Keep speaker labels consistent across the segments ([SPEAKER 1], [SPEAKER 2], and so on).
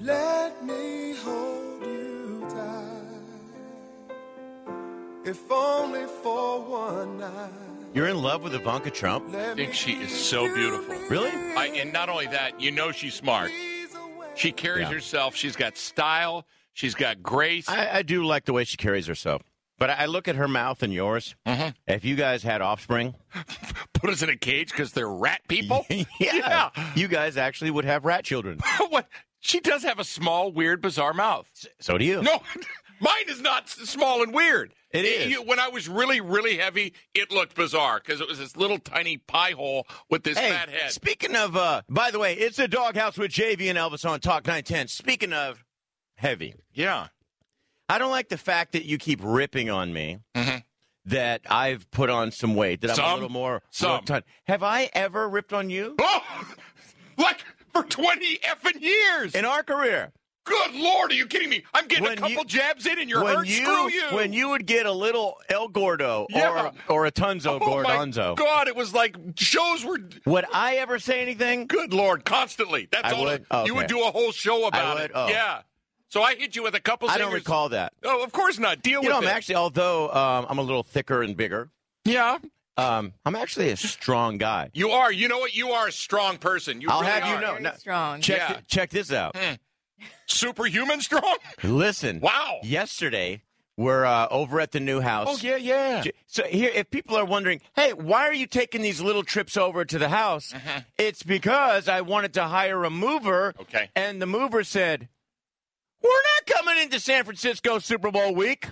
[SPEAKER 1] Let me hold you tight, if only for one night.
[SPEAKER 2] You're in love with Ivanka Trump?
[SPEAKER 1] Let
[SPEAKER 3] I think
[SPEAKER 1] me
[SPEAKER 3] she is so
[SPEAKER 1] do
[SPEAKER 3] beautiful.
[SPEAKER 2] Really?
[SPEAKER 3] I, and not only that, you know she's smart.
[SPEAKER 1] Please away.
[SPEAKER 3] She carries
[SPEAKER 2] Yeah.
[SPEAKER 3] herself. She's got style. She's got grace.
[SPEAKER 2] I, I do like the way she carries herself. But I I look at her mouth and yours.
[SPEAKER 3] Mm-hmm.
[SPEAKER 2] If you guys had offspring,
[SPEAKER 3] Put us in a cage because they're rat people.
[SPEAKER 2] yeah, you guys actually would have rat children.
[SPEAKER 3] what? She does have a small, weird, bizarre mouth.
[SPEAKER 2] So do you.
[SPEAKER 3] No, mine is not s- small and weird.
[SPEAKER 2] It is.
[SPEAKER 3] you- when I was really, really heavy, it looked bizarre because it was this little tiny pie hole with this
[SPEAKER 2] Hey,
[SPEAKER 3] fat head.
[SPEAKER 2] speaking of, uh, by the way, it's a doghouse with JV and Elvis on Talk 910. Speaking of heavy,
[SPEAKER 3] yeah.
[SPEAKER 2] I don't like the fact that you keep ripping on me
[SPEAKER 3] Mhm.
[SPEAKER 2] that I've put on some weight, that I'm a
[SPEAKER 3] Some.
[SPEAKER 2] little more.
[SPEAKER 3] Some.
[SPEAKER 2] more ton- Have I ever ripped on you?
[SPEAKER 3] Oh, like for 20 effing years.
[SPEAKER 2] In our career,
[SPEAKER 3] Good Lord, are you kidding me? I'm getting
[SPEAKER 2] When
[SPEAKER 3] a couple
[SPEAKER 2] you-
[SPEAKER 3] jabs in and you're hurt. Screw you.
[SPEAKER 2] when you would get a little El Gordo
[SPEAKER 3] Yeah.
[SPEAKER 2] or, a, or a Tunzo
[SPEAKER 3] oh my
[SPEAKER 2] Gordonzo,
[SPEAKER 3] God, it was like shows were.
[SPEAKER 2] would I ever say anything?
[SPEAKER 3] Good Lord, constantly. That's
[SPEAKER 2] I
[SPEAKER 3] all.
[SPEAKER 2] would?
[SPEAKER 3] it-
[SPEAKER 2] Oh,
[SPEAKER 3] You
[SPEAKER 2] okay.
[SPEAKER 3] would do a whole show about
[SPEAKER 2] would?
[SPEAKER 3] it.
[SPEAKER 2] Oh.
[SPEAKER 3] Yeah. So I hit you with a couple.
[SPEAKER 2] I don't
[SPEAKER 3] zingers.
[SPEAKER 2] recall that.
[SPEAKER 3] Oh, of course not. Deal
[SPEAKER 2] You
[SPEAKER 3] with
[SPEAKER 2] know, I'm
[SPEAKER 3] it.
[SPEAKER 2] actually, although um, I'm a little thicker and bigger,
[SPEAKER 3] yeah,
[SPEAKER 2] um, I'm actually a strong guy.
[SPEAKER 3] you are. You know what? You are a strong person. You
[SPEAKER 2] I'll
[SPEAKER 3] really
[SPEAKER 2] have you
[SPEAKER 3] are.
[SPEAKER 2] know-
[SPEAKER 4] Very
[SPEAKER 2] no.
[SPEAKER 4] strong.
[SPEAKER 2] Check
[SPEAKER 3] Yeah.
[SPEAKER 2] th- check this out.
[SPEAKER 3] superhuman strong.
[SPEAKER 2] Listen.
[SPEAKER 3] Wow.
[SPEAKER 2] Yesterday, we're uh, over at the new house.
[SPEAKER 3] Oh yeah, yeah.
[SPEAKER 2] J- So here, if people are wondering, hey, why are you taking these little trips over to the house?
[SPEAKER 3] Mm-hmm.
[SPEAKER 2] It's because I wanted to hire a mover.
[SPEAKER 3] Okay.
[SPEAKER 2] And the mover said, "We're not coming into San Francisco Super Bowl week."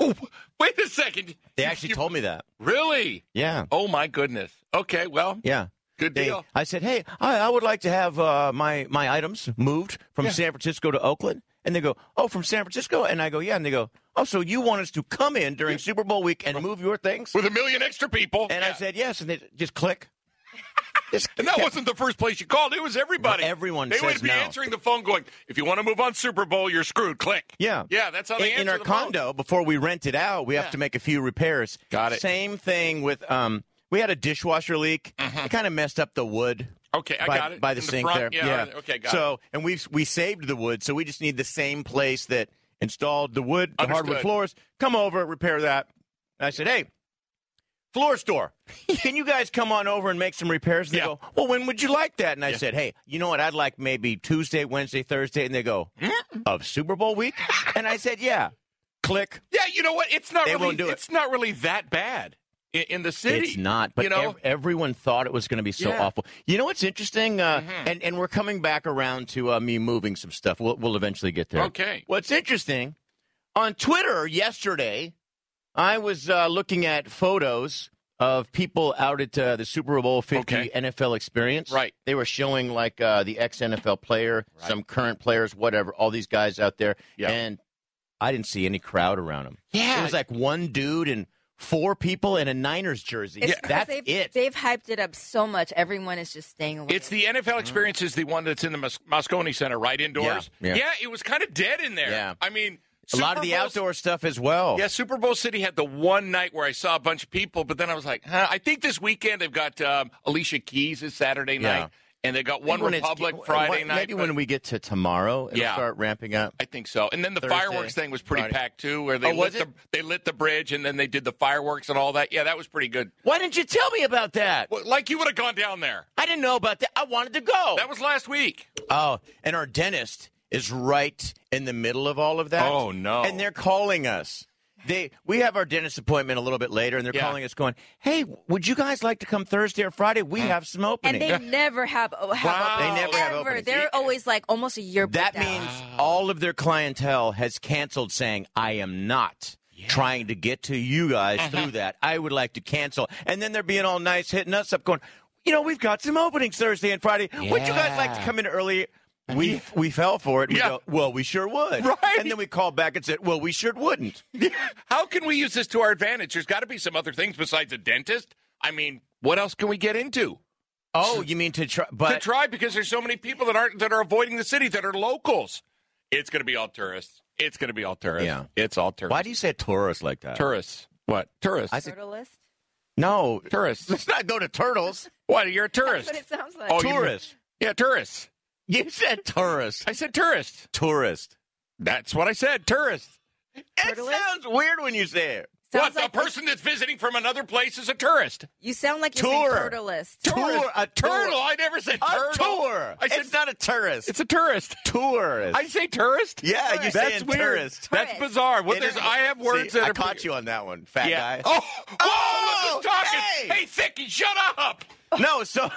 [SPEAKER 3] Oh, wait a second.
[SPEAKER 2] They
[SPEAKER 3] You-
[SPEAKER 2] actually
[SPEAKER 3] you-
[SPEAKER 2] told me that.
[SPEAKER 3] Really?
[SPEAKER 2] Yeah.
[SPEAKER 3] Oh my goodness. Okay. Well,
[SPEAKER 2] Yeah.
[SPEAKER 3] good
[SPEAKER 2] They,
[SPEAKER 3] deal.
[SPEAKER 2] I said, "Hey, I, I would like to have uh, my my items moved from San Francisco to Oakland." And they go, "Oh, from San Francisco?" And I go, "Yeah." And they go, "Oh, so you want us to come in during Super Bowl week and move your things?"
[SPEAKER 3] With a million extra people.
[SPEAKER 2] And I
[SPEAKER 3] Yeah.
[SPEAKER 2] said, "Yes." And they just click. Just
[SPEAKER 3] And that wasn't the first place you called. It was everybody.
[SPEAKER 2] Well, everyone
[SPEAKER 3] They
[SPEAKER 2] says
[SPEAKER 3] would be
[SPEAKER 2] no.
[SPEAKER 3] answering the phone, going, "If you want to move on Super Bowl, you're screwed." Click.
[SPEAKER 2] Yeah.
[SPEAKER 3] Yeah. That's how
[SPEAKER 2] in,
[SPEAKER 3] they
[SPEAKER 2] in
[SPEAKER 3] answer
[SPEAKER 2] our
[SPEAKER 3] the phone.
[SPEAKER 2] condo before we rent it out, we have
[SPEAKER 3] Yeah.
[SPEAKER 2] to make a few repairs.
[SPEAKER 3] Got it.
[SPEAKER 2] Same thing with um, we had a dishwasher leak.
[SPEAKER 3] Mm-hmm.
[SPEAKER 2] It kind of messed up the wood.
[SPEAKER 3] Okay, I
[SPEAKER 2] by,
[SPEAKER 3] got it.
[SPEAKER 2] by the
[SPEAKER 3] In the
[SPEAKER 2] sink
[SPEAKER 3] front?
[SPEAKER 2] there.
[SPEAKER 3] Yeah, all right. Okay, got
[SPEAKER 2] so, and we we saved the wood, so we just need the same place that installed the wood, the hardwood
[SPEAKER 3] Understood.
[SPEAKER 2] floors. Come over, repair that. And I said, hey. Floor store, can you guys come on over and make some repairs? And they
[SPEAKER 3] Yeah.
[SPEAKER 2] go, well, when would you like that? And I said, hey, you know what? I'd like maybe Tuesday, Wednesday, Thursday. And they go,
[SPEAKER 3] Hmm?
[SPEAKER 2] of Super Bowl week? And I said, yeah. Click.
[SPEAKER 3] Yeah. You know what? It's not
[SPEAKER 2] They
[SPEAKER 3] really.
[SPEAKER 2] won't do it.
[SPEAKER 3] It's not really that bad in, in the city.
[SPEAKER 2] It's not, but
[SPEAKER 3] you know.
[SPEAKER 2] ev- everyone thought it was going to be so
[SPEAKER 3] Yeah. Mm-hmm.
[SPEAKER 2] awful. You know what's interesting? Uh, and, and we're coming back around to uh, me moving some stuff. We'll, we'll eventually get there.
[SPEAKER 3] Okay.
[SPEAKER 2] What's interesting, on Twitter yesterday, I was uh, looking at photos of people out at uh, the Super Bowl 50
[SPEAKER 3] Okay.
[SPEAKER 2] NFL experience.
[SPEAKER 3] Right.
[SPEAKER 2] They were showing like uh, the ex NFL player, some current players, whatever, all these guys out there.
[SPEAKER 3] Yeah.
[SPEAKER 2] And I didn't see any crowd around them.
[SPEAKER 3] Yeah.
[SPEAKER 2] It was like one dude and four people in a Niners jersey.
[SPEAKER 4] It's because
[SPEAKER 2] That's
[SPEAKER 4] they've,
[SPEAKER 2] it.
[SPEAKER 4] They've hyped it up so much. Everyone is just staying away.
[SPEAKER 3] It's the NFL experience is the one that's in the Mos- Moscone Center, right indoors.
[SPEAKER 2] Mm. Yeah, yeah.
[SPEAKER 3] it was kind of dead in there.
[SPEAKER 2] Yeah.
[SPEAKER 3] I mean,
[SPEAKER 2] a lot of
[SPEAKER 3] Super
[SPEAKER 2] the
[SPEAKER 3] Bowl-
[SPEAKER 2] outdoor stuff as well.
[SPEAKER 3] Yeah, Super Bowl City had the one night where I saw a bunch of people, but then I was like, huh, I think this weekend they've got um, Alicia Keys is Saturday
[SPEAKER 2] Yeah.
[SPEAKER 3] night, and they got
[SPEAKER 2] Maybe
[SPEAKER 3] One
[SPEAKER 2] when it's-
[SPEAKER 3] Republic
[SPEAKER 2] wh-
[SPEAKER 3] Friday
[SPEAKER 2] wh-
[SPEAKER 3] night.
[SPEAKER 2] Maybe
[SPEAKER 3] but
[SPEAKER 2] when we get to tomorrow, it'll
[SPEAKER 3] Yeah.
[SPEAKER 2] start ramping up.
[SPEAKER 3] I think so. And then the
[SPEAKER 2] Thursday,
[SPEAKER 3] fireworks thing was pretty
[SPEAKER 2] Friday.
[SPEAKER 3] packed too, where they
[SPEAKER 2] Oh, was
[SPEAKER 3] lit
[SPEAKER 2] it?
[SPEAKER 3] the they lit the bridge and then they did the fireworks and all that. Yeah, that was pretty good.
[SPEAKER 2] Why didn't you tell me about that?
[SPEAKER 3] Well, like you would have gone down there.
[SPEAKER 2] I didn't know about that. I wanted to go.
[SPEAKER 3] That was last week.
[SPEAKER 2] Oh, and our dentist is right in the middle of all of that.
[SPEAKER 3] Oh, no.
[SPEAKER 2] And they're calling us. They we have our dentist appointment a little bit later, and they're
[SPEAKER 3] Yeah.
[SPEAKER 2] calling us, going, "Hey, would you guys like to come Thursday or Friday?
[SPEAKER 3] Mm.
[SPEAKER 2] We have some
[SPEAKER 4] and
[SPEAKER 2] opening."
[SPEAKER 4] they never have. have
[SPEAKER 3] Wow.
[SPEAKER 4] openings.
[SPEAKER 3] They never
[SPEAKER 2] have
[SPEAKER 4] Ever.
[SPEAKER 2] openings.
[SPEAKER 4] They're always like almost a year.
[SPEAKER 2] that
[SPEAKER 4] booked out.
[SPEAKER 2] means all of their clientele has canceled, saying, "I am not." Trying to get to you guys
[SPEAKER 3] Uh-huh.
[SPEAKER 2] through that. I would like to cancel. And then they're being all nice, hitting us up, going, you know, we've got some openings Thursday and Friday. Would you guys like to
[SPEAKER 3] Yeah.
[SPEAKER 2] come in early? We we fell for it. We
[SPEAKER 3] Yeah.
[SPEAKER 2] go, well, we sure would.
[SPEAKER 3] Right.
[SPEAKER 2] And then we called back and said, well, we sure wouldn't.
[SPEAKER 3] How can we use this to our advantage? There's got to be some other things besides a dentist. I mean, what else can we get into?
[SPEAKER 2] Oh, you mean to try?
[SPEAKER 3] to
[SPEAKER 2] But
[SPEAKER 3] try because there's so many people that aren't that are avoiding the city that are locals. It's going to be all tourists. It's going to be all tourists.
[SPEAKER 2] Yeah.
[SPEAKER 3] It's all tourists.
[SPEAKER 2] why do you say tourists like that?
[SPEAKER 3] tourists? What tourists?
[SPEAKER 2] I said,
[SPEAKER 4] Turtle list.
[SPEAKER 2] no,
[SPEAKER 3] tourists.
[SPEAKER 2] let's not go to turtles.
[SPEAKER 3] what? You're a tourist.
[SPEAKER 4] That's what it sounds like.
[SPEAKER 3] Oh, you mean-
[SPEAKER 2] tourists.
[SPEAKER 3] yeah, tourists.
[SPEAKER 2] You said tourist.
[SPEAKER 3] I said tourist.
[SPEAKER 2] tourist.
[SPEAKER 3] That's what I said, tourist.
[SPEAKER 2] It
[SPEAKER 4] Turtlist?
[SPEAKER 2] sounds weird when you say it.
[SPEAKER 4] Sounds
[SPEAKER 3] what?
[SPEAKER 4] like
[SPEAKER 3] the person that's visiting from another place is a tourist.
[SPEAKER 4] You sound like you're
[SPEAKER 2] Tourer.
[SPEAKER 4] saying turtlist.
[SPEAKER 2] Tour, a
[SPEAKER 3] Turtle.
[SPEAKER 2] turtle.
[SPEAKER 3] I never said
[SPEAKER 2] A
[SPEAKER 3] turtle.
[SPEAKER 2] tour.
[SPEAKER 3] I said
[SPEAKER 2] it's not a tourist.
[SPEAKER 3] It's a tourist.
[SPEAKER 2] tourist.
[SPEAKER 3] I say tourist.
[SPEAKER 2] yeah, you
[SPEAKER 4] Tourist.
[SPEAKER 2] say
[SPEAKER 3] That's weird.
[SPEAKER 2] tourist.
[SPEAKER 3] That's
[SPEAKER 4] Tourist.
[SPEAKER 3] bizarre. What
[SPEAKER 2] It
[SPEAKER 3] there's,
[SPEAKER 2] is-
[SPEAKER 3] I have words
[SPEAKER 2] See,
[SPEAKER 3] that
[SPEAKER 2] I
[SPEAKER 3] are
[SPEAKER 2] caught you on that one, fat
[SPEAKER 3] Yeah.
[SPEAKER 2] guy.
[SPEAKER 3] Oh, whoa, look who's talking.
[SPEAKER 2] Hey!
[SPEAKER 3] Hey, Thicky, shut up.
[SPEAKER 2] No, so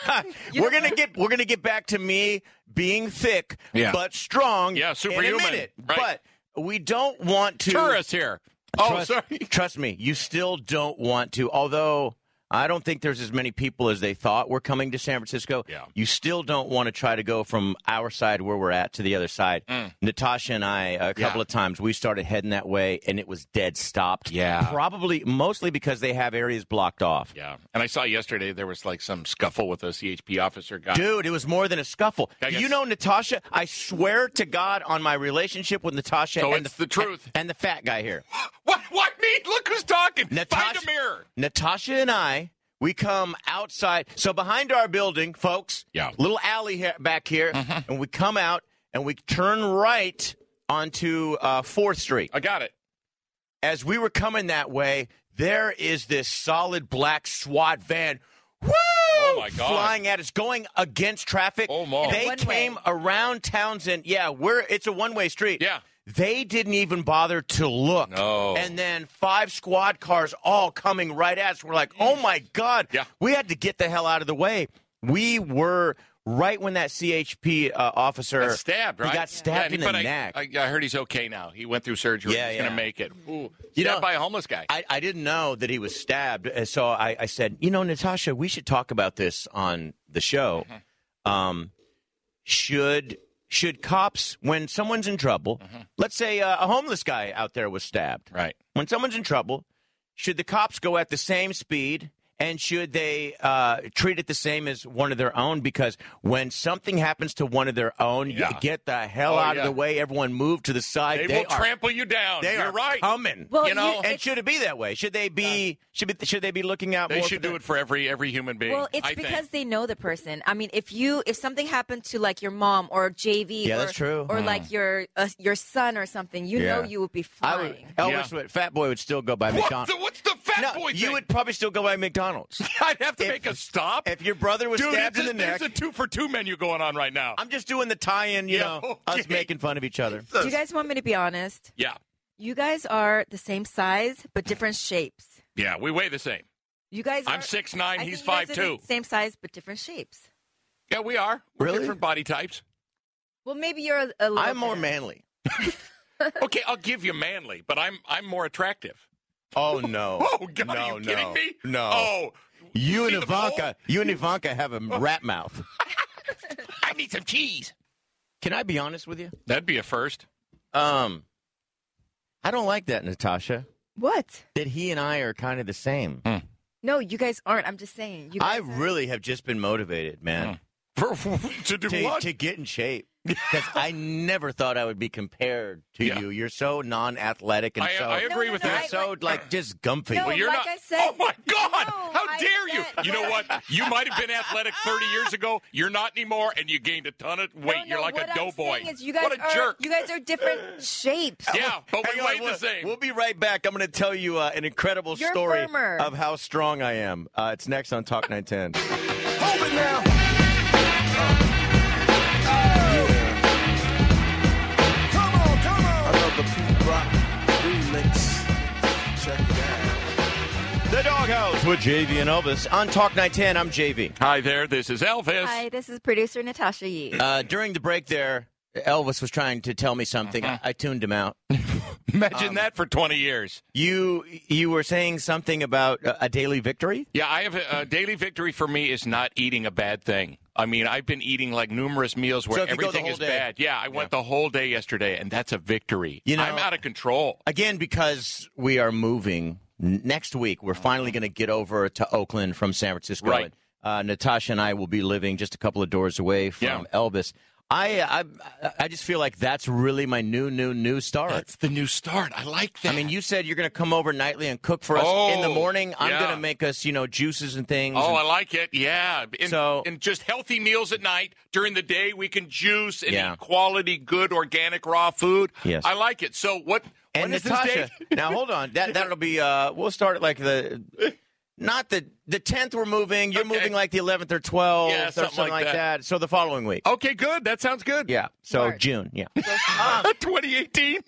[SPEAKER 2] we're gonna get we're gonna get back to me being thick
[SPEAKER 3] Yeah.
[SPEAKER 2] but strong.
[SPEAKER 3] Yeah,
[SPEAKER 2] In
[SPEAKER 3] superhuman,
[SPEAKER 2] a minute,
[SPEAKER 3] right.
[SPEAKER 2] but we don't want to.
[SPEAKER 3] Tourist here. Oh,
[SPEAKER 2] trust,
[SPEAKER 3] sorry.
[SPEAKER 2] Trust me, you still don't want to. Although I don't think there's as many people as they thought were coming to San Francisco.
[SPEAKER 3] Yeah.
[SPEAKER 2] You still don't want to try to go from our side where we're at to the other side. Natasha and I, a couple
[SPEAKER 3] Mm. Yeah.
[SPEAKER 2] of times, we started heading that way and it was dead stopped.
[SPEAKER 3] Yeah.
[SPEAKER 2] Probably mostly because they have areas blocked off.
[SPEAKER 3] Yeah, and I saw yesterday there was like some scuffle with a CHP officer guy.
[SPEAKER 2] Dude, it was more than a scuffle.
[SPEAKER 3] I
[SPEAKER 2] Do
[SPEAKER 3] guess-
[SPEAKER 2] You know, Natasha, I swear to God on my relationship with Natasha
[SPEAKER 3] So
[SPEAKER 2] and
[SPEAKER 3] it's the truth.
[SPEAKER 2] and the fat guy here.
[SPEAKER 3] What? What? Me? Look who's talking.
[SPEAKER 2] Natasha-
[SPEAKER 3] Find a mirror.
[SPEAKER 2] Natasha and I, we come outside. So behind our building, folks,
[SPEAKER 3] Yeah.
[SPEAKER 2] little alley here, back here, and we come out and we turn right onto uh, 4th Street.
[SPEAKER 3] I got it.
[SPEAKER 2] As we were coming that way, there is this solid black SWAT van. Woo!
[SPEAKER 3] Oh, my God.
[SPEAKER 2] Flying at us, going against traffic.
[SPEAKER 3] Oh, my.
[SPEAKER 2] They
[SPEAKER 4] One
[SPEAKER 2] came
[SPEAKER 4] way.
[SPEAKER 2] around Townsend. Yeah, we're it's a one way street.
[SPEAKER 3] Yeah.
[SPEAKER 2] They didn't even bother to look.
[SPEAKER 3] No.
[SPEAKER 2] And then five squad cars all coming right at us. We're like, oh my God.
[SPEAKER 3] Yeah.
[SPEAKER 2] We had to get the hell out of the way. We were right when that CHP uh, officer
[SPEAKER 3] Got stabbed,
[SPEAKER 2] he
[SPEAKER 3] right?
[SPEAKER 2] got stabbed
[SPEAKER 3] Yeah,
[SPEAKER 2] in the
[SPEAKER 3] but I,
[SPEAKER 2] neck.
[SPEAKER 3] I, I heard he's okay now. He went through surgery.
[SPEAKER 2] Yeah,
[SPEAKER 3] he's
[SPEAKER 2] yeah.
[SPEAKER 3] gonna make it. Ooh,
[SPEAKER 2] You
[SPEAKER 3] stabbed
[SPEAKER 2] know-
[SPEAKER 3] by a homeless guy.
[SPEAKER 2] I, I didn't know that he was stabbed. and So I, I said, you know, Natasha, we should talk about this on the show.
[SPEAKER 3] Mm-hmm.
[SPEAKER 2] Um, should should cops, when someone's in trouble, let's say uh, a homeless guy out there was stabbed.
[SPEAKER 3] Mm-hmm. right.
[SPEAKER 2] When someone's in trouble, should the cops go at the same speed? And should they uh, treat it the same as one of their own? Because when something happens to one of their own, you
[SPEAKER 3] Yeah.
[SPEAKER 2] get the hell
[SPEAKER 3] Oh,
[SPEAKER 2] out
[SPEAKER 3] yeah.
[SPEAKER 2] of the way. Everyone move to the side.
[SPEAKER 3] They, will
[SPEAKER 2] are
[SPEAKER 3] trample you down.
[SPEAKER 2] they
[SPEAKER 3] You're
[SPEAKER 2] are
[SPEAKER 3] right.
[SPEAKER 2] coming.
[SPEAKER 4] Well,
[SPEAKER 3] You know,
[SPEAKER 4] you,
[SPEAKER 2] And
[SPEAKER 4] it's-
[SPEAKER 2] should it be that way? Should they be? Should be? Should they be looking out?
[SPEAKER 3] they
[SPEAKER 2] more
[SPEAKER 3] should
[SPEAKER 2] for
[SPEAKER 3] do it for every every human being.
[SPEAKER 4] Well, it's
[SPEAKER 3] I think.
[SPEAKER 4] because they know the person. I mean, if you if something happened to like your mom or JV,
[SPEAKER 2] Yeah,
[SPEAKER 4] or,
[SPEAKER 2] that's true. Mm.
[SPEAKER 4] or like your uh, your son or something, you know
[SPEAKER 2] Yeah.
[SPEAKER 4] you would be
[SPEAKER 2] I
[SPEAKER 4] flying.
[SPEAKER 2] would, Elvis
[SPEAKER 3] Yeah.
[SPEAKER 2] would. Fat Boy would still go by
[SPEAKER 3] what
[SPEAKER 2] McDonald's.
[SPEAKER 3] the, what's the fat
[SPEAKER 2] no,
[SPEAKER 3] boy
[SPEAKER 2] you
[SPEAKER 3] thing?
[SPEAKER 2] would probably still go by McDonald's.
[SPEAKER 3] I'd have to
[SPEAKER 2] if-
[SPEAKER 3] make a stop.
[SPEAKER 2] if your brother was
[SPEAKER 3] Dude,
[SPEAKER 2] stabbed
[SPEAKER 3] it's
[SPEAKER 2] in
[SPEAKER 3] a,
[SPEAKER 2] the neck,
[SPEAKER 3] there's a two for two menu going on right now.
[SPEAKER 2] I'm just doing the tie-in. You
[SPEAKER 3] Yeah,
[SPEAKER 2] know, us
[SPEAKER 3] okay.
[SPEAKER 2] making fun of each other.
[SPEAKER 4] Do you guys want me to be honest?
[SPEAKER 3] yeah,
[SPEAKER 4] You guys are the same size but different shapes.
[SPEAKER 3] yeah, we weigh the same.
[SPEAKER 4] You guys,
[SPEAKER 3] I'm
[SPEAKER 4] are,
[SPEAKER 3] six nine.
[SPEAKER 4] I
[SPEAKER 3] He's
[SPEAKER 4] think you guys
[SPEAKER 3] five
[SPEAKER 4] are
[SPEAKER 3] two.
[SPEAKER 4] the Same size but different shapes.
[SPEAKER 3] Yeah, we are. We're
[SPEAKER 2] Really?
[SPEAKER 3] Different body types.
[SPEAKER 4] Well, maybe you're a, a little.
[SPEAKER 2] I'm more
[SPEAKER 4] bit-
[SPEAKER 2] manly.
[SPEAKER 3] Okay, I'll give you manly, but I'm I'm more attractive.
[SPEAKER 2] Oh no!
[SPEAKER 3] Oh God,
[SPEAKER 2] no,
[SPEAKER 3] are you kidding
[SPEAKER 2] no,
[SPEAKER 3] me?
[SPEAKER 2] No.
[SPEAKER 3] Oh,
[SPEAKER 2] you and
[SPEAKER 3] see the Oh.
[SPEAKER 2] Ivanka, you and Ivanka have a rat mouth.
[SPEAKER 3] I need some cheese.
[SPEAKER 2] Can I be honest with you?
[SPEAKER 3] That'd be a first.
[SPEAKER 2] Um, I don't like that, Natasha.
[SPEAKER 4] What?
[SPEAKER 2] That he and I are kind of the same.
[SPEAKER 3] Mm.
[SPEAKER 4] No, you guys aren't. I'm just saying. You
[SPEAKER 2] I
[SPEAKER 4] guys are-
[SPEAKER 2] really have just been motivated,
[SPEAKER 3] Mm.
[SPEAKER 2] man,
[SPEAKER 3] For, for- to do
[SPEAKER 2] to,
[SPEAKER 3] what?
[SPEAKER 2] to get in shape. Because I never thought I would be compared to
[SPEAKER 3] Yeah.
[SPEAKER 2] you. You're so non-athletic and
[SPEAKER 3] I-
[SPEAKER 2] so
[SPEAKER 3] I agree
[SPEAKER 4] No,
[SPEAKER 3] with
[SPEAKER 4] no, no,
[SPEAKER 2] you're
[SPEAKER 3] that.
[SPEAKER 4] I-
[SPEAKER 2] so like just gumpy.
[SPEAKER 4] No,
[SPEAKER 3] Well, you're
[SPEAKER 4] like
[SPEAKER 3] not.
[SPEAKER 4] I said-
[SPEAKER 3] oh my God!
[SPEAKER 4] No,
[SPEAKER 3] How
[SPEAKER 4] I
[SPEAKER 3] dare you?
[SPEAKER 4] said-
[SPEAKER 3] You know what? You might have been athletic 30 years ago. You're not anymore, and you gained a ton of weight.
[SPEAKER 4] No,
[SPEAKER 3] you're
[SPEAKER 4] no,
[SPEAKER 3] like
[SPEAKER 4] what
[SPEAKER 3] a
[SPEAKER 4] I'm
[SPEAKER 3] doughboy.
[SPEAKER 4] saying is you guys
[SPEAKER 3] what a
[SPEAKER 4] are,
[SPEAKER 3] jerk!
[SPEAKER 4] You guys are different shapes.
[SPEAKER 3] yeah, but we
[SPEAKER 2] Hang on,
[SPEAKER 3] weigh
[SPEAKER 2] we'll,
[SPEAKER 3] the same.
[SPEAKER 2] We'll be right back. I'm going to tell you uh, an incredible
[SPEAKER 4] You're
[SPEAKER 2] story
[SPEAKER 4] firmer.
[SPEAKER 2] of how strong I am. Uh, it's next on Talk 910.
[SPEAKER 1] Hold it now. Come on, come on. I love the P-Rock remix. Check it out.
[SPEAKER 2] the Doghouse with JV and Elvis on Talk 910. I'm JV.
[SPEAKER 3] Hi there. This is Elvis.
[SPEAKER 4] Hi, this is producer Natasha Yee.
[SPEAKER 2] Uh, during the break there, Elvis was trying to tell me something. I, I tuned him out.
[SPEAKER 3] Imagine
[SPEAKER 2] Um,
[SPEAKER 3] that for 20 years.
[SPEAKER 2] You you were saying something about uh, a daily victory?
[SPEAKER 3] Yeah, I have a, a daily victory for me is not eating a bad thing. I mean, I've been eating like numerous meals where
[SPEAKER 2] So if you go the
[SPEAKER 3] everything
[SPEAKER 2] whole
[SPEAKER 3] is
[SPEAKER 2] day-
[SPEAKER 3] bad. Yeah, I went the whole day yesterday, and that's a victory.
[SPEAKER 2] You know-
[SPEAKER 3] I'm out of control.
[SPEAKER 2] Again, because we are moving n- next week, we're finally going to get over to Oakland from San Francisco.
[SPEAKER 3] Right.
[SPEAKER 2] And, Uh, Natasha and I will be living just a couple of doors away from
[SPEAKER 3] Yeah.
[SPEAKER 2] Elvis. I, I I just feel like that's really my new new new start.
[SPEAKER 3] That's the new start. I like that.
[SPEAKER 2] I mean, you said you're going to come over nightly and cook for us in the
[SPEAKER 3] Oh,
[SPEAKER 2] morning. I'm
[SPEAKER 3] yeah.
[SPEAKER 2] going to make us, you know, juices and things.
[SPEAKER 3] Oh,
[SPEAKER 2] and-
[SPEAKER 3] I like it. Yeah. And,
[SPEAKER 2] So-
[SPEAKER 3] and just healthy meals at night. During the day, we can juice and
[SPEAKER 2] Yeah.
[SPEAKER 3] eat quality, good, organic, raw food.
[SPEAKER 2] Yes.
[SPEAKER 3] I like it. So what?
[SPEAKER 2] and
[SPEAKER 3] when is this
[SPEAKER 2] Natasha.
[SPEAKER 3] date?
[SPEAKER 2] now hold on. That that'll be. Uh, we'll start at like the. Not the the tenth. We're moving. You're
[SPEAKER 3] Okay.
[SPEAKER 2] moving like the eleventh or twelfth
[SPEAKER 3] Yeah,
[SPEAKER 2] or
[SPEAKER 3] something
[SPEAKER 2] something,
[SPEAKER 3] like
[SPEAKER 2] like that. So the following week.
[SPEAKER 3] Okay, good. That sounds good.
[SPEAKER 2] Yeah. So
[SPEAKER 4] March.
[SPEAKER 2] June. Yeah.
[SPEAKER 3] 2018.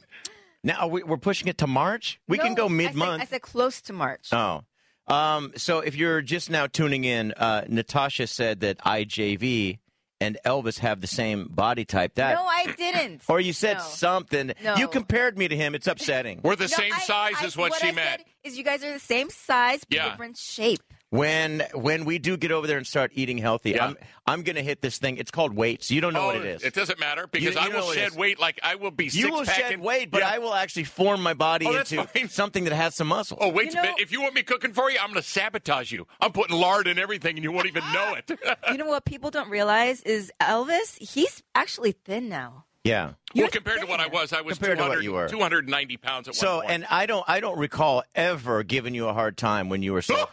[SPEAKER 2] now are we, we're pushing it to March. We can
[SPEAKER 4] No,
[SPEAKER 2] go
[SPEAKER 4] I said-
[SPEAKER 2] mid
[SPEAKER 4] I
[SPEAKER 2] month.
[SPEAKER 4] said close to March.
[SPEAKER 2] Oh. Um, so if you're just now tuning in, uh, Natasha said that IJV and Elvis have the same body type. That
[SPEAKER 4] no, I didn't.
[SPEAKER 2] or you said
[SPEAKER 4] No.
[SPEAKER 2] something.
[SPEAKER 4] No.
[SPEAKER 2] You compared me to him. It's upsetting.
[SPEAKER 3] We're the
[SPEAKER 4] No,
[SPEAKER 3] same
[SPEAKER 4] I-
[SPEAKER 3] size
[SPEAKER 4] I-
[SPEAKER 3] is what, she
[SPEAKER 4] I
[SPEAKER 3] meant.
[SPEAKER 4] said Is you guys are the same size, but
[SPEAKER 3] Yeah.
[SPEAKER 4] different shape.
[SPEAKER 2] when when we do get over there and start eating healthy,
[SPEAKER 3] Yeah. Oh,
[SPEAKER 2] I'm I'm gonna hit this thing. It's called weights. You don't know what it is.
[SPEAKER 3] doesn't matter because
[SPEAKER 2] you
[SPEAKER 3] I
[SPEAKER 2] know
[SPEAKER 3] will
[SPEAKER 2] what it
[SPEAKER 3] shed
[SPEAKER 2] is.
[SPEAKER 3] weight like I will be
[SPEAKER 2] you
[SPEAKER 3] six
[SPEAKER 2] will
[SPEAKER 3] pack
[SPEAKER 2] shed
[SPEAKER 3] and-
[SPEAKER 2] weight, but
[SPEAKER 3] Yeah.
[SPEAKER 2] I will actually form my body
[SPEAKER 3] Oh, that's
[SPEAKER 2] into
[SPEAKER 3] fine.
[SPEAKER 2] something that has some muscle.
[SPEAKER 3] Oh, wait
[SPEAKER 4] You
[SPEAKER 3] a
[SPEAKER 4] know-
[SPEAKER 3] minute. If you want me cooking for you, I'm going to sabotage you. I'm putting lard in everything and you won't even know it.
[SPEAKER 4] you know what people don't realize is Elvis. He's actually thin now.
[SPEAKER 2] Yeah.
[SPEAKER 3] well, compared to what I
[SPEAKER 4] thin.
[SPEAKER 3] was, I was
[SPEAKER 2] Compared to what
[SPEAKER 3] 200,
[SPEAKER 2] you were.
[SPEAKER 3] 290 pounds at
[SPEAKER 2] So
[SPEAKER 3] one point.
[SPEAKER 2] and I don't I don't recall ever giving you a hard time when you were so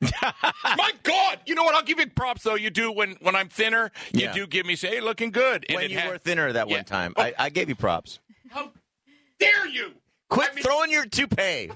[SPEAKER 3] My God! You know what? I'll give you props though. You do when when I'm thinner. You
[SPEAKER 2] Yeah.
[SPEAKER 3] do give me say, "Hey, looking good." And
[SPEAKER 2] when
[SPEAKER 3] it
[SPEAKER 2] you
[SPEAKER 3] ha-
[SPEAKER 2] were thinner that
[SPEAKER 3] Yeah. Oh.
[SPEAKER 2] one time. I, I gave you props.
[SPEAKER 3] How dare you?
[SPEAKER 2] Quit
[SPEAKER 3] I mean-
[SPEAKER 2] throwing your toupee.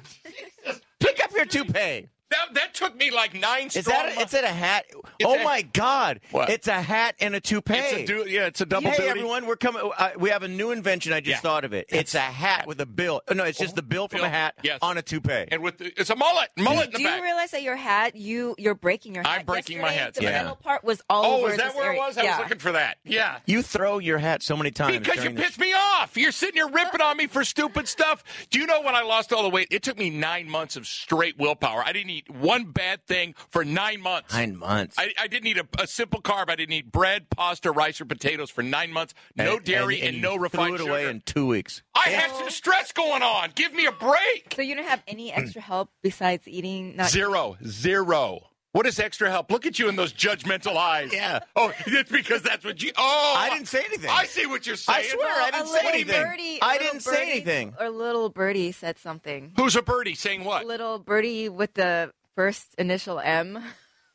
[SPEAKER 2] Pick up your toupee.
[SPEAKER 3] That, that took me like nine
[SPEAKER 2] Is
[SPEAKER 3] strong.
[SPEAKER 2] that a, it's at a hat? oh
[SPEAKER 3] a-
[SPEAKER 2] my God!
[SPEAKER 3] What?
[SPEAKER 2] It's a hat and a toupee.
[SPEAKER 3] It's a du- yeah, it's a double
[SPEAKER 2] hey
[SPEAKER 3] duty.
[SPEAKER 2] everyone, we're coming. I, we have a new invention. I just
[SPEAKER 3] Yeah.
[SPEAKER 2] thought of it. It's a hat with a bill. uh, No, it's just the bill from
[SPEAKER 3] Bill,
[SPEAKER 2] a hat
[SPEAKER 3] yes.
[SPEAKER 2] on a toupee.
[SPEAKER 3] And with the, it's a mullet, mullet in the
[SPEAKER 4] Do
[SPEAKER 3] back.
[SPEAKER 4] you realize that your hat, you you're breaking your
[SPEAKER 3] I'm
[SPEAKER 4] hat?
[SPEAKER 3] breaking my
[SPEAKER 4] Yesterday,
[SPEAKER 3] hat,
[SPEAKER 4] The
[SPEAKER 2] yeah.
[SPEAKER 4] metal part was all
[SPEAKER 3] oh,
[SPEAKER 4] over.
[SPEAKER 3] is that
[SPEAKER 4] this
[SPEAKER 3] where
[SPEAKER 4] area.
[SPEAKER 3] it was? I
[SPEAKER 4] Yeah.
[SPEAKER 3] was looking for that. Yeah.
[SPEAKER 2] you throw your hat so many times
[SPEAKER 3] Because you
[SPEAKER 2] during the-
[SPEAKER 3] pissed me off. You're sitting here ripping on me for stupid stuff. Do you know when I lost all the weight? It took me nine months of straight willpower. I didn't eat one bad thing for nine months.
[SPEAKER 2] nine months.
[SPEAKER 3] I, I didn't eat a, a simple carb. I didn't eat bread, pasta, rice, or potatoes for nine months. No
[SPEAKER 2] And-
[SPEAKER 3] dairy and,
[SPEAKER 2] you
[SPEAKER 3] no refined
[SPEAKER 2] Threw it away
[SPEAKER 3] sugar.
[SPEAKER 2] in two weeks.
[SPEAKER 3] I had some stress going on. Give me a break.
[SPEAKER 4] So you didn't have any extra help besides eating? Not
[SPEAKER 3] Hmm. Zero, zero. What is extra help? Look at you in those judgmental eyes.
[SPEAKER 2] Yeah.
[SPEAKER 3] Oh, it's because that's what you. Oh,
[SPEAKER 2] I didn't say anything.
[SPEAKER 3] I see what you're
[SPEAKER 2] I
[SPEAKER 3] saying.
[SPEAKER 2] swear I didn't
[SPEAKER 4] a
[SPEAKER 2] say
[SPEAKER 4] little
[SPEAKER 2] anything.
[SPEAKER 4] birdie-
[SPEAKER 2] I
[SPEAKER 4] little
[SPEAKER 2] didn't say
[SPEAKER 4] birdie-
[SPEAKER 2] anything.
[SPEAKER 4] Or little birdie said something.
[SPEAKER 3] Who's a birdie saying what? Who is
[SPEAKER 4] Little birdie with the first initial M.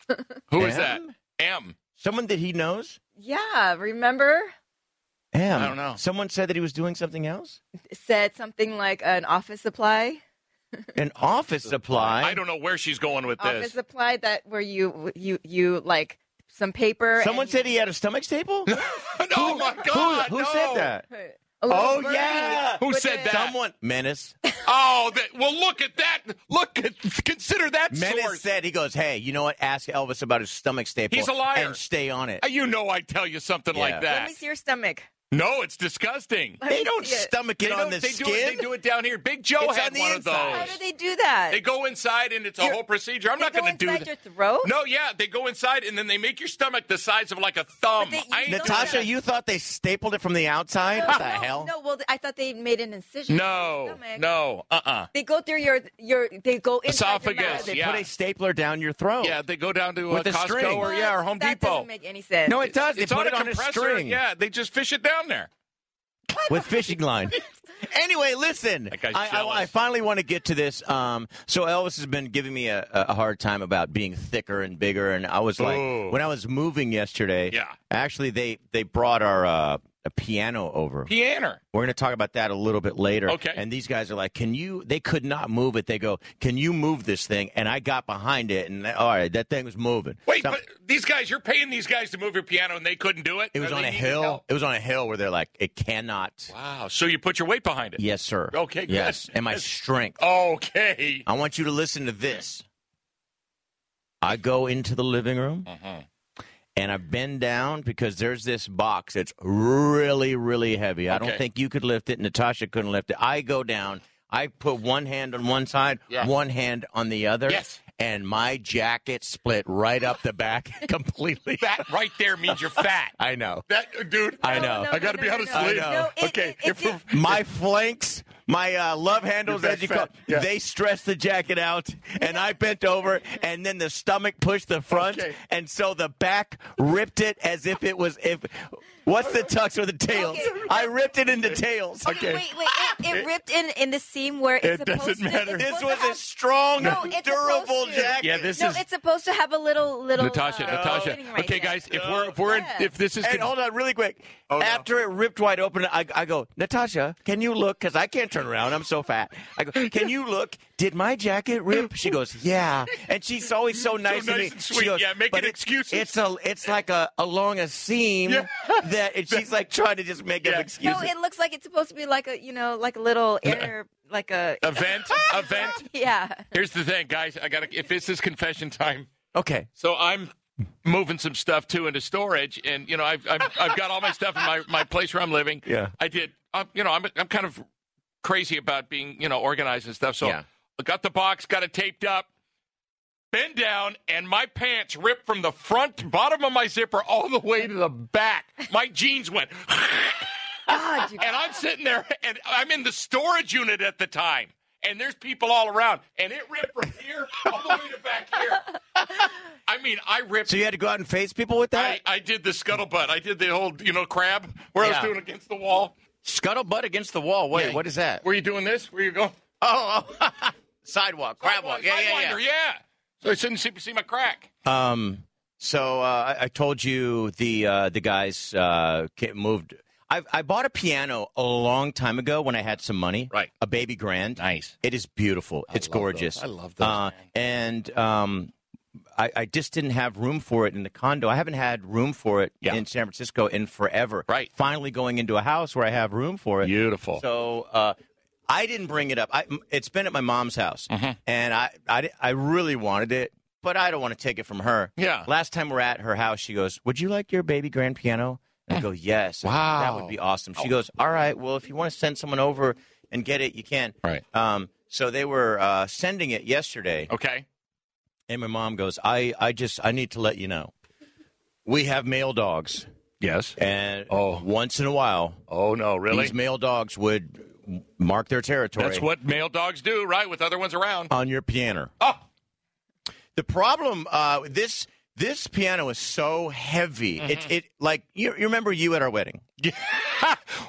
[SPEAKER 3] that?
[SPEAKER 2] M?
[SPEAKER 3] M.
[SPEAKER 2] Someone that he knows.
[SPEAKER 4] Yeah, remember?
[SPEAKER 2] Am.
[SPEAKER 3] I don't know.
[SPEAKER 2] Someone said that he was doing something else.
[SPEAKER 4] Said something like an office supply.
[SPEAKER 2] An office supply.
[SPEAKER 3] I don't know where she's going with
[SPEAKER 4] Office
[SPEAKER 3] this.
[SPEAKER 4] supply that where you you you like some paper.
[SPEAKER 2] Someone
[SPEAKER 4] and
[SPEAKER 2] said he had a stomach staple.
[SPEAKER 3] oh my God!
[SPEAKER 2] who who
[SPEAKER 3] no.
[SPEAKER 2] said that?
[SPEAKER 4] you put a little
[SPEAKER 2] Oh
[SPEAKER 4] birdie.
[SPEAKER 2] yeah.
[SPEAKER 3] Who
[SPEAKER 4] With
[SPEAKER 3] said
[SPEAKER 4] the-
[SPEAKER 3] that?
[SPEAKER 2] Someone menace.
[SPEAKER 3] Oh, that, well, look at that. Look, at, consider that
[SPEAKER 2] Menace
[SPEAKER 3] source.
[SPEAKER 2] said he goes, hey, you know what? Ask Elvis about his stomach staple.
[SPEAKER 3] He's a liar.
[SPEAKER 2] And stay on it.
[SPEAKER 3] Uh, You know I tell you something
[SPEAKER 2] Yeah.
[SPEAKER 3] like
[SPEAKER 4] Let
[SPEAKER 3] that.
[SPEAKER 4] me see your stomach.
[SPEAKER 3] No, it's disgusting.
[SPEAKER 4] Let
[SPEAKER 2] they
[SPEAKER 4] me
[SPEAKER 2] don't
[SPEAKER 4] see it.
[SPEAKER 2] stomach it
[SPEAKER 3] they
[SPEAKER 2] on
[SPEAKER 3] don't-
[SPEAKER 2] the
[SPEAKER 3] they
[SPEAKER 2] skin.
[SPEAKER 3] Do it, they do it down here. Big Joe
[SPEAKER 2] It's
[SPEAKER 3] had
[SPEAKER 2] on the
[SPEAKER 3] one
[SPEAKER 2] inside.
[SPEAKER 4] How
[SPEAKER 3] of
[SPEAKER 4] do
[SPEAKER 3] those.
[SPEAKER 4] they do that?
[SPEAKER 3] They go inside and it's a
[SPEAKER 4] You're-
[SPEAKER 3] whole procedure. I'm
[SPEAKER 4] They
[SPEAKER 3] not
[SPEAKER 4] go
[SPEAKER 3] going to do
[SPEAKER 4] inside
[SPEAKER 3] that.
[SPEAKER 4] your throat.
[SPEAKER 3] No, yeah, they go inside and then they make your stomach the size of like a thumb.
[SPEAKER 4] they- you
[SPEAKER 3] I ain't
[SPEAKER 4] don't
[SPEAKER 3] doing
[SPEAKER 2] Natasha,
[SPEAKER 4] that.
[SPEAKER 2] you thought they stapled it from the outside?
[SPEAKER 4] No,
[SPEAKER 2] what the
[SPEAKER 4] no,
[SPEAKER 2] hell?
[SPEAKER 4] No, well, I thought they made an incision. in your
[SPEAKER 3] No,
[SPEAKER 4] stomach.
[SPEAKER 3] no,
[SPEAKER 2] Oh.
[SPEAKER 3] uh, uh
[SPEAKER 4] They go through your your. They go inside Your
[SPEAKER 3] Esophagus,
[SPEAKER 4] mouth.
[SPEAKER 2] Uh-uh. They
[SPEAKER 3] yeah.
[SPEAKER 2] put a stapler down your throat.
[SPEAKER 3] Yeah, they go down to uh,
[SPEAKER 2] With a
[SPEAKER 3] Costco
[SPEAKER 2] string.
[SPEAKER 3] or yeah, or Home
[SPEAKER 4] that
[SPEAKER 3] Depot.
[SPEAKER 4] doesn't make any sense.
[SPEAKER 2] No, it does. They
[SPEAKER 3] it's
[SPEAKER 2] put
[SPEAKER 3] on
[SPEAKER 2] it
[SPEAKER 3] a
[SPEAKER 2] on a
[SPEAKER 3] compressor.
[SPEAKER 2] string.
[SPEAKER 3] Yeah, they just fish it down there.
[SPEAKER 2] with fishing line. Anyway, listen.
[SPEAKER 3] That guy's
[SPEAKER 2] I, I-
[SPEAKER 3] jealous.
[SPEAKER 2] I finally want to get to this. Um, so Elvis has been giving me a, a hard time about being thicker and bigger, and I was like,
[SPEAKER 3] Ooh.
[SPEAKER 2] when I was moving yesterday,
[SPEAKER 3] Yeah.
[SPEAKER 2] Actually, they they brought our uh, a piano over.
[SPEAKER 3] Pianer.
[SPEAKER 2] We're going to talk about that a little bit later.
[SPEAKER 3] Okay.
[SPEAKER 2] And these guys are like, can you? They could not move it. They go, can you move this thing? And I got behind it, and all right, that thing was moving.
[SPEAKER 3] Wait,
[SPEAKER 2] So-
[SPEAKER 3] but these guys, you're paying these guys to move your piano and they couldn't do it?
[SPEAKER 2] it was
[SPEAKER 3] Or
[SPEAKER 2] on
[SPEAKER 3] they
[SPEAKER 2] a
[SPEAKER 3] needed
[SPEAKER 2] hill.
[SPEAKER 3] help?
[SPEAKER 2] It was on a hill where they're like, it cannot.
[SPEAKER 3] Wow. So you put your weight behind it?
[SPEAKER 2] Yes, sir.
[SPEAKER 3] Okay, good.
[SPEAKER 2] Yes, and my
[SPEAKER 3] That's-
[SPEAKER 2] strength.
[SPEAKER 3] Okay.
[SPEAKER 2] I want you to listen to this. I go into the living room
[SPEAKER 3] Mm-hmm.
[SPEAKER 2] and I bend down because there's this box that's really, really heavy. I
[SPEAKER 3] Okay.
[SPEAKER 2] don't think you could lift it. Natasha couldn't lift it. I go down. I put one hand on one side,
[SPEAKER 3] Yeah.
[SPEAKER 2] one hand on the other.
[SPEAKER 3] Yes.
[SPEAKER 2] And my jacket split right up the back completely.
[SPEAKER 3] That right there means you're fat.
[SPEAKER 2] I know.
[SPEAKER 3] That dude.
[SPEAKER 2] I
[SPEAKER 4] No,
[SPEAKER 2] know.
[SPEAKER 4] no,
[SPEAKER 3] I gotta
[SPEAKER 4] no,
[SPEAKER 3] be
[SPEAKER 4] no,
[SPEAKER 3] honest,
[SPEAKER 4] no,
[SPEAKER 2] I
[SPEAKER 3] lady.
[SPEAKER 2] know.
[SPEAKER 4] No, it,
[SPEAKER 3] Okay,
[SPEAKER 4] It, it,
[SPEAKER 3] if we're-
[SPEAKER 4] it,
[SPEAKER 2] My flanks my uh, love handles,
[SPEAKER 3] Your back
[SPEAKER 2] as you
[SPEAKER 3] fat,
[SPEAKER 2] call,
[SPEAKER 3] yeah.
[SPEAKER 2] they stressed the jacket out, and I bent over, and then the stomach pushed the front,
[SPEAKER 3] Okay.
[SPEAKER 2] and so the back ripped it as if it was if. What's the tux or the tails?
[SPEAKER 4] Okay.
[SPEAKER 2] I ripped it into tails.
[SPEAKER 4] Okay, wait, wait. It, it ripped in in the seam where it's
[SPEAKER 3] It
[SPEAKER 4] supposed
[SPEAKER 3] doesn't
[SPEAKER 4] to.
[SPEAKER 3] matter.
[SPEAKER 4] It's
[SPEAKER 2] This
[SPEAKER 4] supposed to
[SPEAKER 2] was a
[SPEAKER 4] have-
[SPEAKER 2] strong,
[SPEAKER 4] No, it's
[SPEAKER 2] durable
[SPEAKER 4] supposed to.
[SPEAKER 2] jacket.
[SPEAKER 3] Yeah, this
[SPEAKER 4] no,
[SPEAKER 3] is
[SPEAKER 4] it's supposed to have a little little.
[SPEAKER 3] Natasha.
[SPEAKER 4] uh,
[SPEAKER 3] Natasha.
[SPEAKER 4] opening right
[SPEAKER 3] okay,
[SPEAKER 4] there.
[SPEAKER 3] guys, if we're if we're in,
[SPEAKER 4] Yeah.
[SPEAKER 3] if this is
[SPEAKER 2] And hold on, really quick.
[SPEAKER 3] Oh, no.
[SPEAKER 2] After it ripped wide open, I, I go, Natasha, can you look? Because I can't turn around. I'm so fat. I go, can you look? Did my jacket rip? She goes, yeah. And she's always so nice to
[SPEAKER 3] nice
[SPEAKER 2] me.
[SPEAKER 3] and
[SPEAKER 2] She
[SPEAKER 3] sweet.
[SPEAKER 2] goes,
[SPEAKER 3] Yeah, making
[SPEAKER 2] "But it-
[SPEAKER 3] excuses."
[SPEAKER 2] It's a, it's like a along a seam
[SPEAKER 3] Yeah.
[SPEAKER 2] that and she's like trying to just make
[SPEAKER 3] Yeah.
[SPEAKER 2] up
[SPEAKER 4] No,
[SPEAKER 2] excuses.
[SPEAKER 4] it looks like it's supposed to be like a you know like a little air like a
[SPEAKER 3] event event.
[SPEAKER 4] yeah.
[SPEAKER 3] Here's the thing, guys. I gotta. If this is confession time,
[SPEAKER 2] okay,
[SPEAKER 3] So I'm moving some stuff too into storage, and you know I've I've, I've got all my stuff in my, my place where I'm living.
[SPEAKER 2] Yeah.
[SPEAKER 3] I did. I'm, you know I'm I'm kind of crazy about being you know organized and stuff. So
[SPEAKER 2] Yeah.
[SPEAKER 3] I got the box, got it taped up, bend down, and my pants ripped from the front bottom of my zipper all the way to the back. My jeans went.
[SPEAKER 4] God, you
[SPEAKER 3] And I'm sitting there, and I'm in the storage unit at the time, and there's people all around, and it ripped from here all the way to back here. I mean, I ripped.
[SPEAKER 2] so you had to go out and face people with that
[SPEAKER 3] I, I did the scuttlebutt. I did the whole, you know, crab where I
[SPEAKER 2] Yeah.
[SPEAKER 3] was doing against the wall.
[SPEAKER 2] scuttlebutt against the wall. Wait,
[SPEAKER 3] Yeah.
[SPEAKER 2] what is that?
[SPEAKER 3] Were you doing this? Were you going?
[SPEAKER 2] Oh, oh. sidewalk, crab walk. Yeah, yeah, yeah.
[SPEAKER 3] Sidewinder, yeah. So I didn't see, see my crack.
[SPEAKER 2] Um, so uh, I, I told you the uh, the guys uh, ca- moved. I, I bought a piano a long time ago when I had some money.
[SPEAKER 3] Right.
[SPEAKER 2] A baby grand.
[SPEAKER 3] Nice.
[SPEAKER 2] It is beautiful. it's
[SPEAKER 3] love
[SPEAKER 2] gorgeous.
[SPEAKER 3] those. I love those,
[SPEAKER 2] Uh, and um, I, I just didn't have room for it in the condo. I haven't had room for it
[SPEAKER 3] Yeah.
[SPEAKER 2] in San Francisco in forever.
[SPEAKER 3] Right.
[SPEAKER 2] Finally going into a house where I have room for it.
[SPEAKER 3] Beautiful.
[SPEAKER 2] So uh, I didn't bring it up. I, it's been at my mom's house,
[SPEAKER 3] Mm-hmm.
[SPEAKER 2] and I, I di- I really wanted it, but I don't want to take it from her.
[SPEAKER 3] Yeah.
[SPEAKER 2] Last time we're at her house, she goes, "Would you like your baby grand piano?" And I go, "Yes." I go, That
[SPEAKER 3] Wow. Oh.
[SPEAKER 2] would be awesome. She goes, "All right. Well, if you want to send someone over and get it, you can."
[SPEAKER 3] Right.
[SPEAKER 2] Um. So they were uh, sending it yesterday,
[SPEAKER 3] Okay.
[SPEAKER 2] and my mom goes, "I I just I need to let you know, we have male dogs,
[SPEAKER 3] Yes.
[SPEAKER 2] and
[SPEAKER 3] Oh.
[SPEAKER 2] once in a while."
[SPEAKER 3] Oh no, really?
[SPEAKER 2] These male dogs would mark their territory
[SPEAKER 3] That's what male dogs do, right? With other ones around.
[SPEAKER 2] on your piano.
[SPEAKER 3] Oh,
[SPEAKER 2] The problem, uh, this this piano is so heavy.
[SPEAKER 3] Mm-hmm.
[SPEAKER 2] It it like you, you remember you at our wedding.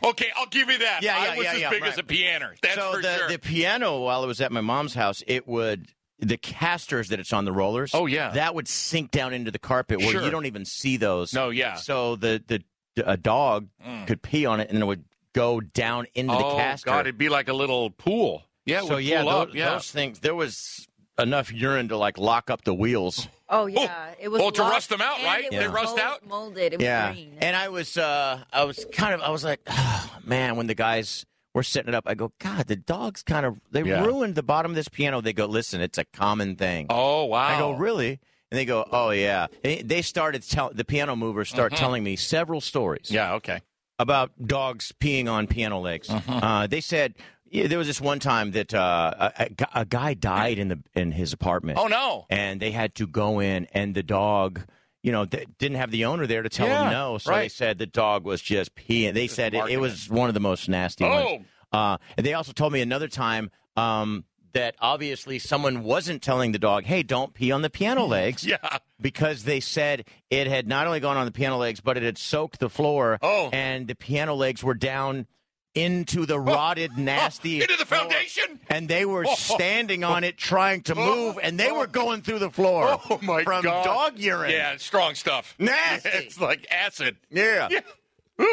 [SPEAKER 3] okay. I'll give you that.
[SPEAKER 2] Yeah,
[SPEAKER 3] I
[SPEAKER 2] yeah,
[SPEAKER 3] was
[SPEAKER 2] yeah,
[SPEAKER 3] as
[SPEAKER 2] yeah,
[SPEAKER 3] big as
[SPEAKER 2] right.
[SPEAKER 3] a piano. That's
[SPEAKER 2] so
[SPEAKER 3] for
[SPEAKER 2] the
[SPEAKER 3] sure.
[SPEAKER 2] the piano while it was at my mom's house, it would the casters that it's on the rollers.
[SPEAKER 3] Oh, yeah.
[SPEAKER 2] that would sink down into the carpet where
[SPEAKER 3] Sure.
[SPEAKER 2] you don't even see those.
[SPEAKER 3] No, yeah. Mm.
[SPEAKER 2] So the the a dog could pee on it and it would go down into
[SPEAKER 3] oh
[SPEAKER 2] the caster.
[SPEAKER 3] God, it'd be like a little pool. Yeah. it
[SPEAKER 2] so
[SPEAKER 3] would
[SPEAKER 2] yeah,
[SPEAKER 3] pool
[SPEAKER 2] tho-
[SPEAKER 3] up. yeah.
[SPEAKER 2] those things. There was enough urine to like lock up the wheels.
[SPEAKER 4] Oh yeah, it was.
[SPEAKER 3] Well, to
[SPEAKER 4] locked
[SPEAKER 3] rust them out,
[SPEAKER 4] and
[SPEAKER 3] right?
[SPEAKER 4] it
[SPEAKER 3] They
[SPEAKER 4] was
[SPEAKER 3] rust
[SPEAKER 4] mold-
[SPEAKER 3] out?
[SPEAKER 4] molded. It was
[SPEAKER 2] Yeah.
[SPEAKER 4] green.
[SPEAKER 2] And I was uh I was kind of I was like, "Ah, man, when the guys were setting it up, I go, God, the dogs kind of they
[SPEAKER 3] Yeah.
[SPEAKER 2] ruined the bottom of this piano. They go, Listen, it's a common thing.
[SPEAKER 3] Oh wow.
[SPEAKER 2] I go, Really? And they go, Oh yeah. They, they started tell the piano movers start telling me several stories
[SPEAKER 3] Mm-hmm. Yeah. Okay.
[SPEAKER 2] about dogs peeing on piano legs.
[SPEAKER 3] Mm-hmm.
[SPEAKER 2] Uh, they said yeah, there was this one time that uh, a, a gu- a guy died in the in his apartment
[SPEAKER 3] Oh no.
[SPEAKER 2] and they had to go in and the dog you know they didn't have the owner there to tell
[SPEAKER 3] Yeah,
[SPEAKER 2] him no so they
[SPEAKER 3] right.
[SPEAKER 2] said the dog was just peeing they said it, it
[SPEAKER 3] marking
[SPEAKER 2] was one of the most nasty
[SPEAKER 3] Oh.
[SPEAKER 2] ones uh, and they also told me another time um, that obviously someone wasn't telling the dog hey don't pee on the piano legs
[SPEAKER 3] Yeah.
[SPEAKER 2] because they said it had not only gone on the piano legs but it had soaked the floor
[SPEAKER 3] Oh.
[SPEAKER 2] and the piano legs were down into the rotted nasty
[SPEAKER 3] into the
[SPEAKER 2] floor
[SPEAKER 3] foundation?
[SPEAKER 2] and they were
[SPEAKER 3] Oh.
[SPEAKER 2] standing on it trying to move, and they were going through the floor
[SPEAKER 3] Oh my
[SPEAKER 2] from
[SPEAKER 3] God.
[SPEAKER 2] dog urine.
[SPEAKER 3] Yeah, strong stuff.
[SPEAKER 2] Nasty.
[SPEAKER 3] it's like acid.
[SPEAKER 2] Yeah.
[SPEAKER 3] Yeah.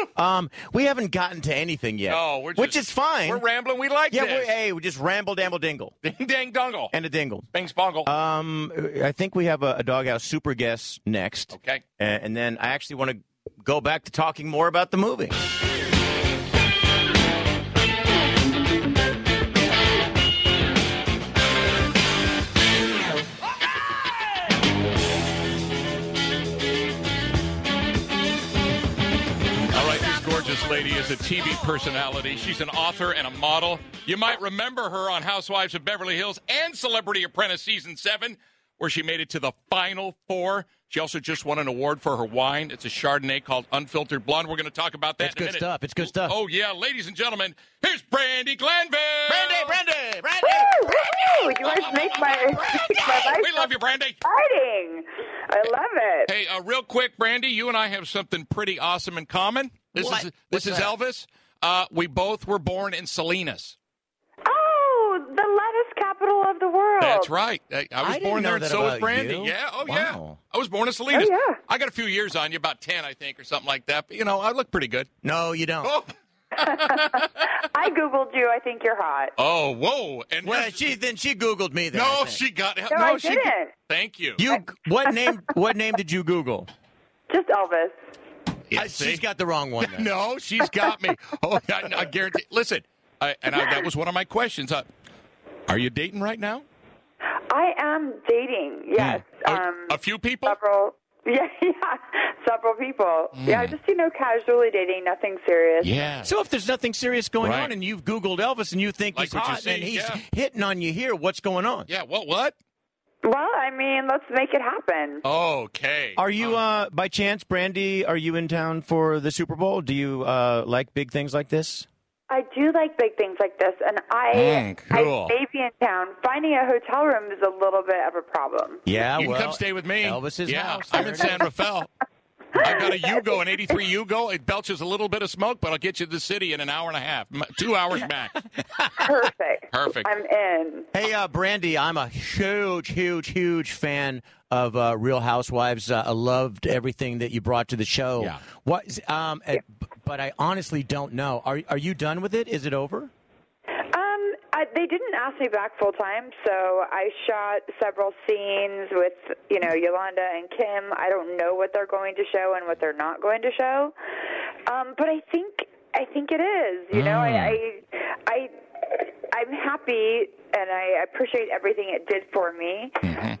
[SPEAKER 2] Um, we haven't gotten to anything yet.
[SPEAKER 3] Oh, we're just,
[SPEAKER 2] which is fine.
[SPEAKER 3] We're rambling. We like
[SPEAKER 2] yeah, we
[SPEAKER 3] this.
[SPEAKER 2] hey, we just ramble, damble, dingle,
[SPEAKER 3] Ding dang dongle.
[SPEAKER 2] and a dingle.
[SPEAKER 3] Bing spongle.
[SPEAKER 2] Um, I think we have a, a doghouse super guest next.
[SPEAKER 3] Okay.
[SPEAKER 2] A- And, then I actually want to go back to talking more about the movie.
[SPEAKER 3] All right, this gorgeous lady is a TV personality. She's an author and a model. You might remember her on Housewives of Beverly Hills and Celebrity Apprentice Season 7, where she made it to the final four. She also just won an award for her wine. It's a Chardonnay called Unfiltered Blonde. We're going to talk about that.
[SPEAKER 2] It's
[SPEAKER 3] in a
[SPEAKER 2] good
[SPEAKER 3] minute.
[SPEAKER 2] stuff. It's good stuff.
[SPEAKER 3] Oh yeah, ladies and gentlemen, here's Brandy Glanville.
[SPEAKER 2] Brandy, Brandy, Brandy.
[SPEAKER 5] Woo! Brandy! You must make my, make my life
[SPEAKER 3] we love you, Brandy.
[SPEAKER 5] exciting. I love it.
[SPEAKER 3] Hey, uh, real quick, Brandy, you and I have something pretty awesome in common. This
[SPEAKER 2] What?
[SPEAKER 3] is
[SPEAKER 2] What's
[SPEAKER 3] this is
[SPEAKER 2] that?
[SPEAKER 3] Elvis. Uh, we both were born in Salinas.
[SPEAKER 5] Oh, the lettuce capital of the world.
[SPEAKER 3] That's right. I, I was
[SPEAKER 2] Oh. didn't
[SPEAKER 3] born
[SPEAKER 2] know
[SPEAKER 3] there, and
[SPEAKER 2] that
[SPEAKER 3] so was
[SPEAKER 2] about
[SPEAKER 3] Brandy.
[SPEAKER 2] you.
[SPEAKER 3] Yeah. Oh yeah.
[SPEAKER 2] Wow.
[SPEAKER 3] I was born in Salinas.
[SPEAKER 5] Oh, yeah.
[SPEAKER 3] I got a few years on you, about ten, I think, or something like that. But you know, I look pretty good.
[SPEAKER 2] No, you don't.
[SPEAKER 3] Oh,
[SPEAKER 5] I Googled you. I think you're hot.
[SPEAKER 3] oh, whoa! And
[SPEAKER 2] Well,
[SPEAKER 3] this-
[SPEAKER 2] she then she Googled me. Then I
[SPEAKER 3] no,
[SPEAKER 2] think.
[SPEAKER 3] she got help.
[SPEAKER 5] No,
[SPEAKER 3] no,
[SPEAKER 5] I
[SPEAKER 3] she
[SPEAKER 5] didn't.
[SPEAKER 3] Thank you.
[SPEAKER 2] You what name? What name did you Google?
[SPEAKER 5] Just Elvis.
[SPEAKER 3] Yeah,
[SPEAKER 2] I-
[SPEAKER 3] see?
[SPEAKER 2] uh, she's got the wrong one. then.
[SPEAKER 3] No, she's got me. Oh, I, I guarantee. Listen, I, and I, that was one of my questions. Uh, are you dating right now?
[SPEAKER 5] I am dating. Yes.
[SPEAKER 3] Hmm. A,
[SPEAKER 5] Um,
[SPEAKER 3] a few people.
[SPEAKER 5] several. Yeah, yeah, several people. Yeah, just you know, casually dating, nothing serious.
[SPEAKER 3] Hmm. Yeah.
[SPEAKER 2] So if there's nothing serious going
[SPEAKER 3] Right.
[SPEAKER 2] on, and you've Googled Elvis, and you think
[SPEAKER 3] Like
[SPEAKER 2] he's
[SPEAKER 3] what you
[SPEAKER 2] hot, and
[SPEAKER 3] see,
[SPEAKER 2] he's
[SPEAKER 3] yeah.
[SPEAKER 2] hitting on you here, what's going on?
[SPEAKER 3] yeah. What? What?
[SPEAKER 5] Well, I mean, let's make it happen.
[SPEAKER 3] Oh. Okay.
[SPEAKER 2] Are you, uh, by chance, Brandy? Are you in town for the Super Bowl? Do you uh, like big things like this?
[SPEAKER 5] I do like big things like this, and I,
[SPEAKER 3] Mm, cool.
[SPEAKER 5] I may be in town. Finding a hotel room is a little bit of a problem.
[SPEAKER 2] Yeah,
[SPEAKER 3] you can come stay with me.
[SPEAKER 2] Elvis's
[SPEAKER 3] yeah,
[SPEAKER 2] house.
[SPEAKER 3] I'm
[SPEAKER 2] There
[SPEAKER 3] in
[SPEAKER 2] it is.
[SPEAKER 3] San Rafael. I've got a Yugo, an 83 Yugo. It belches a little bit of smoke, but I'll get you to the city in an hour and a half, m- two hours max.
[SPEAKER 5] Perfect.
[SPEAKER 3] Perfect.
[SPEAKER 5] I'm in.
[SPEAKER 2] Hey, uh, Brandy, I'm a huge, huge, huge fan of uh, Real Housewives. Uh, I loved everything that you brought to the show.
[SPEAKER 3] Yeah.
[SPEAKER 2] What? is- Um, uh, b- But I honestly don't know. Are Are you done with it? Is it over?
[SPEAKER 5] Um, I, they didn't ask me back full time, so I shot several scenes with you know Yolanda and Kim. I don't know what they're going to show and what they're not going to show, um, but I think I think it is. You know, I, I I I'm happy and I appreciate everything it did for me,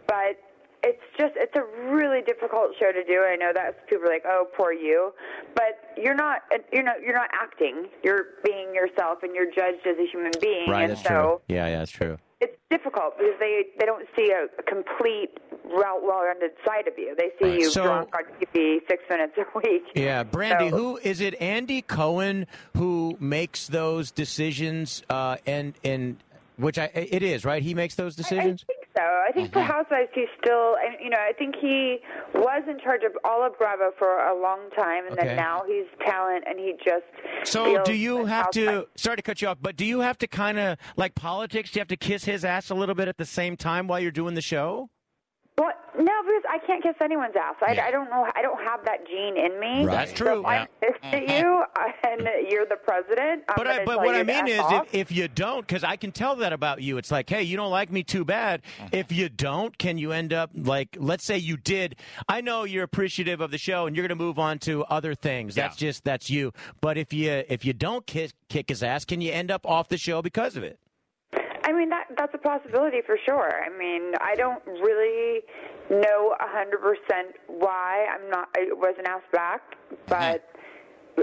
[SPEAKER 5] but. It's just, it's a really difficult show to do. I know that's people are like, oh, poor you, but you're not, you're not, you're not acting. You're being yourself, and you're judged as a human being. and so,
[SPEAKER 2] Yeah, yeah, that's true.
[SPEAKER 5] it's difficult because they they don't see a complete well rounded side of you. They see you
[SPEAKER 2] So-
[SPEAKER 5] drunk on TV six minutes a week.
[SPEAKER 2] Yeah, Brandy,
[SPEAKER 5] So-
[SPEAKER 2] who is it? Andy Cohen who makes those decisions, uh, and and which I it is right. He makes those
[SPEAKER 5] I
[SPEAKER 2] decisions.
[SPEAKER 5] think so. I think
[SPEAKER 2] Mm-hmm.
[SPEAKER 5] for Housewives, he's still, and, you know, I think he was in charge of all of Bravo for a long time, and
[SPEAKER 2] Okay.
[SPEAKER 5] then now he's talent, and he just.
[SPEAKER 2] so
[SPEAKER 5] feels
[SPEAKER 2] do you
[SPEAKER 5] like
[SPEAKER 2] have
[SPEAKER 5] Housewives.
[SPEAKER 2] to? Sorry to cut you off, but do you have to kind of like politics? Do you have to kiss his ass a little bit at the same time while you're doing the show?
[SPEAKER 5] Well, no, because I can't kiss anyone's ass. I,
[SPEAKER 3] Yeah.
[SPEAKER 5] I don't know. I don't have that gene in me.
[SPEAKER 2] Right. That's
[SPEAKER 5] So
[SPEAKER 2] true. Mm-hmm.
[SPEAKER 5] if I'm pissed at you, and you're the president. I'm
[SPEAKER 2] But
[SPEAKER 5] gonna
[SPEAKER 2] I, but
[SPEAKER 5] tell
[SPEAKER 2] what
[SPEAKER 5] you
[SPEAKER 2] I
[SPEAKER 5] to
[SPEAKER 2] mean
[SPEAKER 5] F
[SPEAKER 2] is,
[SPEAKER 5] off.
[SPEAKER 2] if, if you don't, because I can tell that about you. It's like, hey, you don't like me too bad.
[SPEAKER 5] Mm-hmm.
[SPEAKER 2] If you don't, can you end up like, let's say you did. I know you're appreciative of the show, and you're going to move on to other things. That's
[SPEAKER 3] Yeah.
[SPEAKER 2] just that's you. But if you if you don't kick kick his ass, can you end up off the show because of it?
[SPEAKER 5] I mean that that's a possibility for sure. I mean, I don't really know a hundred percent why I'm not. I wasn't asked back, but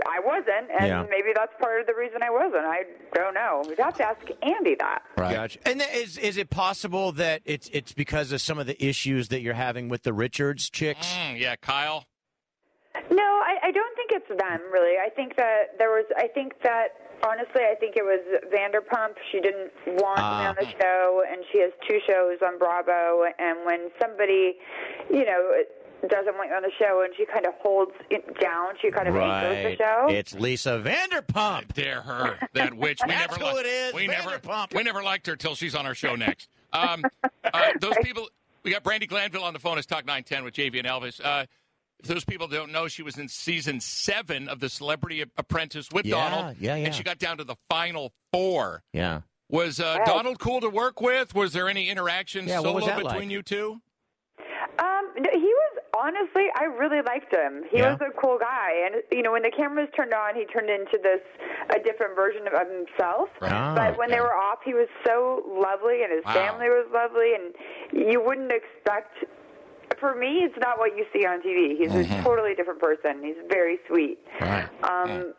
[SPEAKER 5] I wasn't, and
[SPEAKER 2] Yeah.
[SPEAKER 5] maybe that's part of the reason I wasn't. I don't know. We'd have to ask Andy that.
[SPEAKER 3] Right.
[SPEAKER 2] Gotcha. And th- is is it possible that it's it's because of some of the issues that you're having with the Richards chicks?
[SPEAKER 3] Mm, yeah, Kyle.
[SPEAKER 5] No, I, I don't think it's them really. I think that there was. I think that honestly, I think it was Vanderpump. She didn't want me on the show, and she has two shows on Bravo. And when somebody, you know, doesn't want you on the show, and she kind of holds it down, she kind of anchors the show.
[SPEAKER 2] It's Lisa Vanderpump.
[SPEAKER 3] Dare her, that witch. We
[SPEAKER 2] That's
[SPEAKER 3] never
[SPEAKER 2] who
[SPEAKER 3] li-
[SPEAKER 2] it is,
[SPEAKER 3] We never,
[SPEAKER 2] Vanderpump.
[SPEAKER 3] we never liked her till she's on our show next. Um, uh, those people, we got Brandy Glanville on the phone. It's Talk 910 with JV and Elvis. Uh, if those people don't know, she was in season seven of The Celebrity Apprentice with
[SPEAKER 2] Yeah,
[SPEAKER 3] Donald.
[SPEAKER 2] yeah, yeah.
[SPEAKER 3] And she got down to the final four.
[SPEAKER 2] Yeah.
[SPEAKER 3] Was uh,
[SPEAKER 5] Wow.
[SPEAKER 3] Donald cool to work with? Was there any interaction
[SPEAKER 2] Yeah,
[SPEAKER 3] solo
[SPEAKER 2] what was that like?
[SPEAKER 3] between you two?
[SPEAKER 5] Um, no, he was honestly, I really liked him. He
[SPEAKER 2] Yeah?
[SPEAKER 5] was a cool guy, and you know, when the cameras turned on, he turned into this a different version of himself.
[SPEAKER 3] Right.
[SPEAKER 2] Ah,
[SPEAKER 5] but when
[SPEAKER 3] Oh, okay.
[SPEAKER 5] they were off, he was so lovely, and his
[SPEAKER 3] Wow.
[SPEAKER 5] family was lovely, and you wouldn't expect. For me, it's
[SPEAKER 3] Mm-hmm.
[SPEAKER 5] not what you see on TV. He's a totally different person. He's very sweet. Um,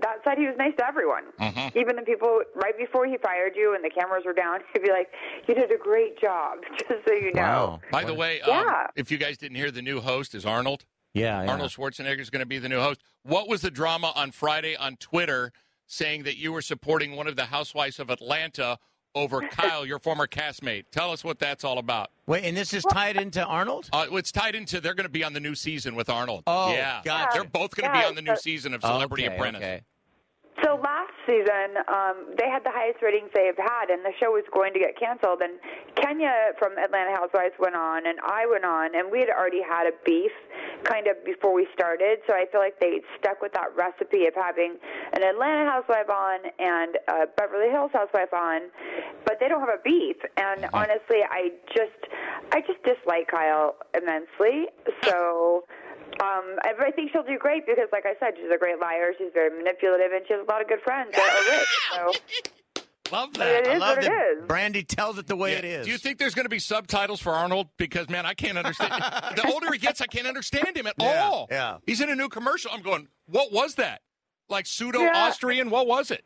[SPEAKER 5] that said, he was nice to everyone.
[SPEAKER 3] Mm-hmm.
[SPEAKER 5] Even the people right before he fired you and the cameras were down, he'd be like, "You did a great job," just so you know.
[SPEAKER 2] Wow.
[SPEAKER 3] By the way, um,
[SPEAKER 5] Yeah.
[SPEAKER 3] if you guys didn't hear, the new host is Arnold.
[SPEAKER 2] Yeah. yeah.
[SPEAKER 3] Arnold Schwarzenegger is going to be the new host. What was the drama on Friday on Twitter saying that you were supporting one of the housewives of Atlanta over Kyle, your former castmate? Tell us what that's all about.
[SPEAKER 2] Wait, and this is tied into Arnold?
[SPEAKER 3] Uh, it's tied into they're going to be on the new season with Arnold.
[SPEAKER 2] Oh,
[SPEAKER 3] yeah,
[SPEAKER 2] gotcha.
[SPEAKER 3] they're both going to be
[SPEAKER 5] Yeah,
[SPEAKER 3] on the new
[SPEAKER 5] so-
[SPEAKER 3] season of Celebrity
[SPEAKER 2] Okay,
[SPEAKER 3] Apprentice.
[SPEAKER 2] okay.
[SPEAKER 5] So last season, um, they had the highest ratings they have had, and the show was going to get canceled. And Kenya from Atlanta Housewives went on, and I went on, and we had already had a beef kind of before we started. So I feel like they stuck with that recipe of having an Atlanta housewife on and a Beverly Hills housewife on, but they don't have a beef. And honestly, I just, I just dislike Kyle immensely. So. Um, I, I think she'll do great because, like I said, she's a great liar. She's very manipulative, and she has a lot of good friends that are rich. So
[SPEAKER 2] Love that.
[SPEAKER 5] It
[SPEAKER 2] I
[SPEAKER 5] is
[SPEAKER 2] love
[SPEAKER 5] what it
[SPEAKER 2] that.
[SPEAKER 5] is.
[SPEAKER 2] Brandy tells it the way it
[SPEAKER 3] Yeah.
[SPEAKER 2] is.
[SPEAKER 3] Do you think there's going to be subtitles for Arnold? Because man, I can't understand. the older he gets, I can't understand him at
[SPEAKER 2] Yeah,
[SPEAKER 3] all.
[SPEAKER 2] yeah.
[SPEAKER 3] he's in a new commercial. I'm going. What was that? Like pseudo
[SPEAKER 5] Yeah.
[SPEAKER 3] Austrian? What was it?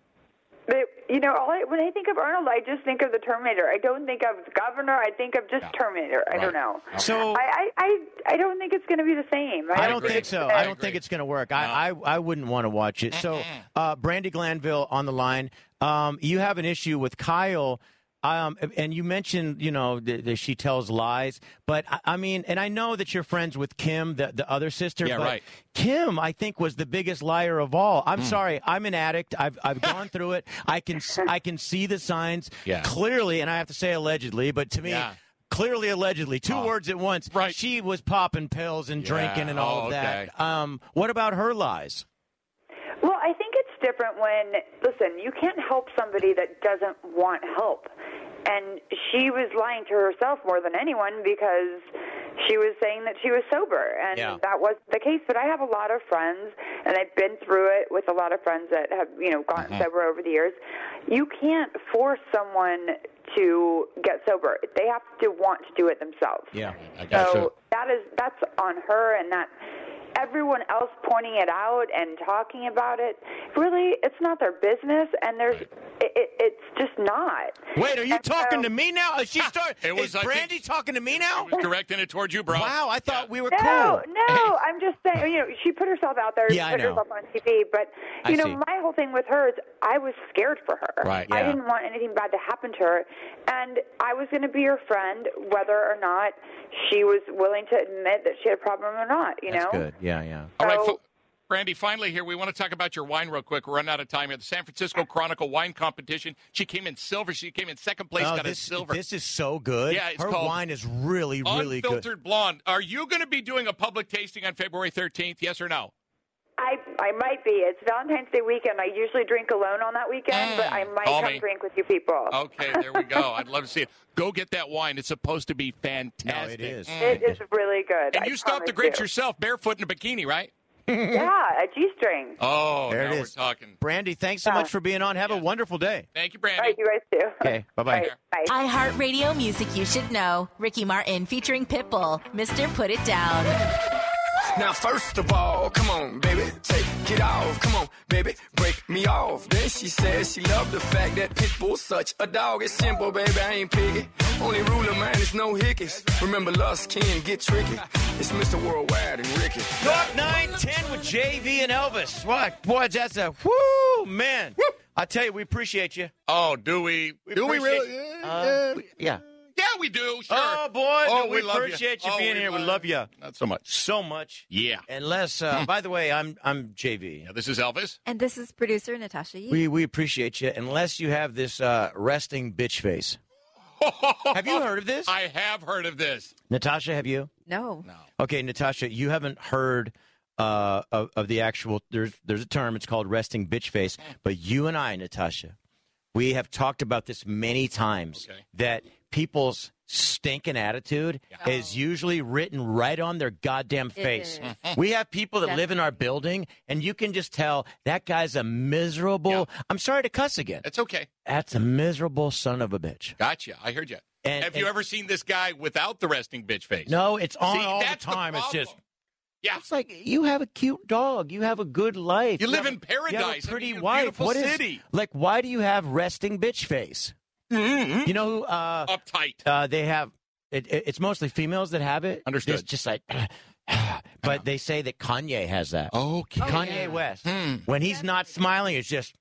[SPEAKER 5] But you know, all I, when I think of Arnold, I just think of the Terminator. I don't think of Governor. I think of just Terminator. I don't know.
[SPEAKER 2] So-
[SPEAKER 5] I, I, I, I don't think it's going to be the same.
[SPEAKER 2] I
[SPEAKER 3] I
[SPEAKER 2] don't
[SPEAKER 3] agree.
[SPEAKER 2] think so.
[SPEAKER 3] I
[SPEAKER 2] I don't
[SPEAKER 3] agree.
[SPEAKER 2] think it's going to work. I, I I wouldn't want to watch it. So, uh, Brandy Glanville on the line. Um, you have an issue with Kyle, um, and you mentioned you know that, that she tells lies. But I, I mean, and I know that you're friends with Kim, the the other sister.
[SPEAKER 3] Yeah,
[SPEAKER 2] but
[SPEAKER 3] right. Hmm.
[SPEAKER 2] Kim, I think, was the biggest liar of all. I'm sorry, I'm an addict. I've I've gone through it. I can s- I can see the signs
[SPEAKER 3] Yeah.
[SPEAKER 2] clearly, and I have to say allegedly, but to me.
[SPEAKER 3] Yeah. Uh,
[SPEAKER 2] Clearly, allegedly, two words at once.
[SPEAKER 3] Right.
[SPEAKER 2] She was popping pills and drinking and all
[SPEAKER 3] Oh,
[SPEAKER 2] of that.
[SPEAKER 3] okay.
[SPEAKER 2] Um, what about her lies?
[SPEAKER 5] Well, I think it's different when, listen, you can't help somebody that doesn't want help. And she was lying to herself more than anyone because she was saying that she was sober. And
[SPEAKER 2] Yeah.
[SPEAKER 5] that was the case. But I have a lot of friends, and I've been through it with a lot of friends that have, you know, gotten sober over the years. You can't force someone to get sober, they have to want to do it themselves.
[SPEAKER 2] Yeah,
[SPEAKER 3] I
[SPEAKER 5] So that is that's on her, and that everyone else pointing it out and talking about it. Really, it's not their business, and there's it, it, it's just not.
[SPEAKER 2] Wait, are you
[SPEAKER 5] And so-
[SPEAKER 2] talking to me now? Is she start?
[SPEAKER 3] It was,
[SPEAKER 2] is
[SPEAKER 3] I think-
[SPEAKER 2] Brandy talking to me now?
[SPEAKER 3] I was directing it towards you, bro.
[SPEAKER 2] Wow, I thought we were
[SPEAKER 5] No,
[SPEAKER 2] cool.
[SPEAKER 5] no, I'm just saying. You know, she put herself out there,
[SPEAKER 2] Yeah, I
[SPEAKER 5] put
[SPEAKER 2] know.
[SPEAKER 5] herself on TV. But
[SPEAKER 2] I
[SPEAKER 5] you know,
[SPEAKER 2] see.
[SPEAKER 5] my whole thing with her is I was scared for her.
[SPEAKER 2] Right,
[SPEAKER 5] I
[SPEAKER 2] yeah.
[SPEAKER 5] didn't want anything bad to happen to her, and I was going to be her friend, whether or not she was willing to admit that she had a problem or not. You
[SPEAKER 2] That's
[SPEAKER 5] know.
[SPEAKER 2] good. Yeah, yeah.
[SPEAKER 3] All right,
[SPEAKER 5] So-
[SPEAKER 3] fi- Brandy, finally here, we want to talk about your wine real quick. We're running out of time here. The San Francisco Chronicle Wine Competition. She came in silver. She came in second place,
[SPEAKER 2] Oh,
[SPEAKER 3] got
[SPEAKER 2] this,
[SPEAKER 3] a silver.
[SPEAKER 2] this is so good.
[SPEAKER 3] Yeah, it's
[SPEAKER 2] her
[SPEAKER 3] called
[SPEAKER 2] wine is really, really
[SPEAKER 3] Unfiltered
[SPEAKER 2] good.
[SPEAKER 3] Blonde. Are you going to be doing a public tasting on February 13th? Yes or no?
[SPEAKER 5] I I might be. It's Valentine's Day weekend. I usually drink alone on that weekend, but I might
[SPEAKER 3] Mm. call
[SPEAKER 5] come
[SPEAKER 3] me.
[SPEAKER 5] drink with you people.
[SPEAKER 3] Okay, there we go. I'd love to see it. Go get that wine. It's supposed to be
[SPEAKER 2] No,
[SPEAKER 3] fantastic.
[SPEAKER 2] it
[SPEAKER 3] Mm.
[SPEAKER 2] is.
[SPEAKER 5] It is really good.
[SPEAKER 3] And
[SPEAKER 5] I
[SPEAKER 3] you stopped the
[SPEAKER 5] promise
[SPEAKER 3] grapes yourself, barefoot in a bikini, right?
[SPEAKER 5] you. Yeah, a G string.
[SPEAKER 3] Oh,
[SPEAKER 2] There
[SPEAKER 3] now
[SPEAKER 2] it
[SPEAKER 3] we're
[SPEAKER 2] is.
[SPEAKER 3] talking.
[SPEAKER 2] Brandy, thanks so much for being on. Have a wonderful day.
[SPEAKER 3] Thank you,
[SPEAKER 5] All
[SPEAKER 3] Brandy.
[SPEAKER 5] right, you guys too.
[SPEAKER 2] Okay, bye-bye.
[SPEAKER 5] All right, Bye.
[SPEAKER 6] iHeartRadio Music You Should Know. Ricky Martin featuring Pitbull. Mr. Put It Down.
[SPEAKER 7] Now, first of all, come on, baby, take it off. Come on, baby, break me off. Then she said she loved the fact that Pitbull's such a dog. It's simple, baby, I ain't picky. Only rule of man is no hickeys. Remember, lust can get tricky. It's Mr. Worldwide and Ricky.
[SPEAKER 2] Talk 910 with JV and Elvis. What? Boy, that's a whoo, man. I tell you, we appreciate you.
[SPEAKER 3] Oh, do we? do we really? Yeah,
[SPEAKER 2] Yeah.
[SPEAKER 3] yeah, we do. Sure.
[SPEAKER 2] Oh, boy.
[SPEAKER 3] Oh,
[SPEAKER 2] do we,
[SPEAKER 3] love you.
[SPEAKER 2] appreciate you,
[SPEAKER 3] Oh,
[SPEAKER 2] being here. We love you
[SPEAKER 3] Not so much.
[SPEAKER 2] so much.
[SPEAKER 3] Yeah.
[SPEAKER 2] Unless, uh, by the way, I'm I'm JV.
[SPEAKER 3] Yeah, this is Elvis.
[SPEAKER 4] And this is producer Natasha Yee.
[SPEAKER 2] We we appreciate you. Unless you have this uh, resting bitch face. have you heard of this,
[SPEAKER 3] I have heard of this.
[SPEAKER 2] Natasha? Have you?
[SPEAKER 4] no.
[SPEAKER 2] Okay, Natasha, you haven't heard uh, of, of the actual. There's there's a term. It's called resting bitch face.
[SPEAKER 3] Hmm.
[SPEAKER 2] But you and I, Natasha, we have talked about this many times.
[SPEAKER 3] Okay.
[SPEAKER 2] That people's stinking attitude is usually written right on their goddamn face. we have people that live in our building, and you can just tell that guy's a miserable. I'm sorry to cuss again.
[SPEAKER 3] It's okay.
[SPEAKER 2] That's a miserable son of a bitch.
[SPEAKER 3] Gotcha. I heard you.
[SPEAKER 2] And-
[SPEAKER 3] have you
[SPEAKER 2] and-
[SPEAKER 3] ever seen this guy without the resting bitch face?
[SPEAKER 2] No, it's on
[SPEAKER 3] See,
[SPEAKER 2] all the
[SPEAKER 3] that's the
[SPEAKER 2] time. it's just
[SPEAKER 3] problem. Yeah.
[SPEAKER 2] It's like you have a cute dog. You have a good life.
[SPEAKER 3] You live
[SPEAKER 2] have
[SPEAKER 3] in
[SPEAKER 2] a- you have a
[SPEAKER 3] paradise. I
[SPEAKER 2] pretty
[SPEAKER 3] mean, you're a
[SPEAKER 2] wife.
[SPEAKER 3] beautiful
[SPEAKER 2] What is
[SPEAKER 3] city.
[SPEAKER 2] like? Why do you have resting bitch face? You know who? Uh,
[SPEAKER 3] Mm-hmm. Uptight.
[SPEAKER 2] uh, they have. It, it- it's mostly females that have it.
[SPEAKER 3] Understood.
[SPEAKER 2] It's just like, but they say that Kanye has that.
[SPEAKER 3] Okay.
[SPEAKER 2] Kanye West,
[SPEAKER 3] Hmm.
[SPEAKER 2] when he's not smiling, it's just,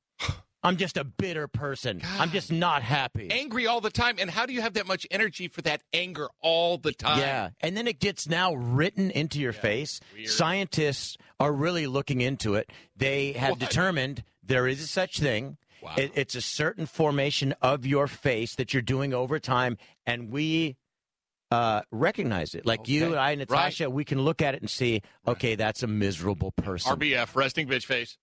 [SPEAKER 2] I'm just a bitter person. I'm just not happy.
[SPEAKER 3] Angry all the time. And how do you have that much energy for that anger all the time?
[SPEAKER 2] Yeah, and then it gets now written into your face. Scientists are really looking into it. They have
[SPEAKER 3] What?
[SPEAKER 2] determined there is a such thing.
[SPEAKER 3] Wow.
[SPEAKER 2] It, it's a certain formation of your face that you're doing over time, and we uh, recognize it. Like you
[SPEAKER 3] Okay.
[SPEAKER 2] and I, Natasha, we can look at it and see, okay, that's a miserable person.
[SPEAKER 3] RBF, resting bitch face.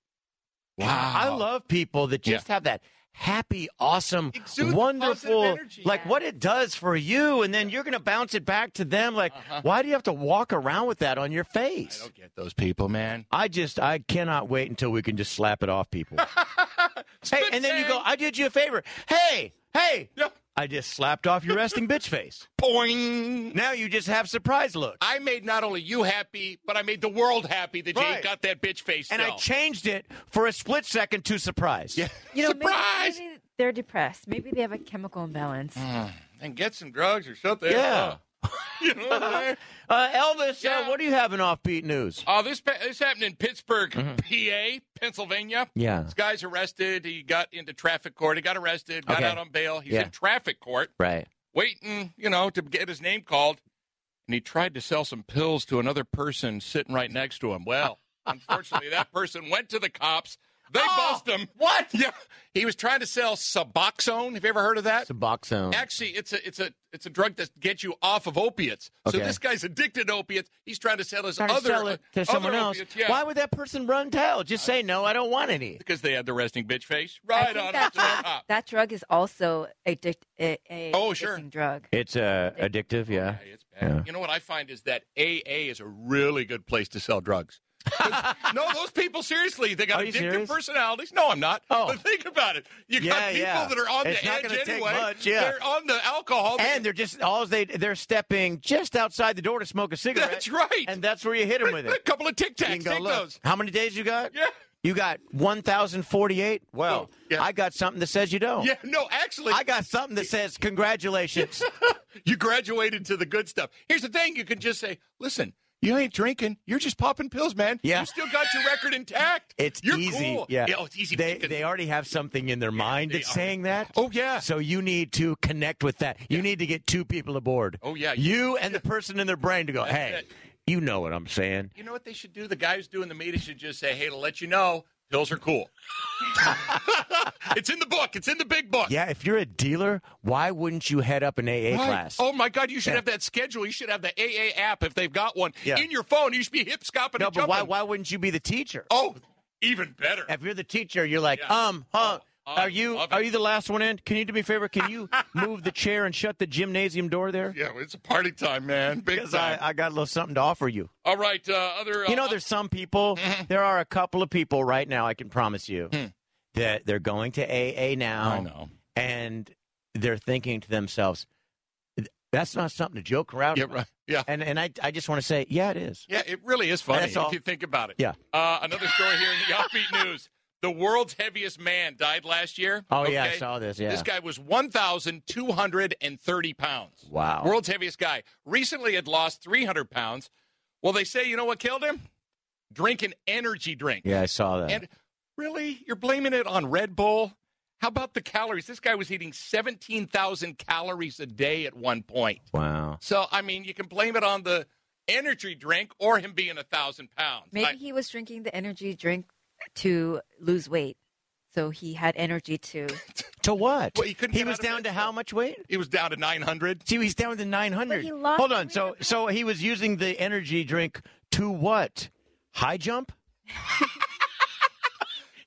[SPEAKER 3] Wow.
[SPEAKER 2] I love people that just have that happy, awesome,
[SPEAKER 3] Exudes
[SPEAKER 2] wonderful,
[SPEAKER 3] positive energy.
[SPEAKER 2] like what it does for you, and then you're going to bounce it back to them. Like, why do you have to walk around with that on your
[SPEAKER 3] Uh-huh. I
[SPEAKER 2] face?
[SPEAKER 3] don't get those people, man.
[SPEAKER 2] I, just, I cannot wait until we can just slap it off people. hey, and then you go, I did you a favor. Hey, hey,
[SPEAKER 3] Yeah.
[SPEAKER 2] I just slapped off your resting bitch face.
[SPEAKER 3] Boing.
[SPEAKER 2] Now you just have surprise look.
[SPEAKER 3] I made not only you happy, but I made the world happy that you
[SPEAKER 2] Right.
[SPEAKER 3] ain't got that bitch face.
[SPEAKER 2] and I
[SPEAKER 3] still.
[SPEAKER 2] changed it for a split second to surprise. Yeah.
[SPEAKER 4] You know, maybe-
[SPEAKER 3] Surprise! Mm.
[SPEAKER 4] Maybe, they're depressed. Maybe they have a chemical imbalance.
[SPEAKER 3] and get some drugs or something.
[SPEAKER 2] Yeah.
[SPEAKER 3] you know what I mean?
[SPEAKER 2] Uh, Elvis, uh,
[SPEAKER 3] Yeah.
[SPEAKER 2] what do you have in offbeat news?
[SPEAKER 3] Oh, this pa- this happened in Pittsburgh, PA, Pennsylvania.
[SPEAKER 2] Mm-hmm. Yeah.
[SPEAKER 3] this guy's arrested. He got into traffic court. He got arrested. Got
[SPEAKER 2] Okay.
[SPEAKER 3] out on bail. He's
[SPEAKER 2] Yeah.
[SPEAKER 3] in traffic court,
[SPEAKER 2] Right.
[SPEAKER 3] waiting, you know, to get his name called. And he tried to sell some pills to another person sitting right next to him. Well, unfortunately, that person went to the cops. They
[SPEAKER 2] Oh!
[SPEAKER 3] bust him. What? Yeah, he was trying to sell Suboxone. Have you ever heard of that?
[SPEAKER 2] Suboxone.
[SPEAKER 3] Actually, it's a it's a it's a drug that gets you off of opiates.
[SPEAKER 2] Okay.
[SPEAKER 3] So this guy's addicted to opiates. He's trying to sell his
[SPEAKER 2] trying to
[SPEAKER 3] other
[SPEAKER 2] sell it to
[SPEAKER 3] other
[SPEAKER 2] someone else.
[SPEAKER 3] opiates, yeah.
[SPEAKER 2] Why would that person run tail? Just say no, I don't want any.
[SPEAKER 3] Because they had the resting bitch face
[SPEAKER 4] I
[SPEAKER 3] right
[SPEAKER 4] think
[SPEAKER 3] on
[SPEAKER 4] that,
[SPEAKER 3] up to the
[SPEAKER 4] drug,
[SPEAKER 3] top.
[SPEAKER 4] that drug is also addic- a, a
[SPEAKER 3] Oh, sure.
[SPEAKER 4] addicting drug.
[SPEAKER 2] It's uh, addictive, yeah.
[SPEAKER 3] Hey, it's bad. You know what I find is that AA is a really good place to sell drugs. 'Cause- no, those people seriously, they got
[SPEAKER 2] Are you
[SPEAKER 3] addictive
[SPEAKER 2] serious?
[SPEAKER 3] personalities. No, I'm not.
[SPEAKER 2] Oh.
[SPEAKER 3] But think about it. You got
[SPEAKER 2] Yeah,
[SPEAKER 3] people
[SPEAKER 2] yeah.
[SPEAKER 3] that are on
[SPEAKER 2] It's
[SPEAKER 3] the
[SPEAKER 2] not
[SPEAKER 3] edge
[SPEAKER 2] gonna take
[SPEAKER 3] anyway.
[SPEAKER 2] much, yeah.
[SPEAKER 3] They're on the alcohol.
[SPEAKER 2] And they're just all they they're stepping just outside the door to smoke a cigarette.
[SPEAKER 3] That's right.
[SPEAKER 2] And that's where you hit them with
[SPEAKER 3] a
[SPEAKER 2] it.
[SPEAKER 3] couple of Tic
[SPEAKER 2] You
[SPEAKER 3] Tacs.
[SPEAKER 2] can go,
[SPEAKER 3] Take
[SPEAKER 2] "Look,
[SPEAKER 3] those.
[SPEAKER 2] How many days you got?
[SPEAKER 3] Yeah.
[SPEAKER 2] You got 1,048? Well,
[SPEAKER 3] Oh, yeah.
[SPEAKER 2] I got something that says you don't.
[SPEAKER 3] Yeah, no, actually,
[SPEAKER 2] I got something that says congratulations.
[SPEAKER 3] You graduated to the good stuff. Here's the thing: you can just say, "Listen, you ain't drinking. You're just popping pills, man.
[SPEAKER 2] Yeah.
[SPEAKER 3] You still got your record intact.
[SPEAKER 2] It's
[SPEAKER 3] You're
[SPEAKER 2] easy.
[SPEAKER 3] cool.
[SPEAKER 2] Yeah.
[SPEAKER 3] oh, it's easy.
[SPEAKER 2] They,
[SPEAKER 3] You can-
[SPEAKER 2] they already have something in their mind
[SPEAKER 3] they
[SPEAKER 2] that's
[SPEAKER 3] are.
[SPEAKER 2] saying that.
[SPEAKER 3] Oh, yeah.
[SPEAKER 2] So you need to connect with that. You need to get two people aboard.
[SPEAKER 3] Oh, yeah.
[SPEAKER 2] You and the person in their brain to go,
[SPEAKER 3] That's
[SPEAKER 2] hey,
[SPEAKER 3] it.
[SPEAKER 2] you know what I'm saying.
[SPEAKER 3] you know what they should do? The guy who's doing the meeting should just say, "Hey, to let you know, pills are cool. it's in the book. It's in the big book.
[SPEAKER 2] Yeah, if you're a dealer, why wouldn't you head up an AA
[SPEAKER 3] Right.
[SPEAKER 2] class?
[SPEAKER 3] Oh my God! You should
[SPEAKER 2] Yeah.
[SPEAKER 3] have that schedule. You should have the AA app if they've got one
[SPEAKER 2] Yeah.
[SPEAKER 3] in your phone. You should be hip scopping
[SPEAKER 2] no,
[SPEAKER 3] and
[SPEAKER 2] but
[SPEAKER 3] jumping.
[SPEAKER 2] why, why wouldn't you be the teacher?
[SPEAKER 3] Oh, even better.
[SPEAKER 2] If you're the teacher, you're like,
[SPEAKER 3] Yeah.
[SPEAKER 2] um, huh.
[SPEAKER 3] Oh,
[SPEAKER 2] are
[SPEAKER 3] I
[SPEAKER 2] you
[SPEAKER 3] love
[SPEAKER 2] are
[SPEAKER 3] it.
[SPEAKER 2] you the last one in? Can you do me a favor? Can you move the chair and shut the gymnasium door there?
[SPEAKER 3] yeah, it's a party time, man. Big
[SPEAKER 2] Because I,
[SPEAKER 3] time.
[SPEAKER 2] I got a little something to offer you.
[SPEAKER 3] All right, uh, other. Uh,
[SPEAKER 2] You know, there's some people,
[SPEAKER 3] Mm-hmm.
[SPEAKER 2] there are a couple of people right now, I can promise you, that they're going to AA now.
[SPEAKER 3] Hmm. I know.
[SPEAKER 2] And they're thinking to themselves, that's not something to joke around
[SPEAKER 3] Yeah,
[SPEAKER 2] with."
[SPEAKER 3] right. Yeah.
[SPEAKER 2] And, and I, I just want to say, yeah, it is.
[SPEAKER 3] Yeah, it really is funny
[SPEAKER 2] That's all.
[SPEAKER 3] if you think about it.
[SPEAKER 2] Yeah.
[SPEAKER 3] Uh, another story here in the Offbeat News. The world's heaviest man died last year.
[SPEAKER 2] Oh, yeah, I
[SPEAKER 3] Okay?
[SPEAKER 2] saw this. Yeah.
[SPEAKER 3] This guy was 1,230 pounds.
[SPEAKER 2] Wow.
[SPEAKER 3] World's heaviest guy. Recently had lost 300 pounds. Well, they say, you know what killed him? Drinking energy drink.
[SPEAKER 2] yeah, I saw that.
[SPEAKER 3] And really? You're blaming it on Red Bull? How about the calories? This guy was eating 17,000 calories a day at one point.
[SPEAKER 2] wow.
[SPEAKER 3] So I mean, you can blame it on the energy drink or him being a thousand pounds.
[SPEAKER 4] Maybe
[SPEAKER 3] I-
[SPEAKER 4] he was drinking the energy drink to lose weight. So he had energy to.
[SPEAKER 2] To what?
[SPEAKER 3] Well, he couldn't get
[SPEAKER 2] was
[SPEAKER 3] out of
[SPEAKER 2] down
[SPEAKER 3] bed,
[SPEAKER 2] to how
[SPEAKER 3] so-
[SPEAKER 2] much weight?
[SPEAKER 3] he was down to nine hundred.
[SPEAKER 2] See, he's down to 900.
[SPEAKER 4] But he lost
[SPEAKER 2] Hold on.
[SPEAKER 4] weight.
[SPEAKER 2] So, so he was using the energy drink to what? High jump?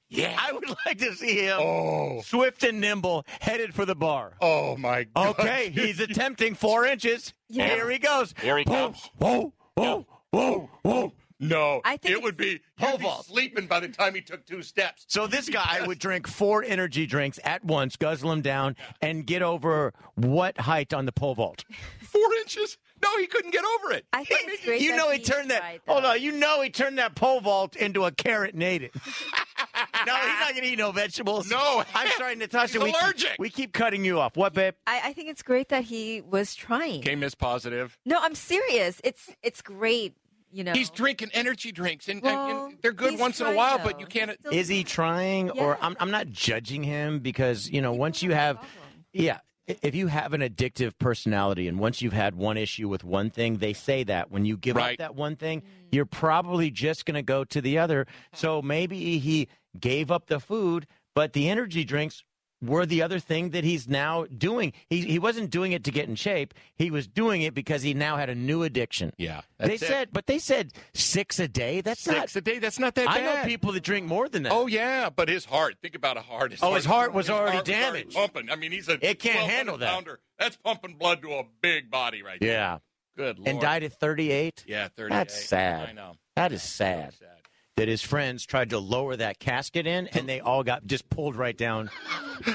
[SPEAKER 2] yeah. I would like to see him
[SPEAKER 3] Oh,
[SPEAKER 2] swift and nimble, headed for the bar.
[SPEAKER 3] oh my God!
[SPEAKER 2] Okay, he's attempting four inches.
[SPEAKER 4] Yeah.
[SPEAKER 2] Here he goes.
[SPEAKER 3] Here he
[SPEAKER 2] Whoa,
[SPEAKER 3] comes.
[SPEAKER 2] Whoa, whoa, whoa, whoa.
[SPEAKER 3] No,
[SPEAKER 4] I think
[SPEAKER 3] it would be
[SPEAKER 2] Pole
[SPEAKER 3] he'd be
[SPEAKER 2] vault.
[SPEAKER 3] sleeping by the time he took two steps.
[SPEAKER 2] So this guy would drink four energy drinks at once, guzzle them down, and get over what height on the pole vault?
[SPEAKER 3] Four inches. No, he couldn't get over it.
[SPEAKER 4] I think it's great.
[SPEAKER 2] You
[SPEAKER 4] that
[SPEAKER 2] know he
[SPEAKER 4] he
[SPEAKER 2] turned that.
[SPEAKER 4] tried
[SPEAKER 2] Hold on, you know he turned that pole vault into a carrot and ate it. no, he's not gonna eat no vegetables.
[SPEAKER 3] No.
[SPEAKER 2] I'm sorry, Natasha.
[SPEAKER 3] He's
[SPEAKER 2] we,
[SPEAKER 3] allergic.
[SPEAKER 2] We keep cutting you off. What, babe?
[SPEAKER 4] I, I think it's great that he was trying.
[SPEAKER 3] Came as positive.
[SPEAKER 4] No, I'm serious. It's it's great. You know,
[SPEAKER 3] He's drinking energy drinks, and, and-
[SPEAKER 4] Well,
[SPEAKER 3] and they're good
[SPEAKER 4] he's
[SPEAKER 3] once in a
[SPEAKER 4] tried,
[SPEAKER 3] while,
[SPEAKER 4] though.
[SPEAKER 3] but you can't.
[SPEAKER 4] He's still
[SPEAKER 2] Is he
[SPEAKER 4] trying.
[SPEAKER 2] trying, or
[SPEAKER 4] Yeah.
[SPEAKER 2] I'm, I'm not judging him because you know once you
[SPEAKER 4] have
[SPEAKER 2] have,
[SPEAKER 4] a problem.
[SPEAKER 2] yeah, i- if you have an addictive personality and once you've had one issue with one thing, they say that when you give
[SPEAKER 3] Right.
[SPEAKER 2] up that one
[SPEAKER 4] Mm.
[SPEAKER 2] thing, you're probably just going to go to the other. So maybe he gave up the food, but the energy drinks were the other thing that he's now doing. He he wasn't doing it to get in shape. He was doing it because he now had a new addiction.
[SPEAKER 3] Yeah,
[SPEAKER 2] They
[SPEAKER 3] that's it.
[SPEAKER 2] said, but they said six a day. That's
[SPEAKER 3] six
[SPEAKER 2] not.
[SPEAKER 3] a day. That's not that
[SPEAKER 2] I
[SPEAKER 3] bad.
[SPEAKER 2] know people that drink more than that.
[SPEAKER 3] Oh yeah, but his heart. Think about a heart.
[SPEAKER 2] Oh, his heart was already
[SPEAKER 3] heart was
[SPEAKER 2] damaged.
[SPEAKER 3] pumping. I mean, he's a
[SPEAKER 2] It can't handle that.
[SPEAKER 3] 1200 pounder. That's pumping blood to a big body right there.
[SPEAKER 2] yeah.
[SPEAKER 3] Good lord.
[SPEAKER 2] and died at 38.
[SPEAKER 3] Yeah, thirty.
[SPEAKER 2] That's sad.
[SPEAKER 3] I know.
[SPEAKER 2] That is sad.
[SPEAKER 3] That's sad.
[SPEAKER 2] That his friends tried to lower that casket in, and they all got just pulled right down.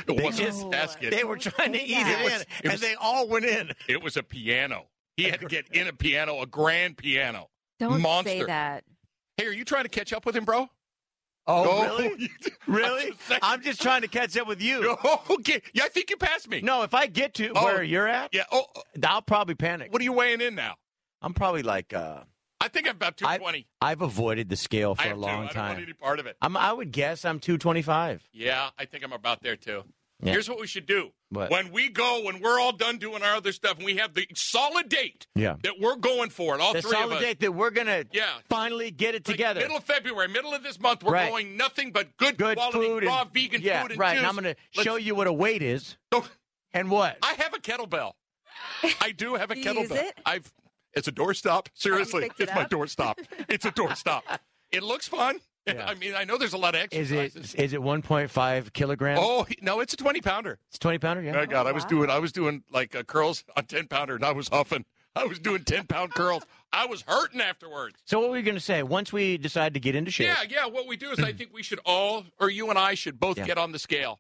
[SPEAKER 3] It wasn't
[SPEAKER 2] just-
[SPEAKER 3] a basket.
[SPEAKER 2] They were trying to eat it,
[SPEAKER 4] that.
[SPEAKER 2] in, and they all went in.
[SPEAKER 3] it was a piano. He had to get in a piano, a grand piano.
[SPEAKER 4] Don't say
[SPEAKER 3] monster.
[SPEAKER 4] that.
[SPEAKER 3] Hey, are you trying to catch up with him, bro?
[SPEAKER 2] Oh,
[SPEAKER 3] Go-
[SPEAKER 2] really? Really? I'm just trying to catch up with you.
[SPEAKER 3] okay. Yeah, I think you passed me.
[SPEAKER 2] No, if I get to
[SPEAKER 3] Oh.
[SPEAKER 2] where you're at,
[SPEAKER 3] Yeah. Oh,
[SPEAKER 2] I'll probably panic.
[SPEAKER 3] what are you weighing in now?
[SPEAKER 2] I'm probably like, uh,
[SPEAKER 3] I think I'm about two
[SPEAKER 2] I-
[SPEAKER 3] twenty.
[SPEAKER 2] I've avoided the scale
[SPEAKER 3] I
[SPEAKER 2] for a
[SPEAKER 3] have two.
[SPEAKER 2] long
[SPEAKER 3] I don't want
[SPEAKER 2] time.
[SPEAKER 3] any part of it.
[SPEAKER 2] I'm, I would guess I'm 225.
[SPEAKER 3] Yeah, I think I'm about there too.
[SPEAKER 2] Yeah.
[SPEAKER 3] Here's what we should do.
[SPEAKER 2] What?
[SPEAKER 3] When we go, when we're all done doing our other stuff, and we have the solid date
[SPEAKER 2] Yeah.
[SPEAKER 3] that we're going for, and all
[SPEAKER 2] The
[SPEAKER 3] three of
[SPEAKER 2] solid
[SPEAKER 3] us.
[SPEAKER 2] date that we're going to
[SPEAKER 3] Yeah.
[SPEAKER 2] finally get it
[SPEAKER 3] Like
[SPEAKER 2] together.
[SPEAKER 3] middle of February, middle of this month, we're
[SPEAKER 2] Right.
[SPEAKER 3] going nothing but good,
[SPEAKER 2] good
[SPEAKER 3] quality
[SPEAKER 2] food
[SPEAKER 3] raw
[SPEAKER 2] and,
[SPEAKER 3] vegan
[SPEAKER 2] yeah,
[SPEAKER 3] food and
[SPEAKER 2] right.
[SPEAKER 3] juice.
[SPEAKER 2] And I'm going to
[SPEAKER 3] Let's-
[SPEAKER 2] show you what a weight is
[SPEAKER 3] Oh,
[SPEAKER 2] and what.
[SPEAKER 3] I have a kettlebell. I do have a
[SPEAKER 4] Do you
[SPEAKER 3] kettlebell.
[SPEAKER 4] use it? Oh,
[SPEAKER 3] I've it's a doorstop. Seriously,
[SPEAKER 4] picked it
[SPEAKER 3] it's my
[SPEAKER 4] up?
[SPEAKER 3] doorstop. It's a doorstop. it looks fun.
[SPEAKER 2] Yeah.
[SPEAKER 3] I mean, I know there's a lot of
[SPEAKER 2] is
[SPEAKER 3] exercises.
[SPEAKER 2] it is it 1.5 kilograms?
[SPEAKER 3] Oh he- no, it's a twenty pounder.
[SPEAKER 2] It's 20 pounder. Yeah.
[SPEAKER 3] Oh, God, I was
[SPEAKER 4] wow.
[SPEAKER 3] doing I was doing like uh, curls on ten pounder, and I was huffing. I was doing ten pound curls. I was hurting afterwards.
[SPEAKER 2] So what were you going to say? Once we decide to get into shape,
[SPEAKER 3] Yeah, yeah. What we do is I think we should all, or you and I, should both
[SPEAKER 2] Yeah.
[SPEAKER 3] get on the scale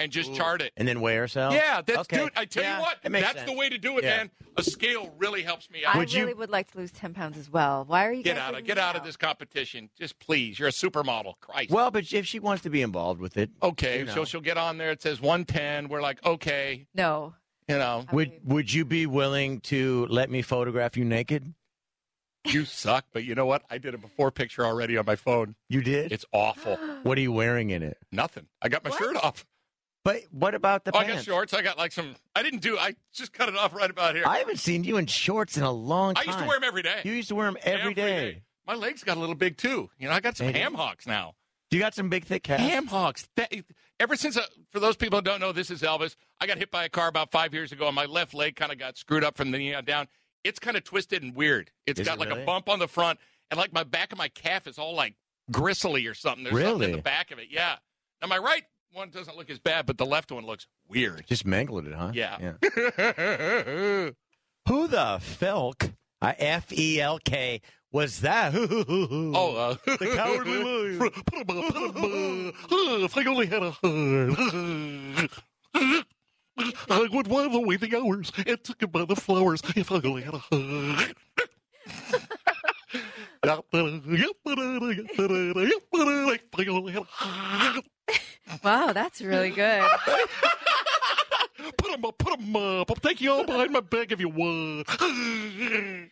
[SPEAKER 3] and just chart it.
[SPEAKER 2] and then weigh ourselves.
[SPEAKER 3] Yeah, that's
[SPEAKER 2] okay.
[SPEAKER 3] dude. I tell
[SPEAKER 2] Yeah,
[SPEAKER 3] you what,
[SPEAKER 2] that makes
[SPEAKER 3] that's the
[SPEAKER 2] sense.
[SPEAKER 3] way to do it,
[SPEAKER 2] Yeah.
[SPEAKER 3] man. A scale really helps me out.
[SPEAKER 4] I
[SPEAKER 2] Would you-
[SPEAKER 4] really would like to lose ten pounds as well. Why are you
[SPEAKER 3] get
[SPEAKER 4] guys
[SPEAKER 3] out of
[SPEAKER 4] leaving
[SPEAKER 3] get
[SPEAKER 4] me
[SPEAKER 3] out of this competition, just please. You're a supermodel, Christ.
[SPEAKER 2] Well, but if she wants to be involved with it,
[SPEAKER 3] okay,
[SPEAKER 2] you know.
[SPEAKER 3] so she'll get on there. It says 110. We're like, okay,
[SPEAKER 4] No,
[SPEAKER 3] you know,
[SPEAKER 4] I
[SPEAKER 2] would
[SPEAKER 4] believe-
[SPEAKER 2] would you be willing to let me photograph you naked?
[SPEAKER 3] you suck, but you know what? I did a before picture already on my phone.
[SPEAKER 2] You did.
[SPEAKER 3] It's awful.
[SPEAKER 2] what are you wearing in it?
[SPEAKER 3] Nothing. I got my
[SPEAKER 4] What?
[SPEAKER 3] shirt off.
[SPEAKER 2] But what about the
[SPEAKER 3] Oh, I
[SPEAKER 2] pants?
[SPEAKER 3] got shorts. I got like some. I didn't do. I just cut it off right about here.
[SPEAKER 2] I haven't seen you in shorts in a long
[SPEAKER 3] I
[SPEAKER 2] time.
[SPEAKER 3] used to wear them every day.
[SPEAKER 2] You used to wear them every day.
[SPEAKER 3] My legs got a little big too. You know, I got some
[SPEAKER 2] They do.
[SPEAKER 3] ham hocks now.
[SPEAKER 2] You got some big thick calves.
[SPEAKER 3] Ham hocks. That, ever since, uh, for those people who don't know, this is Elvis. I got hit by a car about five years ago, and my left leg kind of got screwed up from the knee on down. It's kind of twisted and weird. It's
[SPEAKER 2] Is
[SPEAKER 3] got
[SPEAKER 2] it
[SPEAKER 3] like
[SPEAKER 2] really?
[SPEAKER 3] a bump on the front, and like my back of my calf is all like gristly or something. There's something in
[SPEAKER 2] Really?
[SPEAKER 3] the back of it. Yeah. Now my right one doesn't look as bad, but the left one looks weird.
[SPEAKER 2] Just mangled it, huh?
[SPEAKER 3] Yeah.
[SPEAKER 2] Who the felk? Uh, F E L K was that?
[SPEAKER 3] Oh, uh,
[SPEAKER 2] The cowardly lion.
[SPEAKER 3] if I only had a heart. I would wander away the hours and took him by the flowers if I only had a heart. If I only had a heart.
[SPEAKER 4] wow, that's really good.
[SPEAKER 3] Put him up, put him up. I'll take you all behind my back if you want.
[SPEAKER 4] Can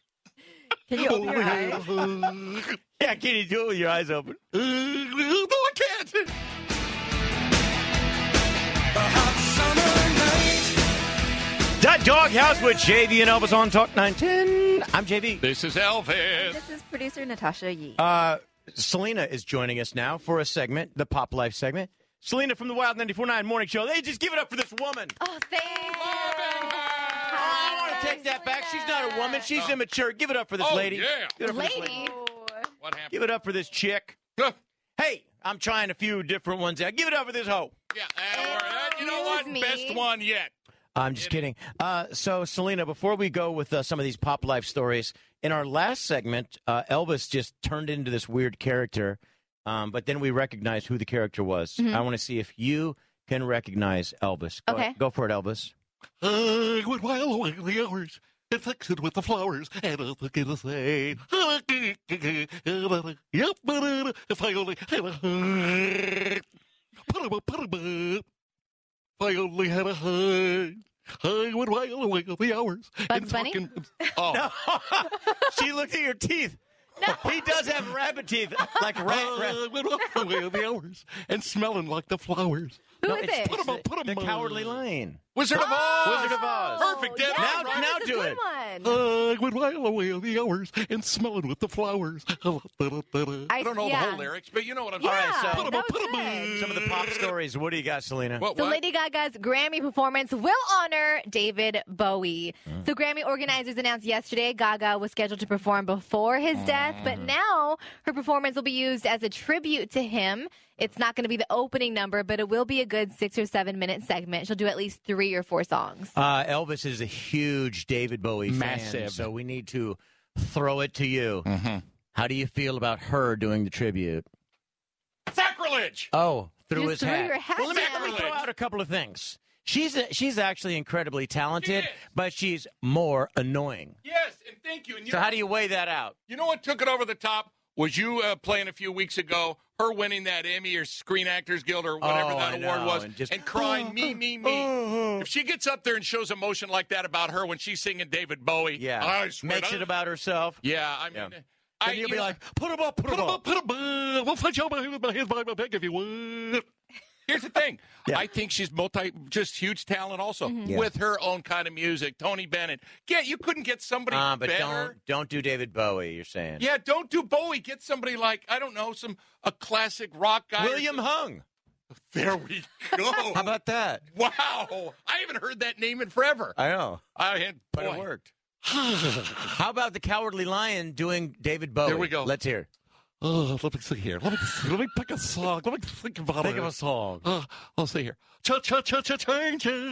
[SPEAKER 4] you open your eyes?
[SPEAKER 2] yeah, can you do it with your eyes open?
[SPEAKER 3] no, I can't.
[SPEAKER 2] That doghouse with JV and Elvis on Talk 910. I'm JV.
[SPEAKER 3] This is Elvis.
[SPEAKER 4] This is producer Natasha Yee.
[SPEAKER 2] Uh, Selena is joining us now for a segment, the Pop Life segment. Selena from the Wild 94.9 Morning Show. They just give it up for this woman.
[SPEAKER 4] oh, thank you.
[SPEAKER 2] I want to take that back. She's not a woman. She's immature. Give it up for this
[SPEAKER 3] Oh,
[SPEAKER 2] lady.
[SPEAKER 3] yeah.
[SPEAKER 2] Give it up for this
[SPEAKER 6] Lady.
[SPEAKER 3] What happened?
[SPEAKER 2] Give it up for this chick.
[SPEAKER 3] Yeah,
[SPEAKER 2] Hey, I'm trying a few different ones out. Give it up for this hoe.
[SPEAKER 3] that'll work. That- uh, you know what?
[SPEAKER 6] Excuse me.
[SPEAKER 3] Best one yet.
[SPEAKER 2] I'm just kidding. Uh, so, Selena, before we go with uh, some of these pop life stories, in our last segment, uh, Elvis just turned into this weird character, um, but then we recognized who the character was. I want to see if you can recognize Elvis. Go,
[SPEAKER 6] Okay.
[SPEAKER 2] go for it, Elvis.
[SPEAKER 3] Uh, what while away the hours Infection with the flowers, and I'm gonna say, yep, if I only had a heart. If I only had a heart, I would while away the hours.
[SPEAKER 8] Bugs
[SPEAKER 3] in
[SPEAKER 8] Bunny?
[SPEAKER 3] fucking- Oh,
[SPEAKER 2] she looked at your teeth. He does have rabbit teeth, like rat. rat.
[SPEAKER 3] I would while away the hours and smelling like the flowers.
[SPEAKER 8] Who
[SPEAKER 2] No,
[SPEAKER 8] is
[SPEAKER 2] it's-
[SPEAKER 8] it?
[SPEAKER 3] Put 'em up, put 'em
[SPEAKER 2] The
[SPEAKER 3] up.
[SPEAKER 2] Cowardly Lion. Ah!
[SPEAKER 6] Wizard of Oz.
[SPEAKER 2] Wizard of Oz.
[SPEAKER 4] Oh,
[SPEAKER 6] Perfect. Dead
[SPEAKER 2] Now-
[SPEAKER 6] on,
[SPEAKER 2] Ron.
[SPEAKER 6] right?
[SPEAKER 2] now
[SPEAKER 8] That's
[SPEAKER 2] do
[SPEAKER 8] a
[SPEAKER 2] it.
[SPEAKER 8] Good one.
[SPEAKER 3] I would while away the hours and smelling with the flowers. I
[SPEAKER 6] I don't know
[SPEAKER 8] yeah.
[SPEAKER 6] the whole lyrics, but you know what I'm
[SPEAKER 8] Yeah,
[SPEAKER 6] talking about.
[SPEAKER 2] so-
[SPEAKER 8] that was good.
[SPEAKER 2] Some of the pop stories. What do you got, Selena?
[SPEAKER 6] What,
[SPEAKER 8] So
[SPEAKER 6] what?
[SPEAKER 8] Lady Gaga's Grammy performance will honor David Bowie.
[SPEAKER 6] Mm.
[SPEAKER 8] So Grammy organizers announced yesterday Gaga was scheduled to perform before his death, but now her performance will be used as a tribute to him. It's not going to be the opening number, but it will be a good six or seven minute segment. She'll do at least three or four songs.
[SPEAKER 2] Uh, Elvis is a huge David Bowie fan,
[SPEAKER 6] Massive.
[SPEAKER 2] so we need to throw it to you. How do you feel about her doing the tribute?
[SPEAKER 6] Sacrilege.
[SPEAKER 2] Oh, through
[SPEAKER 8] Just
[SPEAKER 2] his
[SPEAKER 8] threw
[SPEAKER 2] hat.
[SPEAKER 8] your hat
[SPEAKER 2] Well, let, me, let me
[SPEAKER 6] down.
[SPEAKER 2] throw out a couple of things. She's a, she's actually incredibly talented,
[SPEAKER 6] She is.
[SPEAKER 2] but she's more annoying.
[SPEAKER 6] Yes, and thank you. And you
[SPEAKER 2] So
[SPEAKER 6] know
[SPEAKER 2] how do you weigh that out?
[SPEAKER 6] You know what took it over the top was you uh, playing a few weeks ago, her winning that Emmy or Screen Actors Guild or whatever
[SPEAKER 2] Oh,
[SPEAKER 6] that
[SPEAKER 2] I
[SPEAKER 6] award
[SPEAKER 2] know,
[SPEAKER 6] was, and,
[SPEAKER 2] and just- Uh-huh.
[SPEAKER 6] crying me, me, me. if she gets up there and shows emotion like that about her when she's singing David Bowie,
[SPEAKER 2] Yeah,
[SPEAKER 6] I swear
[SPEAKER 2] makes
[SPEAKER 6] to-
[SPEAKER 2] it about herself.
[SPEAKER 6] Yeah, I mean,
[SPEAKER 2] Yeah.
[SPEAKER 6] I,
[SPEAKER 2] and you'll
[SPEAKER 6] you
[SPEAKER 2] be
[SPEAKER 6] know,
[SPEAKER 2] like, put him up, put
[SPEAKER 3] Put
[SPEAKER 2] him
[SPEAKER 3] 'em up,
[SPEAKER 2] up.
[SPEAKER 3] put 'em up. We'll fight you my hand, my hand, my my back if you would.
[SPEAKER 6] here's the thing.
[SPEAKER 2] Yeah. Mm-hmm.
[SPEAKER 6] I think she's multi, just huge talent also
[SPEAKER 2] Yeah.
[SPEAKER 6] with her own kind of music. Tony Bennett, get you couldn't get somebody
[SPEAKER 2] Uh, but
[SPEAKER 6] better.
[SPEAKER 2] don't don't do David Bowie. You're saying
[SPEAKER 6] Yeah, don't do Bowie. Get somebody like I don't know, some a classic rock guy. or
[SPEAKER 2] William Hung.
[SPEAKER 6] There we go.
[SPEAKER 2] How about that?
[SPEAKER 6] wow. I haven't heard that name in forever.
[SPEAKER 2] I know,
[SPEAKER 6] I had,
[SPEAKER 2] but
[SPEAKER 6] boy.
[SPEAKER 2] it worked. How about the Cowardly Lion doing David Bowie?
[SPEAKER 6] There we go.
[SPEAKER 2] Let's hear.
[SPEAKER 3] Oh, let me see here. Let me let me pick a song. Let me think about it.
[SPEAKER 2] song.
[SPEAKER 3] Uh, I'll see here. Cha cha cha cha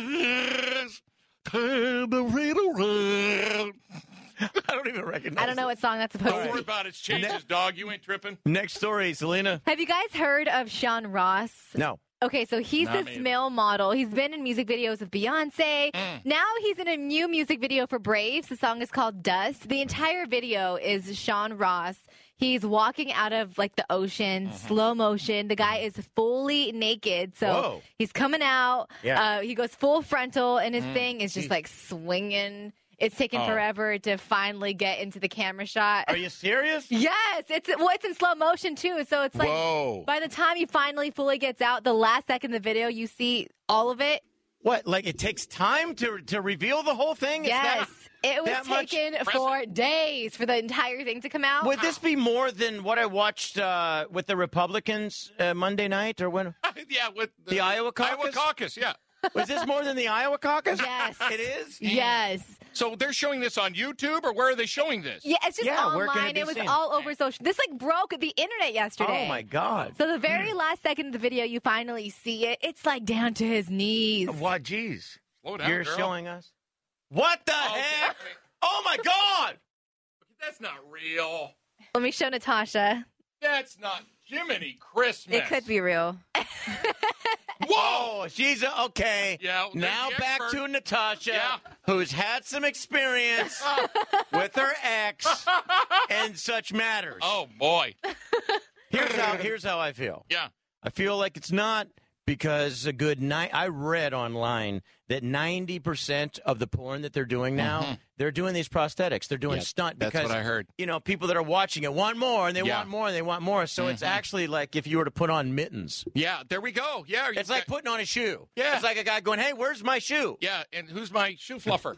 [SPEAKER 3] changes. Turn the rain around.
[SPEAKER 2] I don't even recognize.
[SPEAKER 8] I don't know what song that's supposed
[SPEAKER 6] Don't
[SPEAKER 8] to
[SPEAKER 6] worry
[SPEAKER 8] be.
[SPEAKER 6] about its changes, dog. You ain't tripping.
[SPEAKER 2] Next story, Selena.
[SPEAKER 8] Have you guys heard of Sean Ross?
[SPEAKER 2] No.
[SPEAKER 8] Okay, so he's
[SPEAKER 6] Nah,
[SPEAKER 8] this
[SPEAKER 6] maybe.
[SPEAKER 8] male model. He's been in music videos with Beyonce.
[SPEAKER 2] Mm.
[SPEAKER 8] Now he's in a new music video for Braves. The song is called Dust. The entire video is Sean Ross. He's walking out of like the ocean,
[SPEAKER 2] Mm-hmm.
[SPEAKER 8] slow motion. The guy is fully naked. So
[SPEAKER 2] Whoa.
[SPEAKER 8] he's coming out.
[SPEAKER 2] Yeah. Mm.
[SPEAKER 8] Uh, he goes full frontal, and his thing is just like swinging. It's taken
[SPEAKER 6] Oh.
[SPEAKER 8] forever to finally get into the camera shot.
[SPEAKER 2] Are you serious?
[SPEAKER 8] Yes, it's well, it's in slow motion too, so it's like
[SPEAKER 6] Whoa.
[SPEAKER 8] by the time he finally fully gets out, the last second of the video, you see all of it.
[SPEAKER 2] What? Like it takes time to to reveal the whole thing? It's
[SPEAKER 8] yes, it
[SPEAKER 2] that
[SPEAKER 8] was
[SPEAKER 2] much
[SPEAKER 8] taken for days for the entire thing to come out.
[SPEAKER 2] That, would this be more than what I watched uh, with the Republicans uh, Monday night, or when
[SPEAKER 6] yeah, with
[SPEAKER 2] The Iowa
[SPEAKER 6] Iowa
[SPEAKER 2] caucus?
[SPEAKER 6] caucus, yeah.
[SPEAKER 2] was this more than the Iowa caucus?
[SPEAKER 8] Yes.
[SPEAKER 2] it is.
[SPEAKER 8] Yes,
[SPEAKER 6] So they're showing this on YouTube, or where are they showing this?
[SPEAKER 8] yeah, it's just
[SPEAKER 2] Yeah, where can it
[SPEAKER 8] online.
[SPEAKER 2] be
[SPEAKER 8] It was
[SPEAKER 2] seen?
[SPEAKER 8] all over social. This like broke the internet yesterday.
[SPEAKER 2] Oh my Mm. God!
[SPEAKER 8] So the very last second of the video, you finally see it. It's like down to his knees.
[SPEAKER 2] Why, jeez,
[SPEAKER 6] Slow down,
[SPEAKER 2] you're
[SPEAKER 6] girl.
[SPEAKER 2] showing us what the
[SPEAKER 6] Oh,
[SPEAKER 2] heck?
[SPEAKER 6] wait,
[SPEAKER 2] Oh my God!
[SPEAKER 6] That's not real.
[SPEAKER 8] Let me show Natasha.
[SPEAKER 6] That's not Jiminy Christmas.
[SPEAKER 4] It could be real.
[SPEAKER 6] Whoa.
[SPEAKER 2] Oh, she's a, okay.
[SPEAKER 6] Yeah, well,
[SPEAKER 2] now
[SPEAKER 6] there's the
[SPEAKER 2] back
[SPEAKER 6] expert.
[SPEAKER 2] to Natasha,
[SPEAKER 6] Yeah.
[SPEAKER 2] who's had some experience with her ex and such matters.
[SPEAKER 6] Oh boy.
[SPEAKER 2] Here's how here's how I feel.
[SPEAKER 6] Yeah.
[SPEAKER 2] I feel like it's not because a good night. I read online that ninety percent of the porn that they're doing now, they're doing these prosthetics. They're doing stunt
[SPEAKER 6] Mm-hmm. that's
[SPEAKER 2] because
[SPEAKER 6] what I heard.
[SPEAKER 2] You know, people that are watching it want more, and they
[SPEAKER 6] Yeah. Mm-hmm.
[SPEAKER 2] want more, and they want more. So it's actually like if you were to put on mittens.
[SPEAKER 6] Yeah, there we go. Yeah. you
[SPEAKER 2] It's like
[SPEAKER 6] got-
[SPEAKER 2] putting on a shoe.
[SPEAKER 6] Yeah.
[SPEAKER 2] It's like a guy going, "Hey, where's my shoe?"
[SPEAKER 6] Yeah, and who's my shoe fluffer?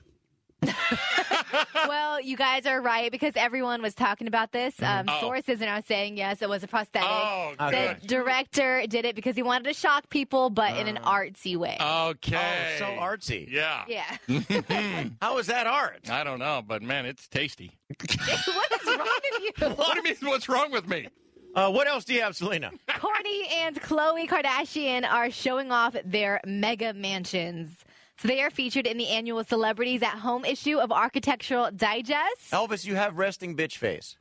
[SPEAKER 8] Well, you guys are right because everyone was talking about this. Um,
[SPEAKER 6] Oh.
[SPEAKER 8] Sources are now saying yes, it was a prosthetic.
[SPEAKER 6] Oh,
[SPEAKER 2] Okay.
[SPEAKER 8] The
[SPEAKER 6] good.
[SPEAKER 8] director did it because he wanted to shock people, but in an
[SPEAKER 6] Uh.
[SPEAKER 8] artsy way.
[SPEAKER 6] Okay.
[SPEAKER 2] Oh, so artsy.
[SPEAKER 6] Yeah.
[SPEAKER 8] yeah.
[SPEAKER 2] How is that art?
[SPEAKER 6] I don't know, but man, it's tasty.
[SPEAKER 8] what is wrong with you?
[SPEAKER 6] What do you mean? What's wrong with me?
[SPEAKER 2] Uh, what else do you have, Selena?
[SPEAKER 8] Kourtney and Khloe Kardashian are showing off their mega mansions. So they are featured in the annual Celebrities at Home issue of Architectural Digest.
[SPEAKER 2] Elvis, you have resting bitch face.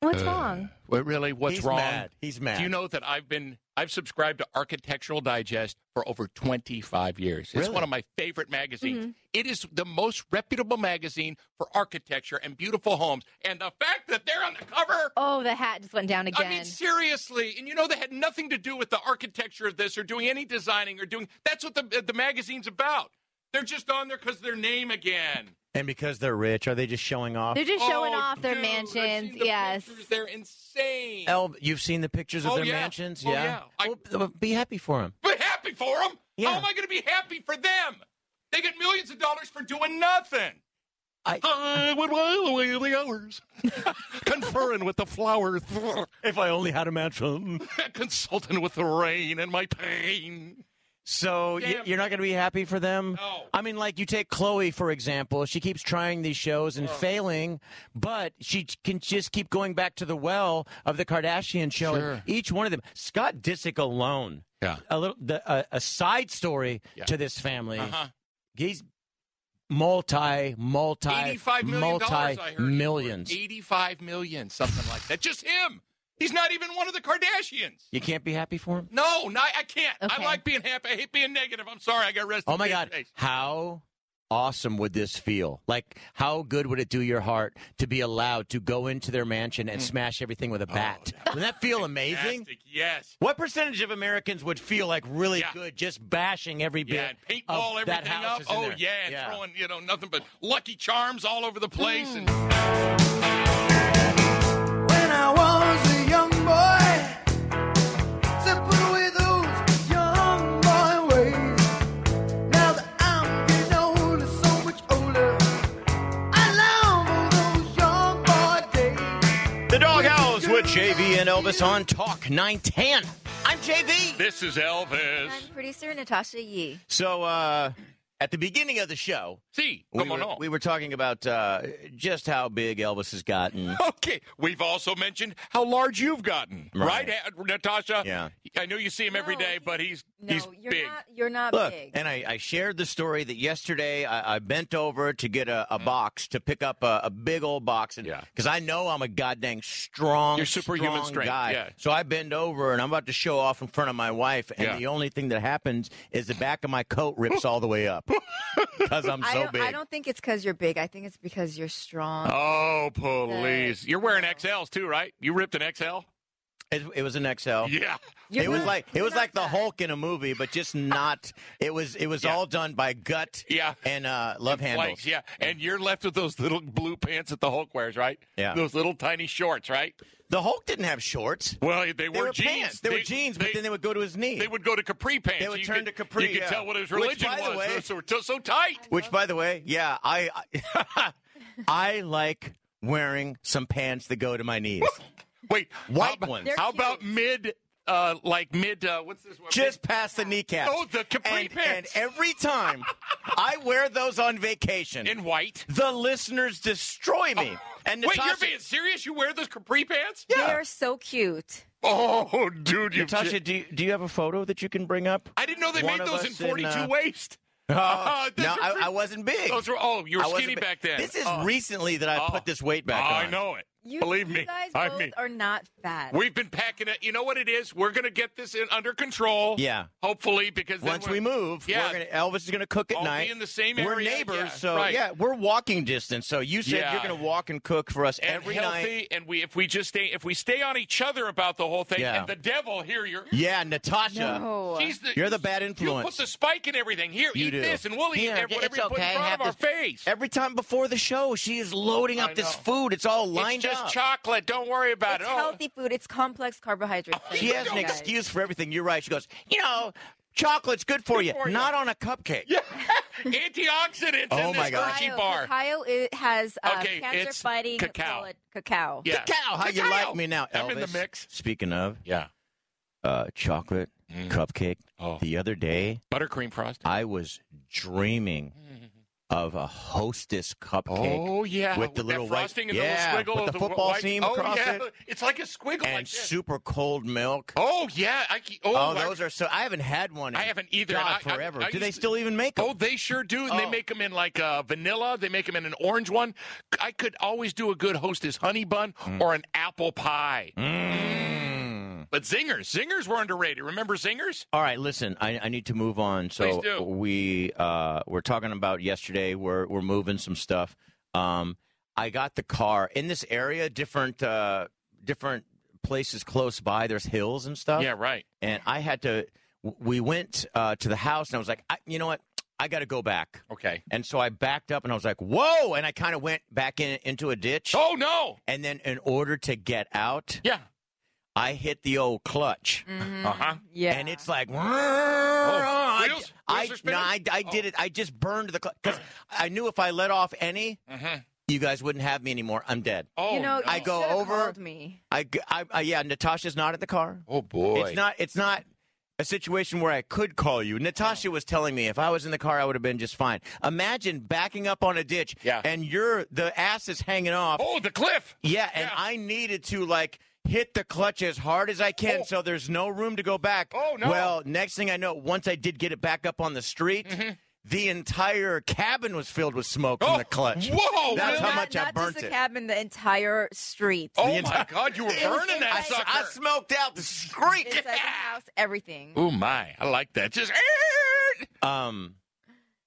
[SPEAKER 8] What's
[SPEAKER 6] Uh.
[SPEAKER 8] wrong?
[SPEAKER 6] What really? What's
[SPEAKER 2] He's
[SPEAKER 6] wrong?
[SPEAKER 2] mad. He's mad.
[SPEAKER 6] Do you know that I've been I've subscribed to Architectural Digest for over 25 years. It's
[SPEAKER 2] Really?
[SPEAKER 6] one of my favorite magazines.
[SPEAKER 8] Mm-hmm.
[SPEAKER 6] It is the most reputable magazine for architecture and beautiful homes. And the fact that they're on the cover
[SPEAKER 8] Oh, the hat just went down again.
[SPEAKER 6] I mean, seriously, and you know they had nothing to do with the architecture of this, or doing any designing, or doing. That's what the the magazine's about. They're just on there because their name again.
[SPEAKER 2] And because they're rich, are they just showing off?
[SPEAKER 8] They're just showing
[SPEAKER 6] Oh,
[SPEAKER 8] off their
[SPEAKER 6] dude, I've seen
[SPEAKER 8] mansions.
[SPEAKER 6] the
[SPEAKER 8] yes.
[SPEAKER 6] pictures. they're insane.
[SPEAKER 2] El, you've seen the pictures of
[SPEAKER 6] Oh,
[SPEAKER 2] their
[SPEAKER 6] yeah.
[SPEAKER 2] mansions,
[SPEAKER 6] Oh,
[SPEAKER 2] yeah.
[SPEAKER 6] yeah. I-
[SPEAKER 2] Well, b- be happy for them.
[SPEAKER 6] but happy for them.
[SPEAKER 2] Yeah.
[SPEAKER 6] How am I going to be happy for them? They get millions of dollars for doing nothing.
[SPEAKER 3] I would while away the hours, conferring with the flowers,
[SPEAKER 2] If I only had a mansion.
[SPEAKER 3] consulting with the rain and my pain.
[SPEAKER 2] So y-
[SPEAKER 6] Damn.
[SPEAKER 2] you're not going to be happy for them.
[SPEAKER 6] No.
[SPEAKER 2] I mean, like you take Chloe for example. She keeps trying these shows and failing, but she t- can just keep going back to the well of the Kardashian show. and
[SPEAKER 6] Sure.
[SPEAKER 2] Each one of them. Scott Disick alone.
[SPEAKER 6] Yeah.
[SPEAKER 2] A little the, a, a side story
[SPEAKER 6] Yeah.
[SPEAKER 2] to this family.
[SPEAKER 6] Uh-huh.
[SPEAKER 2] He's multi multi
[SPEAKER 6] Eighty-five million dollars.
[SPEAKER 2] multi
[SPEAKER 6] I heard
[SPEAKER 2] millions.
[SPEAKER 6] Eighty-five million, something like that. Just him. He's not even one of the Kardashians.
[SPEAKER 2] You can't be happy for him.
[SPEAKER 6] No, no, I can't. I
[SPEAKER 8] Okay.
[SPEAKER 6] like being happy. I hate being negative. I'm sorry. I got rested.
[SPEAKER 2] Oh my God. How awesome would this feel? Like, how good would it do your heart to be allowed to go into their mansion
[SPEAKER 6] Hmm.
[SPEAKER 2] and smash everything with a
[SPEAKER 6] Oh,
[SPEAKER 2] bat? Wouldn't that feel amazing?
[SPEAKER 6] Yes.
[SPEAKER 2] What percentage of Americans would feel like really
[SPEAKER 6] Yeah.
[SPEAKER 2] good just bashing every bit
[SPEAKER 6] Yeah, and paintball
[SPEAKER 2] of that
[SPEAKER 6] everything
[SPEAKER 2] house
[SPEAKER 6] up.
[SPEAKER 2] is in
[SPEAKER 6] Oh
[SPEAKER 2] there?
[SPEAKER 6] yeah, and throwing you know nothing but Lucky Charms all over the place. And
[SPEAKER 7] When I was a young boy, simple with those young boy ways. Now that I'm getting older, so much older, I love those young boy days.
[SPEAKER 2] The Doghouse with JV and Elvis on Talk 910. I'm JV.
[SPEAKER 6] this is Elvis.
[SPEAKER 4] I'm producer Natasha Yee.
[SPEAKER 2] So, uh, at the beginning of the show,
[SPEAKER 6] See,
[SPEAKER 2] we
[SPEAKER 6] come on.
[SPEAKER 2] were,
[SPEAKER 6] on.
[SPEAKER 2] we were talking about uh, just how big Elvis has gotten.
[SPEAKER 6] Okay, we've also mentioned how large you've gotten,
[SPEAKER 2] Right.
[SPEAKER 6] right, Ha- Natasha?
[SPEAKER 2] Yeah.
[SPEAKER 6] I know you see him every
[SPEAKER 4] No,
[SPEAKER 6] day,
[SPEAKER 4] he's-
[SPEAKER 6] but he's
[SPEAKER 4] No,
[SPEAKER 6] he's
[SPEAKER 4] you're
[SPEAKER 6] big.
[SPEAKER 4] not. You're not
[SPEAKER 2] Look,
[SPEAKER 4] big.
[SPEAKER 2] and I, I shared the story that yesterday I, I bent over to get a, a box to pick up a, a big old box, and
[SPEAKER 6] Mm. Yeah.
[SPEAKER 2] because I know I'm a goddamn strong,
[SPEAKER 6] You're superhuman
[SPEAKER 2] strong
[SPEAKER 6] strength,
[SPEAKER 2] guy.
[SPEAKER 6] yeah.
[SPEAKER 2] So I bend over and I'm about to show off in front of my wife, and
[SPEAKER 6] Yeah.
[SPEAKER 2] the only thing that happens is the back of my coat rips all the way up because I'm so
[SPEAKER 4] I don't,
[SPEAKER 2] big.
[SPEAKER 4] I don't think it's because you're big. I think it's because you're strong.
[SPEAKER 6] Oh, police!
[SPEAKER 4] Uh,
[SPEAKER 6] You're wearing
[SPEAKER 4] no.
[SPEAKER 6] XLs too, right? You ripped an XL.
[SPEAKER 2] It, it was an XL.
[SPEAKER 6] Yeah.
[SPEAKER 4] You're
[SPEAKER 2] it was
[SPEAKER 4] not-
[SPEAKER 2] like it
[SPEAKER 4] you're
[SPEAKER 2] was
[SPEAKER 4] not
[SPEAKER 2] like the
[SPEAKER 4] fat.
[SPEAKER 2] Hulk in a movie, but just not. It was it was
[SPEAKER 6] Yeah.
[SPEAKER 2] all done by gut
[SPEAKER 6] Yeah.
[SPEAKER 2] and uh, love handles.
[SPEAKER 6] Legs, yeah. And you're left with those little blue pants that the Hulk wears, right?
[SPEAKER 2] Yeah.
[SPEAKER 6] Those little tiny shorts, right?
[SPEAKER 2] The Hulk didn't have shorts.
[SPEAKER 6] Well, they,
[SPEAKER 2] They
[SPEAKER 6] were,
[SPEAKER 2] were
[SPEAKER 6] jeans.
[SPEAKER 2] pants. They, were jeans, but then they would go to his knee.
[SPEAKER 6] they would go to capri pants.
[SPEAKER 2] They would
[SPEAKER 6] You
[SPEAKER 2] turn
[SPEAKER 6] could-
[SPEAKER 2] to capri,
[SPEAKER 6] You could
[SPEAKER 2] yeah.
[SPEAKER 6] tell what his
[SPEAKER 2] Which,
[SPEAKER 6] religion
[SPEAKER 2] by the
[SPEAKER 6] was.
[SPEAKER 2] way-
[SPEAKER 6] Those were t- so tight.
[SPEAKER 2] Which, by the way, yeah, I I, I like wearing some pants that go to my knees.
[SPEAKER 6] Wait,
[SPEAKER 2] White
[SPEAKER 6] how, about-
[SPEAKER 2] ones.
[SPEAKER 4] They're
[SPEAKER 6] How
[SPEAKER 4] cute.
[SPEAKER 6] about mid? Uh, like mid. Uh, what's this? one?
[SPEAKER 2] Just past the kneecaps.
[SPEAKER 6] Oh, the capri
[SPEAKER 2] and,
[SPEAKER 6] pants.
[SPEAKER 2] And every time I wear those on vacation,
[SPEAKER 6] in white.
[SPEAKER 2] the listeners destroy me. And
[SPEAKER 6] Wait,
[SPEAKER 2] Natasha,
[SPEAKER 6] you're being serious? You wear those capri pants?
[SPEAKER 4] They are so cute.
[SPEAKER 6] Oh, dude, you.
[SPEAKER 2] Natasha, do you, do you have a photo that you can bring up?
[SPEAKER 6] I didn't know they
[SPEAKER 2] One
[SPEAKER 6] made
[SPEAKER 2] of
[SPEAKER 6] those
[SPEAKER 2] us
[SPEAKER 6] in 42
[SPEAKER 2] in, uh,
[SPEAKER 6] waist.
[SPEAKER 2] Uh,
[SPEAKER 6] those
[SPEAKER 2] no,
[SPEAKER 6] are
[SPEAKER 2] I,
[SPEAKER 6] pretty-
[SPEAKER 2] I wasn't big.
[SPEAKER 6] Those were. Oh, you were
[SPEAKER 2] I wasn't
[SPEAKER 6] skinny
[SPEAKER 2] big.
[SPEAKER 6] back then.
[SPEAKER 2] This is
[SPEAKER 6] Oh.
[SPEAKER 2] recently that I
[SPEAKER 6] Oh.
[SPEAKER 2] put this weight back on.
[SPEAKER 6] I know it.
[SPEAKER 4] You,
[SPEAKER 6] Believe
[SPEAKER 4] you
[SPEAKER 6] me.
[SPEAKER 4] guys
[SPEAKER 6] I
[SPEAKER 4] both
[SPEAKER 6] mean-
[SPEAKER 4] are not fat.
[SPEAKER 6] We've been packing it. You know what it is? We're going to get this in under control.
[SPEAKER 2] Yeah.
[SPEAKER 6] Hopefully, because then
[SPEAKER 2] Once we
[SPEAKER 6] we're-
[SPEAKER 2] move,
[SPEAKER 6] Yeah.
[SPEAKER 2] we're gonna, Elvis is going to cook at
[SPEAKER 6] All be
[SPEAKER 2] night.
[SPEAKER 6] in the same
[SPEAKER 2] We're
[SPEAKER 6] area,
[SPEAKER 2] neighbors,
[SPEAKER 6] yeah,
[SPEAKER 2] so
[SPEAKER 6] right.
[SPEAKER 2] yeah, we're walking distance. So you said
[SPEAKER 6] Yeah.
[SPEAKER 2] you're going to walk and cook for us
[SPEAKER 6] and
[SPEAKER 2] every
[SPEAKER 6] healthy,
[SPEAKER 2] night.
[SPEAKER 6] and we if we just stay if we stay on each other about the whole thing,
[SPEAKER 2] Yeah.
[SPEAKER 6] and the devil here, you're
[SPEAKER 2] Yeah, Natasha.
[SPEAKER 4] no.
[SPEAKER 6] she's the
[SPEAKER 2] You're the bad
[SPEAKER 6] You put
[SPEAKER 2] influence.
[SPEAKER 6] the spike in everything. Here,
[SPEAKER 2] You
[SPEAKER 6] eat
[SPEAKER 2] do.
[SPEAKER 6] this, and we'll eat
[SPEAKER 2] Here,
[SPEAKER 6] ev-
[SPEAKER 2] it's
[SPEAKER 6] whatever you put in
[SPEAKER 2] okay,
[SPEAKER 6] front
[SPEAKER 2] have
[SPEAKER 6] of our face.
[SPEAKER 2] Every time before the show, she is loading up
[SPEAKER 6] I
[SPEAKER 2] this
[SPEAKER 6] know.
[SPEAKER 2] food. It's all lined
[SPEAKER 6] It's just
[SPEAKER 2] up.
[SPEAKER 6] chocolate. Don't worry about
[SPEAKER 4] it's
[SPEAKER 6] it. Oh.
[SPEAKER 4] healthy food. It's complex carbohydrates.
[SPEAKER 2] she has an
[SPEAKER 4] Guys.
[SPEAKER 2] excuse for everything. You're right. She goes, you know, chocolate's good for, you.
[SPEAKER 6] for you.
[SPEAKER 2] not on a cupcake.
[SPEAKER 6] antioxidants
[SPEAKER 2] Oh,
[SPEAKER 6] in this
[SPEAKER 2] my God.
[SPEAKER 6] Hershey
[SPEAKER 4] Cacao.
[SPEAKER 6] bar.
[SPEAKER 4] Cacao i- has uh,
[SPEAKER 6] Okay,
[SPEAKER 4] cancer
[SPEAKER 6] it's
[SPEAKER 4] fighting
[SPEAKER 6] cacao.
[SPEAKER 4] cacao.
[SPEAKER 6] Yeah.
[SPEAKER 2] Cacao, how you
[SPEAKER 6] Cacao.
[SPEAKER 2] like me now,
[SPEAKER 6] I'm
[SPEAKER 2] Elvis?
[SPEAKER 6] in the mix.
[SPEAKER 2] Speaking of
[SPEAKER 6] Yeah.
[SPEAKER 2] uh, chocolate cupcake,
[SPEAKER 6] Oh.
[SPEAKER 2] the other day
[SPEAKER 6] Buttercream frosting.
[SPEAKER 2] I was dreaming of a hostess cupcake.
[SPEAKER 6] Oh yeah,
[SPEAKER 2] With the
[SPEAKER 6] that
[SPEAKER 2] little white-
[SPEAKER 6] frosting and
[SPEAKER 2] yeah,
[SPEAKER 6] the little squiggle
[SPEAKER 2] with
[SPEAKER 6] of
[SPEAKER 2] the football
[SPEAKER 6] white,
[SPEAKER 2] seam
[SPEAKER 6] oh,
[SPEAKER 2] across
[SPEAKER 6] yeah.
[SPEAKER 2] it.
[SPEAKER 6] It's like a squiggle.
[SPEAKER 2] And
[SPEAKER 6] like this.
[SPEAKER 2] super cold milk.
[SPEAKER 6] oh yeah, I, ke- oh,
[SPEAKER 2] Oh,
[SPEAKER 6] I-
[SPEAKER 2] those are so. I haven't had one. In,
[SPEAKER 6] I haven't either.
[SPEAKER 2] God,
[SPEAKER 6] and I- I-
[SPEAKER 2] forever.
[SPEAKER 6] I
[SPEAKER 2] Do they
[SPEAKER 6] used to-
[SPEAKER 2] still even make them?
[SPEAKER 6] Oh, they sure do. And they
[SPEAKER 2] Oh.
[SPEAKER 6] make them in like uh, vanilla. They make them in an orange one. I could always do a good Hostess honey bun or an apple pie.
[SPEAKER 2] Mm.
[SPEAKER 6] But zingers, zingers were underrated. Remember zingers?
[SPEAKER 2] All right, listen. I, I need to move on.
[SPEAKER 6] Please
[SPEAKER 2] So
[SPEAKER 6] do.
[SPEAKER 2] we uh, we're talking about yesterday. We're we're moving some stuff. Um, I got the car in this area. Different uh, different places close by. There's hills and stuff.
[SPEAKER 6] Yeah, right.
[SPEAKER 2] And I had to. w- We went uh, to the house, and I was like, I, you know what? I got to go back.
[SPEAKER 6] Okay.
[SPEAKER 2] And so I backed up, and I was like, whoa! And I kind of went back in into a ditch.
[SPEAKER 6] Oh no.
[SPEAKER 2] And then, in order to get out,
[SPEAKER 6] Yeah.
[SPEAKER 2] I hit the old clutch,
[SPEAKER 6] Uh huh.
[SPEAKER 4] Yeah.
[SPEAKER 2] and it's like, I,
[SPEAKER 6] Oh. wheels?
[SPEAKER 2] I,
[SPEAKER 6] Wheels are
[SPEAKER 2] no,
[SPEAKER 6] spinning? Oh.
[SPEAKER 2] I, I did it. I just burned the clutch because I knew if I let off any,
[SPEAKER 6] Uh-huh.
[SPEAKER 2] you guys wouldn't have me anymore. I'm dead.
[SPEAKER 6] Oh.
[SPEAKER 4] you know,
[SPEAKER 6] no.
[SPEAKER 2] I
[SPEAKER 4] you
[SPEAKER 2] go
[SPEAKER 4] should've
[SPEAKER 2] over-
[SPEAKER 4] called me.
[SPEAKER 2] I, g- I- I- yeah. Natasha's not at the car.
[SPEAKER 6] Oh boy.
[SPEAKER 2] It's not. It's not a situation where I could call you. Natasha was telling me if I was in the car, I would have been just fine. Imagine backing up on a ditch,
[SPEAKER 6] Yeah.
[SPEAKER 2] and you're the ass is hanging off.
[SPEAKER 6] Oh, the cliff.
[SPEAKER 2] Yeah, and
[SPEAKER 6] Yeah.
[SPEAKER 2] I needed to like hit the clutch as hard as I can
[SPEAKER 6] Oh.
[SPEAKER 2] so there's no room to go back.
[SPEAKER 6] Oh, no.
[SPEAKER 2] Well, next thing I know, once I did get it back up on the street, the entire cabin was filled with smoke
[SPEAKER 6] Mm-hmm. Oh.
[SPEAKER 2] from the clutch.
[SPEAKER 6] Whoa. Oh,
[SPEAKER 2] That's
[SPEAKER 6] Will.
[SPEAKER 2] how
[SPEAKER 4] not,
[SPEAKER 2] much I
[SPEAKER 4] not
[SPEAKER 2] burnt
[SPEAKER 4] just the
[SPEAKER 2] it.
[SPEAKER 4] cabin, the entire street.
[SPEAKER 6] Oh
[SPEAKER 2] the entire-
[SPEAKER 6] my God! You were
[SPEAKER 4] It was
[SPEAKER 6] burning
[SPEAKER 2] I,
[SPEAKER 6] that
[SPEAKER 4] inside-
[SPEAKER 6] sucker.
[SPEAKER 2] I smoked out the street.
[SPEAKER 4] Inside the house, everything.
[SPEAKER 6] oh my! I like that. Just.
[SPEAKER 2] Um,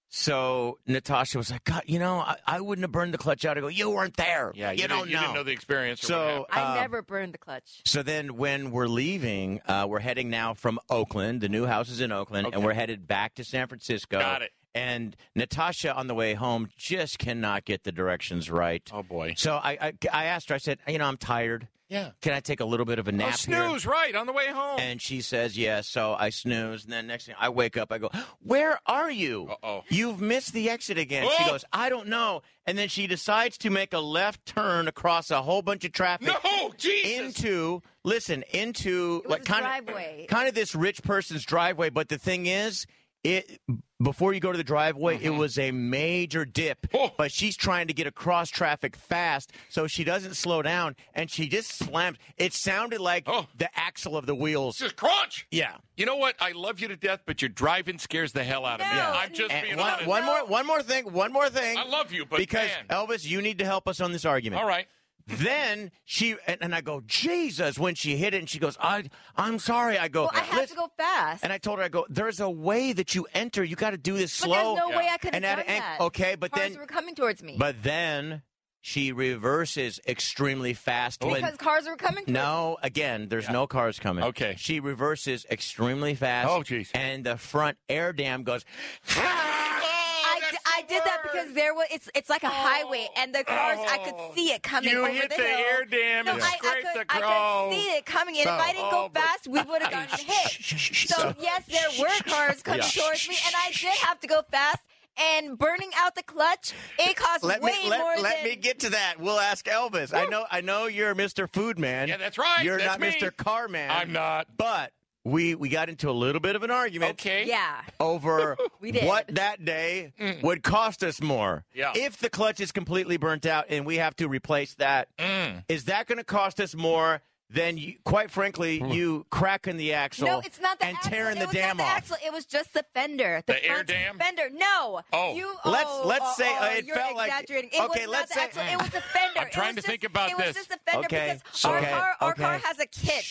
[SPEAKER 2] so Natasha was like, God, you know, I, I wouldn't have burned the clutch out. I go, you weren't there.
[SPEAKER 6] Yeah, you,
[SPEAKER 2] you,
[SPEAKER 6] didn't,
[SPEAKER 2] don't
[SPEAKER 6] you
[SPEAKER 2] know.
[SPEAKER 6] didn't know the experience. or what
[SPEAKER 2] so
[SPEAKER 6] happened.
[SPEAKER 4] I
[SPEAKER 2] um,
[SPEAKER 4] never burned the clutch.
[SPEAKER 2] So then, when we're leaving, uh, we're heading now from Oakland. The new house is in Oakland,
[SPEAKER 6] Okay.
[SPEAKER 2] and we're headed back to San Francisco.
[SPEAKER 6] Got it.
[SPEAKER 2] And Natasha on the way home just cannot get the directions right.
[SPEAKER 6] oh boy.
[SPEAKER 2] So I, I, I asked her. I said, "You know, I'm tired.
[SPEAKER 6] Yeah.
[SPEAKER 2] Can I take a little bit of a
[SPEAKER 6] Oh,
[SPEAKER 2] nap here?"
[SPEAKER 6] snooze right on the way home.
[SPEAKER 2] And she says, "Yes." So I snooze, and then next thing I wake up, I go, "Where are you?
[SPEAKER 6] Uh-oh.
[SPEAKER 2] You've missed the exit again." She
[SPEAKER 6] Oh!
[SPEAKER 2] goes, "I don't know." And then she decides to make a left turn across a whole bunch of traffic
[SPEAKER 6] no, Jesus.
[SPEAKER 2] into listen into
[SPEAKER 4] It was
[SPEAKER 2] like
[SPEAKER 4] a
[SPEAKER 2] kind
[SPEAKER 4] driveway.
[SPEAKER 2] of kind of this rich person's driveway but the thing is it before you go to the driveway it was a major dip
[SPEAKER 6] Mm-hmm. Oh.
[SPEAKER 2] but she's trying to get across traffic fast so she doesn't slow down and she just slammed it sounded like
[SPEAKER 6] Oh.
[SPEAKER 2] the axle of the wheels
[SPEAKER 6] Just crunch.
[SPEAKER 2] yeah
[SPEAKER 6] You know what? I love you to death, but your driving scares the hell out of me.
[SPEAKER 4] No,
[SPEAKER 6] I'm just
[SPEAKER 2] and
[SPEAKER 6] being
[SPEAKER 2] one,
[SPEAKER 6] honest.
[SPEAKER 2] one more one more thing one more thing
[SPEAKER 6] I love you, but
[SPEAKER 2] because
[SPEAKER 6] man.
[SPEAKER 2] elvis you need to help us on this argument
[SPEAKER 6] All right.
[SPEAKER 2] then she and, and I go, Jesus, when she hit it, and she goes, I I'm sorry. I go,
[SPEAKER 4] Well, I had to
[SPEAKER 2] "Listen-"
[SPEAKER 4] go fast.
[SPEAKER 2] and I told her, I go, there's a way that you enter. You got to do this
[SPEAKER 4] but
[SPEAKER 2] slow.
[SPEAKER 4] there's no
[SPEAKER 6] Yeah.
[SPEAKER 4] way I could have
[SPEAKER 2] and at
[SPEAKER 4] done
[SPEAKER 2] an angle-
[SPEAKER 4] that.
[SPEAKER 2] okay, but
[SPEAKER 4] Cars
[SPEAKER 2] then-
[SPEAKER 4] were coming towards me.
[SPEAKER 2] but then she reverses extremely fast when.
[SPEAKER 4] because cars were coming. Towards me.
[SPEAKER 2] no, again, there's no cars coming.
[SPEAKER 6] Okay.
[SPEAKER 2] She reverses extremely fast.
[SPEAKER 6] Oh, jeez.
[SPEAKER 2] And the front air dam goes.
[SPEAKER 4] I, d- I did that because there was it's it's like a highway and the cars I
[SPEAKER 6] Oh.
[SPEAKER 4] could see it coming
[SPEAKER 6] You
[SPEAKER 4] over
[SPEAKER 6] hit
[SPEAKER 4] the,
[SPEAKER 6] the
[SPEAKER 4] hill.
[SPEAKER 6] air dam
[SPEAKER 4] no,
[SPEAKER 6] and
[SPEAKER 4] I, I
[SPEAKER 6] scraped
[SPEAKER 4] could,
[SPEAKER 6] the
[SPEAKER 4] I
[SPEAKER 6] crow.
[SPEAKER 4] could see it coming and
[SPEAKER 2] So-
[SPEAKER 4] if I didn't
[SPEAKER 6] Oh,
[SPEAKER 4] go
[SPEAKER 6] but-
[SPEAKER 4] fast we would have gotten hit. So yes, there were cars coming
[SPEAKER 2] Yeah.
[SPEAKER 4] towards me and I did have to go fast and burning out the clutch it cost
[SPEAKER 2] Let
[SPEAKER 4] way
[SPEAKER 2] me let,
[SPEAKER 4] more
[SPEAKER 2] let
[SPEAKER 4] than
[SPEAKER 2] me get to that. We'll ask Elvis. I know I know you're Mr. Food Man.
[SPEAKER 6] Yeah, that's right.
[SPEAKER 2] You're
[SPEAKER 6] That's
[SPEAKER 2] not
[SPEAKER 6] me.
[SPEAKER 2] Mr. Car Man.
[SPEAKER 6] I'm not.
[SPEAKER 2] But we we got into a little bit of an argument
[SPEAKER 6] Okay.
[SPEAKER 4] yeah.
[SPEAKER 2] over
[SPEAKER 4] We did. Mm.
[SPEAKER 2] what that day would cost us more.
[SPEAKER 6] Yeah.
[SPEAKER 2] If the clutch is completely burnt out and we have to replace that, is
[SPEAKER 6] Mm.
[SPEAKER 2] that going to cost us more than you, quite frankly you cracking the axle?
[SPEAKER 4] No, it's not the
[SPEAKER 2] and
[SPEAKER 4] axle.
[SPEAKER 2] tearing
[SPEAKER 4] it
[SPEAKER 2] the
[SPEAKER 4] was
[SPEAKER 2] dam
[SPEAKER 4] not the
[SPEAKER 2] off.
[SPEAKER 4] axle. It was just the fender. The,
[SPEAKER 6] The air
[SPEAKER 4] front
[SPEAKER 6] dam?
[SPEAKER 4] Fender. No.
[SPEAKER 6] Oh.
[SPEAKER 4] You,
[SPEAKER 2] Let's-
[SPEAKER 4] oh,
[SPEAKER 2] let's
[SPEAKER 4] oh,
[SPEAKER 2] say,
[SPEAKER 4] oh,
[SPEAKER 2] uh, it
[SPEAKER 4] you're
[SPEAKER 2] felt like-
[SPEAKER 4] exaggerating. It
[SPEAKER 2] okay,
[SPEAKER 4] was
[SPEAKER 2] let's
[SPEAKER 4] not
[SPEAKER 2] say-
[SPEAKER 4] the axle. It was the fender.
[SPEAKER 6] I'm trying
[SPEAKER 4] It was
[SPEAKER 6] to think
[SPEAKER 4] just-
[SPEAKER 6] about
[SPEAKER 4] it was
[SPEAKER 6] this.
[SPEAKER 4] just the fender
[SPEAKER 2] Okay,
[SPEAKER 4] because our
[SPEAKER 2] okay,
[SPEAKER 4] car, our car
[SPEAKER 2] okay.
[SPEAKER 4] has a kit.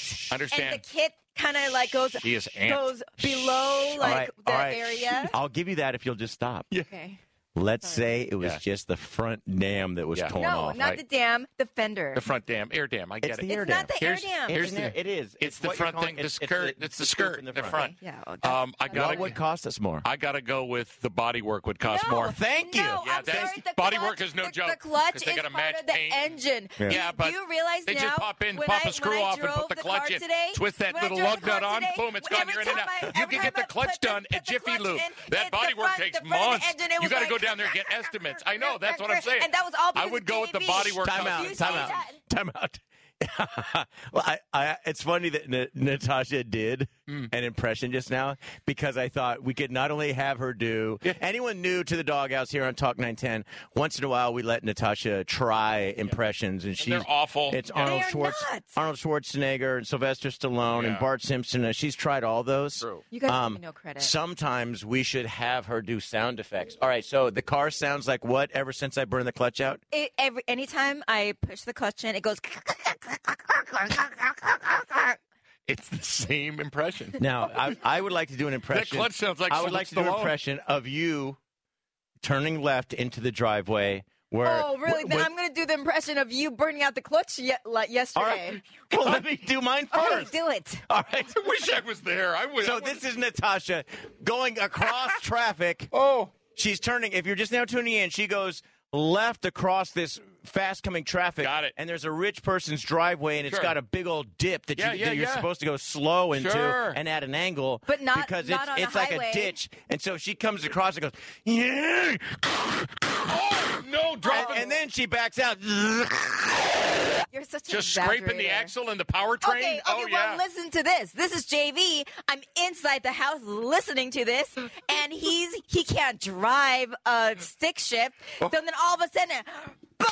[SPEAKER 4] And
[SPEAKER 6] Understand.
[SPEAKER 4] the kit kind of like goes
[SPEAKER 6] She is amped.
[SPEAKER 4] goes below
[SPEAKER 2] All
[SPEAKER 4] like
[SPEAKER 2] right,
[SPEAKER 4] the
[SPEAKER 2] all right.
[SPEAKER 4] area.
[SPEAKER 2] I'll give you that if you'll just stop.
[SPEAKER 4] Okay.
[SPEAKER 2] Let's say it was
[SPEAKER 6] Yeah.
[SPEAKER 2] just the front dam that was
[SPEAKER 6] Yeah.
[SPEAKER 2] torn
[SPEAKER 4] no,
[SPEAKER 2] off.
[SPEAKER 4] not
[SPEAKER 2] right?
[SPEAKER 4] the dam. The fender.
[SPEAKER 6] The front dam, air dam. I get
[SPEAKER 2] It's
[SPEAKER 6] it.
[SPEAKER 2] the air
[SPEAKER 4] it's not the
[SPEAKER 2] dam.
[SPEAKER 4] air
[SPEAKER 6] Here's-
[SPEAKER 4] dam.
[SPEAKER 6] here's-
[SPEAKER 2] Isn't
[SPEAKER 6] the-
[SPEAKER 2] there- it is.
[SPEAKER 6] It's, the
[SPEAKER 2] what you're
[SPEAKER 6] front
[SPEAKER 2] calling-
[SPEAKER 6] thing. The
[SPEAKER 2] it's- it's
[SPEAKER 6] skirt. It's the,
[SPEAKER 2] scoop
[SPEAKER 6] skirt.
[SPEAKER 2] in
[SPEAKER 6] The front.
[SPEAKER 4] yeah. oh, that's-
[SPEAKER 6] Um, I
[SPEAKER 2] What
[SPEAKER 6] gotta.
[SPEAKER 2] would cost us more?
[SPEAKER 6] I gotta go with the body work would cost more.
[SPEAKER 2] Thank
[SPEAKER 4] no,
[SPEAKER 2] you.
[SPEAKER 4] I'm
[SPEAKER 6] Yeah, that's-
[SPEAKER 4] sorry, the
[SPEAKER 6] body
[SPEAKER 4] clutch-
[SPEAKER 6] work is no
[SPEAKER 4] the, The
[SPEAKER 6] joke, 'cause
[SPEAKER 4] clutch
[SPEAKER 6] they
[SPEAKER 4] is
[SPEAKER 6] gotta
[SPEAKER 4] part
[SPEAKER 6] match
[SPEAKER 4] of the
[SPEAKER 6] paint.
[SPEAKER 4] engine.
[SPEAKER 2] Yeah.
[SPEAKER 4] Do
[SPEAKER 6] Yeah,
[SPEAKER 4] you-
[SPEAKER 6] but
[SPEAKER 4] do you realize
[SPEAKER 6] they
[SPEAKER 4] now?
[SPEAKER 6] just pop in,
[SPEAKER 4] when
[SPEAKER 6] pop
[SPEAKER 4] I-
[SPEAKER 6] a screw
[SPEAKER 4] when I
[SPEAKER 6] off, and
[SPEAKER 4] drove
[SPEAKER 6] put the clutch
[SPEAKER 4] car
[SPEAKER 6] in.
[SPEAKER 4] Today,
[SPEAKER 6] Twist that
[SPEAKER 4] when I
[SPEAKER 6] little
[SPEAKER 4] drove
[SPEAKER 6] lug
[SPEAKER 4] the car
[SPEAKER 6] nut on,
[SPEAKER 4] today,
[SPEAKER 6] boom, it's
[SPEAKER 4] every
[SPEAKER 6] gone, you're in
[SPEAKER 4] time
[SPEAKER 6] and out.
[SPEAKER 4] I-
[SPEAKER 6] You
[SPEAKER 4] every
[SPEAKER 6] can get
[SPEAKER 4] time
[SPEAKER 6] the
[SPEAKER 4] I
[SPEAKER 6] clutch
[SPEAKER 4] put
[SPEAKER 6] done
[SPEAKER 4] put
[SPEAKER 6] at
[SPEAKER 4] the
[SPEAKER 6] Jiffy
[SPEAKER 4] clutch
[SPEAKER 6] Lube.
[SPEAKER 4] in,
[SPEAKER 6] That
[SPEAKER 4] it-
[SPEAKER 6] body
[SPEAKER 4] the
[SPEAKER 6] work
[SPEAKER 4] front-
[SPEAKER 6] takes
[SPEAKER 4] the front of the
[SPEAKER 6] months.
[SPEAKER 4] engine, it
[SPEAKER 6] You
[SPEAKER 4] was
[SPEAKER 6] gotta go
[SPEAKER 4] like-
[SPEAKER 6] down there and get estimates. I know, that's what I'm saying.
[SPEAKER 4] And that was all
[SPEAKER 6] I
[SPEAKER 4] because
[SPEAKER 6] would
[SPEAKER 4] of
[SPEAKER 6] go with the
[SPEAKER 4] JV.
[SPEAKER 6] body work.
[SPEAKER 2] Time
[SPEAKER 6] cost.
[SPEAKER 2] out.
[SPEAKER 4] You
[SPEAKER 2] Time
[SPEAKER 4] see
[SPEAKER 2] out.
[SPEAKER 4] that?
[SPEAKER 2] Time out. well, I, I, it's funny that Na- Natasha did an impression just now because I thought we could not only have her do anyone new to the doghouse here on Talk 910. Once in a while, we let Natasha try impressions, and she's
[SPEAKER 6] They're awful.
[SPEAKER 2] It's
[SPEAKER 6] Yeah.
[SPEAKER 2] Arnold
[SPEAKER 9] They are
[SPEAKER 2] Schwartz,
[SPEAKER 9] not.
[SPEAKER 2] Arnold Schwarzenegger, and Sylvester Stallone, and
[SPEAKER 6] Yeah.
[SPEAKER 2] Bart Simpson. And she's tried all those.
[SPEAKER 6] True.
[SPEAKER 9] You guys
[SPEAKER 2] Um,
[SPEAKER 9] give me no credit.
[SPEAKER 2] Sometimes we should have her do sound effects. All right, so the car sounds like what? Ever since I burned the clutch out,
[SPEAKER 4] It, every anytime I push the clutch in, it goes.
[SPEAKER 6] It's the same impression.
[SPEAKER 2] Now, I, I would like to do an
[SPEAKER 6] That
[SPEAKER 2] impression.
[SPEAKER 6] clutch sounds like
[SPEAKER 2] I would like to do an
[SPEAKER 6] Stallone.
[SPEAKER 2] impression of you turning left into the driveway. Where,
[SPEAKER 4] Oh, really?
[SPEAKER 2] wh-
[SPEAKER 4] Then
[SPEAKER 2] wh-
[SPEAKER 4] I'm going to do the impression of you burning out the clutch ye- like
[SPEAKER 2] All
[SPEAKER 4] yesterday.
[SPEAKER 2] right. Well, let me do mine
[SPEAKER 4] Okay,
[SPEAKER 2] first.
[SPEAKER 4] do it.
[SPEAKER 2] All right.
[SPEAKER 6] I wish I was there. I would. I
[SPEAKER 2] So
[SPEAKER 6] would-
[SPEAKER 2] this is Natasha going across traffic.
[SPEAKER 6] Oh,
[SPEAKER 2] She's turning. If you're just now tuning in, she goes left across this fast coming traffic.
[SPEAKER 6] Got it.
[SPEAKER 2] And there's a rich person's driveway, and it's
[SPEAKER 6] Sure.
[SPEAKER 2] got a big old dip that,
[SPEAKER 6] Yeah,
[SPEAKER 2] you,
[SPEAKER 6] yeah,
[SPEAKER 2] that you're
[SPEAKER 6] yeah.
[SPEAKER 2] supposed to go slow into
[SPEAKER 6] Sure.
[SPEAKER 2] and at an angle.
[SPEAKER 4] But not-
[SPEAKER 2] because
[SPEAKER 4] not
[SPEAKER 2] it's,
[SPEAKER 4] on a
[SPEAKER 2] it's like
[SPEAKER 4] highway.
[SPEAKER 2] a ditch. And so she comes across and goes, yeah.
[SPEAKER 6] oh no!
[SPEAKER 2] And,
[SPEAKER 6] Drop it.
[SPEAKER 2] and then she backs out.
[SPEAKER 4] You're such
[SPEAKER 6] just
[SPEAKER 4] an
[SPEAKER 6] scraping the
[SPEAKER 4] exaggerator.
[SPEAKER 6] axle and the powertrain.
[SPEAKER 4] Okay, okay,
[SPEAKER 6] oh
[SPEAKER 4] well,
[SPEAKER 6] yeah.
[SPEAKER 4] listen to this. This is JV. I'm inside the house listening to this, and he's he can't drive a stick shift. So then all of a sudden, boom,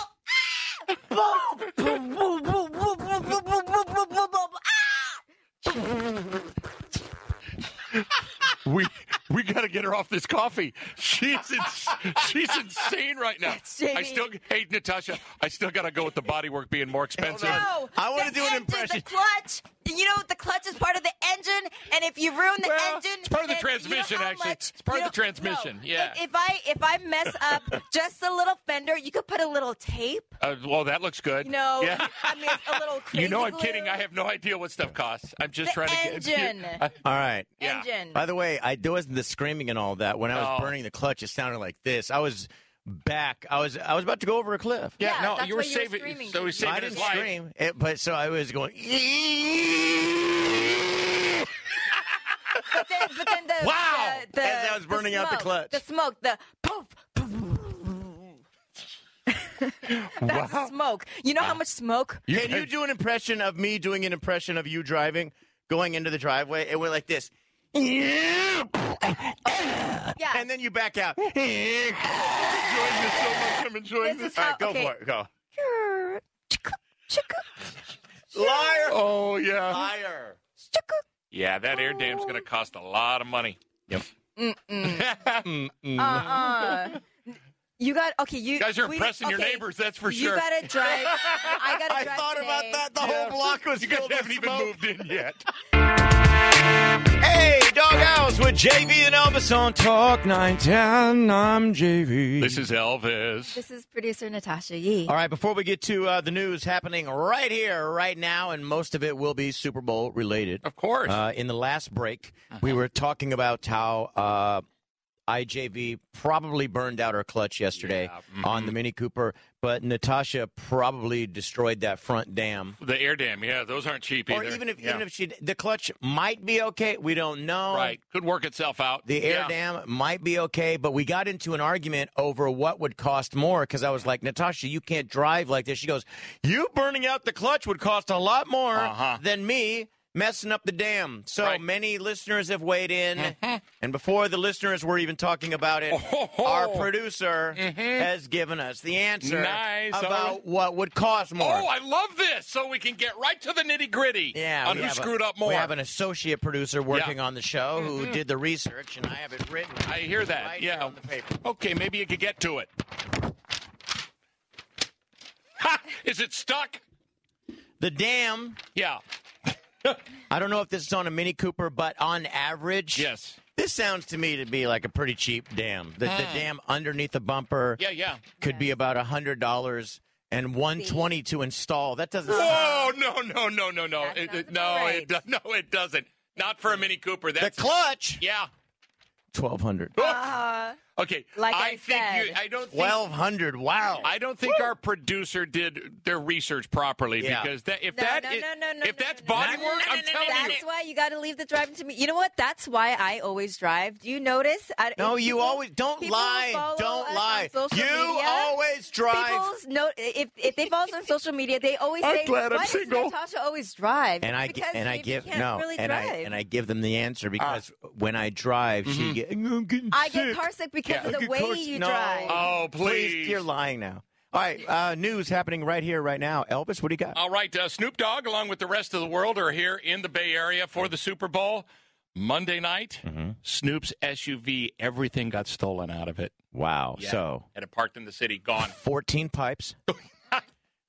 [SPEAKER 4] ah, boom, boom, boom, boom, boom, boom, boom, boom, boom, boom, boom, boom, ah!
[SPEAKER 6] we we got to get her off this coffee. She's ins- she's insane right now.
[SPEAKER 4] Jamie.
[SPEAKER 6] I still hey Natasha. I still got to go with the body work being more expensive.
[SPEAKER 4] No,
[SPEAKER 2] I wanna
[SPEAKER 4] the
[SPEAKER 2] do an
[SPEAKER 4] engine,
[SPEAKER 2] impression.
[SPEAKER 4] The clutch. You know, the clutch is part of the engine, and if you ruin the
[SPEAKER 6] Well,
[SPEAKER 4] engine,
[SPEAKER 6] it's part of the
[SPEAKER 4] then
[SPEAKER 6] transmission,
[SPEAKER 4] You know how
[SPEAKER 6] actually.
[SPEAKER 4] much-
[SPEAKER 6] It's part
[SPEAKER 4] you
[SPEAKER 6] of the
[SPEAKER 4] know-
[SPEAKER 6] transmission,
[SPEAKER 4] no.
[SPEAKER 6] yeah.
[SPEAKER 4] If, if I if I mess up just a little fender, you could put a little tape.
[SPEAKER 6] Uh, well, that looks good.
[SPEAKER 4] You know,
[SPEAKER 6] Yeah.
[SPEAKER 4] I mean, a little crazy.
[SPEAKER 6] You know, I'm
[SPEAKER 4] glue.
[SPEAKER 6] kidding. I have no idea what stuff costs. I'm just
[SPEAKER 4] The
[SPEAKER 6] trying to get.
[SPEAKER 4] engine.
[SPEAKER 6] I-
[SPEAKER 2] All right.
[SPEAKER 6] yeah.
[SPEAKER 4] engine.
[SPEAKER 2] By the way, I there wasn't the screaming and all that. When I was
[SPEAKER 6] No.
[SPEAKER 2] burning the clutch, it sounded like this. I was back. I was I was about to go over a cliff.
[SPEAKER 6] yeah,
[SPEAKER 9] Yeah,
[SPEAKER 6] no,
[SPEAKER 9] that's
[SPEAKER 6] you were
[SPEAKER 9] why you were
[SPEAKER 6] saving.
[SPEAKER 9] screaming,
[SPEAKER 6] so he was
[SPEAKER 9] Jamie.
[SPEAKER 6] saving
[SPEAKER 2] I
[SPEAKER 6] his
[SPEAKER 2] didn't
[SPEAKER 6] life.
[SPEAKER 2] scream, it, but so I was going.
[SPEAKER 4] But then, but then the
[SPEAKER 2] Wow!
[SPEAKER 4] the, the,
[SPEAKER 2] As I was burning out the
[SPEAKER 4] smoke,
[SPEAKER 2] clutch.
[SPEAKER 4] the smoke, the poof. poof. That's the smoke. You know how much smoke?
[SPEAKER 2] Can you do an impression of me doing an impression of you driving, going into the driveway? It went like this.
[SPEAKER 4] Yeah.
[SPEAKER 2] And then you back out. All
[SPEAKER 6] Enjoying this so much. I'm enjoying
[SPEAKER 4] This is
[SPEAKER 6] this.
[SPEAKER 4] how-
[SPEAKER 2] right, go
[SPEAKER 4] Okay.
[SPEAKER 2] for it. Go.
[SPEAKER 4] Chicka,
[SPEAKER 2] Liar.
[SPEAKER 6] Oh yeah.
[SPEAKER 2] Liar.
[SPEAKER 4] chicka.
[SPEAKER 6] Yeah, that air dam's going to cost a lot of money.
[SPEAKER 2] Uh,
[SPEAKER 4] Uh-uh. You got okay. You
[SPEAKER 6] You guys are
[SPEAKER 4] we-
[SPEAKER 6] impressing your
[SPEAKER 4] okay,
[SPEAKER 6] neighbors. That's for
[SPEAKER 4] You
[SPEAKER 6] sure.
[SPEAKER 4] gotta drive. I gotta.
[SPEAKER 2] I
[SPEAKER 4] drive
[SPEAKER 2] thought about
[SPEAKER 4] today.
[SPEAKER 2] that. The whole block was
[SPEAKER 6] you guys
[SPEAKER 2] filled with
[SPEAKER 6] haven't even
[SPEAKER 2] smoke.
[SPEAKER 6] moved in yet.
[SPEAKER 2] Hey, Doghouse with JV and Elvis on Talk 910. I'm JV.
[SPEAKER 6] This is Elvis.
[SPEAKER 9] This is producer Natasha Yee.
[SPEAKER 2] All right, before we get to uh, the news happening right here, right now, and most of it will be Super Bowl related.
[SPEAKER 6] Of course. Uh-huh.
[SPEAKER 2] Uh, in the last break, we were talking about how uh, IJV probably burned out her clutch yesterday
[SPEAKER 6] mm-hmm.
[SPEAKER 2] on the Mini Cooper, but Natasha probably destroyed that front dam.
[SPEAKER 6] The air dam, yeah, those aren't cheap either.
[SPEAKER 2] Or even if
[SPEAKER 6] yeah.
[SPEAKER 2] even if she the clutch might be okay, we don't know.
[SPEAKER 6] right could work itself out.
[SPEAKER 2] The air
[SPEAKER 6] Yeah.
[SPEAKER 2] dam might be okay, but we got into an argument over what would cost more because I was like, Natasha, you can't drive like this. She goes, You burning out the clutch would cost a lot more
[SPEAKER 6] Uh-huh.
[SPEAKER 2] than me messing up the dam. So
[SPEAKER 6] Right. Mm-hmm.
[SPEAKER 2] many listeners have weighed in. and before the listeners were even talking about it,
[SPEAKER 6] ho, ho.
[SPEAKER 2] our producer has given us the answer
[SPEAKER 6] Mm-hmm. Nice.
[SPEAKER 2] about what would cost more.
[SPEAKER 6] Oh, I love this! So we can get right to the nitty gritty.
[SPEAKER 2] Yeah,
[SPEAKER 6] on
[SPEAKER 2] we
[SPEAKER 6] who
[SPEAKER 2] have a-
[SPEAKER 6] screwed up more. Mm-hmm.
[SPEAKER 2] We have an associate producer working on the show who did the research, and I have it written.
[SPEAKER 6] I hear that.
[SPEAKER 2] Right
[SPEAKER 6] yeah,
[SPEAKER 2] here on the paper.
[SPEAKER 6] Okay, maybe you could get to it. Ha! Is it stuck?
[SPEAKER 2] The dam.
[SPEAKER 6] Yeah.
[SPEAKER 2] I don't know if this is on a Mini Cooper, but on average,
[SPEAKER 6] Yes.
[SPEAKER 2] This sounds to me to be like a pretty cheap dam. The, the
[SPEAKER 4] Hmm.
[SPEAKER 2] dam underneath the bumper
[SPEAKER 6] Yeah, yeah.
[SPEAKER 2] could be about hundred dollars and one twenty to install. That doesn't.
[SPEAKER 6] Oh no, no, no, no, no! It-
[SPEAKER 9] sounds
[SPEAKER 6] it- no,
[SPEAKER 9] about right.
[SPEAKER 6] it does. No, it doesn't. Not for a Mini Cooper.
[SPEAKER 2] The
[SPEAKER 6] That's
[SPEAKER 2] clutch
[SPEAKER 6] yeah.
[SPEAKER 2] twelve hundred.
[SPEAKER 4] Uh,
[SPEAKER 6] Oh. Okay,
[SPEAKER 4] Like I
[SPEAKER 6] think you,
[SPEAKER 4] said.
[SPEAKER 6] I don't think
[SPEAKER 2] Twelve hundred. Wow.
[SPEAKER 6] I don't think our producer did their research properly
[SPEAKER 2] Yeah.
[SPEAKER 6] because that if
[SPEAKER 4] No,
[SPEAKER 6] that
[SPEAKER 4] no,
[SPEAKER 6] is-
[SPEAKER 4] no, no, no,
[SPEAKER 6] if
[SPEAKER 4] no,
[SPEAKER 6] that's
[SPEAKER 4] no, no,
[SPEAKER 6] body
[SPEAKER 4] no,
[SPEAKER 6] work,
[SPEAKER 4] no,
[SPEAKER 6] I'm
[SPEAKER 4] no, no,
[SPEAKER 6] telling you.
[SPEAKER 4] That's why you got to leave the driving to me. You know what? That's why I always drive. Do you notice? I,
[SPEAKER 2] No,
[SPEAKER 4] if
[SPEAKER 2] you
[SPEAKER 4] people-
[SPEAKER 2] always don't
[SPEAKER 4] people who
[SPEAKER 2] lie.
[SPEAKER 4] follow us
[SPEAKER 2] Don't
[SPEAKER 4] on
[SPEAKER 2] lie.
[SPEAKER 4] social
[SPEAKER 2] You
[SPEAKER 4] media,
[SPEAKER 2] always drive.
[SPEAKER 4] People's no, if if they follow us on social media, they always
[SPEAKER 6] I'm
[SPEAKER 4] say,
[SPEAKER 6] glad I'm
[SPEAKER 4] "Why does
[SPEAKER 6] single."
[SPEAKER 4] Natasha always drive?"
[SPEAKER 2] and I gi-
[SPEAKER 4] because
[SPEAKER 2] and I
[SPEAKER 4] maybe
[SPEAKER 2] give
[SPEAKER 4] you can't
[SPEAKER 2] no
[SPEAKER 4] really
[SPEAKER 2] and
[SPEAKER 4] drive.
[SPEAKER 2] I and I give them the
[SPEAKER 6] Ah.
[SPEAKER 2] answer because when I drive,
[SPEAKER 6] Mm-hmm.
[SPEAKER 2] she get, I'm getting
[SPEAKER 4] I get
[SPEAKER 2] sick."
[SPEAKER 4] car sick because
[SPEAKER 2] Yeah.
[SPEAKER 4] of the
[SPEAKER 2] Get
[SPEAKER 4] way
[SPEAKER 2] car sick.
[SPEAKER 4] you
[SPEAKER 2] No.
[SPEAKER 4] drive.
[SPEAKER 6] Oh, please.
[SPEAKER 2] You're lying now. All right, uh, news happening right here, right now. Elvis, what do you got?
[SPEAKER 6] All right, uh, Snoop Dogg, along with the rest of the world, are here in the Bay Area for the Super Bowl Monday night.
[SPEAKER 2] Mm-hmm.
[SPEAKER 6] Snoop's SUV, everything got stolen out of it.
[SPEAKER 2] Wow. So
[SPEAKER 6] had it parked in the city, gone.
[SPEAKER 2] 14 pipes,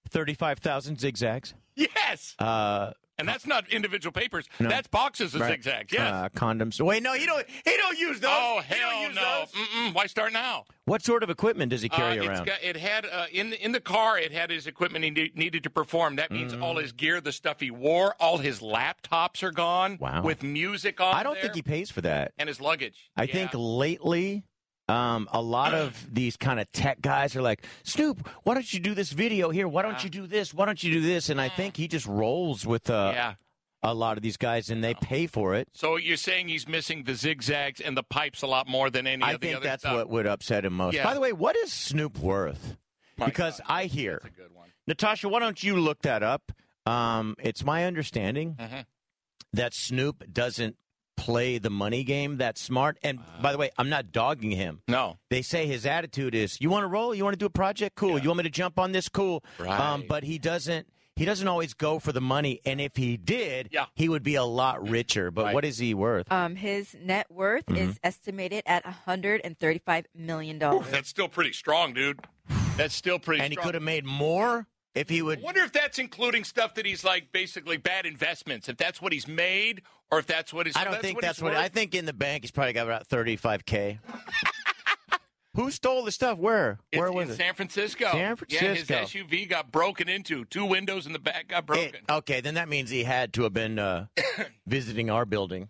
[SPEAKER 2] 35,000 zigzags.
[SPEAKER 6] yes,
[SPEAKER 2] Uh,
[SPEAKER 6] and that's not individual papers.
[SPEAKER 2] No.
[SPEAKER 6] That's boxes of
[SPEAKER 2] right,
[SPEAKER 6] zigzags. Yes.
[SPEAKER 2] uh, condoms. Wait, no, you don't. He don't use those.
[SPEAKER 6] oh
[SPEAKER 2] He don't
[SPEAKER 6] hell
[SPEAKER 2] use
[SPEAKER 6] no!
[SPEAKER 2] those.
[SPEAKER 6] Mm-mm, why start now?
[SPEAKER 2] What sort of equipment does he carry
[SPEAKER 6] Uh, it's
[SPEAKER 2] around?
[SPEAKER 6] got- it had uh, in the, in the car. It had his equipment he ne- needed to perform. That means
[SPEAKER 2] Mm.
[SPEAKER 6] all his gear, the stuff he wore, all his laptops are gone.
[SPEAKER 2] Wow.
[SPEAKER 6] With music on.
[SPEAKER 2] I don't
[SPEAKER 6] there,
[SPEAKER 2] think he pays for that.
[SPEAKER 6] And his luggage.
[SPEAKER 2] I
[SPEAKER 6] Yeah.
[SPEAKER 2] think lately, um, a lot of these kind of tech guys are like, Snoop, why don't you do this video here? Why
[SPEAKER 6] Uh.
[SPEAKER 2] don't you do this? Why don't you do this? And I think he just rolls with uh,
[SPEAKER 6] yeah.
[SPEAKER 2] a lot of these guys and they pay for it.
[SPEAKER 6] So you're saying he's missing the zigzags and the pipes a lot more than any
[SPEAKER 2] I
[SPEAKER 6] of the
[SPEAKER 2] think
[SPEAKER 6] other
[SPEAKER 2] that's
[SPEAKER 6] stuff.
[SPEAKER 2] what would upset him most.
[SPEAKER 6] Yeah.
[SPEAKER 2] By the way, what is Snoop worth?
[SPEAKER 6] My
[SPEAKER 2] because
[SPEAKER 6] God,
[SPEAKER 2] I hear,
[SPEAKER 6] That's a good one.
[SPEAKER 2] Natasha, why don't you look that up? Um, it's my understanding
[SPEAKER 6] Mhm.
[SPEAKER 2] that Snoop doesn't play the money game that smart. And
[SPEAKER 6] Uh.
[SPEAKER 2] by the way, I'm not dogging him.
[SPEAKER 6] No.
[SPEAKER 2] they say his attitude is you want to roll you want to do a project cool you want me to jump on this cool Um,
[SPEAKER 6] Right.
[SPEAKER 2] but he doesn't he doesn't always go for the money and if he did
[SPEAKER 6] Yeah.
[SPEAKER 2] he would be a lot richer but
[SPEAKER 6] Right.
[SPEAKER 2] what is he worth
[SPEAKER 4] Um, his net worth is estimated at 135 million dollars.
[SPEAKER 6] That's still pretty strong, dude. That's still pretty
[SPEAKER 2] and he
[SPEAKER 6] strong.
[SPEAKER 2] could have made more if he would
[SPEAKER 6] I wonder if that's including stuff that he's like basically bad investments. If that's what he's made, or if that's what he's.
[SPEAKER 2] i don't think that's what i think in the bank he's probably got about 35k who stole the stuff where
[SPEAKER 6] It's
[SPEAKER 2] where was
[SPEAKER 6] in
[SPEAKER 2] it
[SPEAKER 6] San Francisco.
[SPEAKER 2] San Francisco.
[SPEAKER 6] Yeah, his SUV got broken into. Two windows in the back got
[SPEAKER 2] It-
[SPEAKER 6] broken.
[SPEAKER 2] okay, then that means he had to have been uh, visiting our building.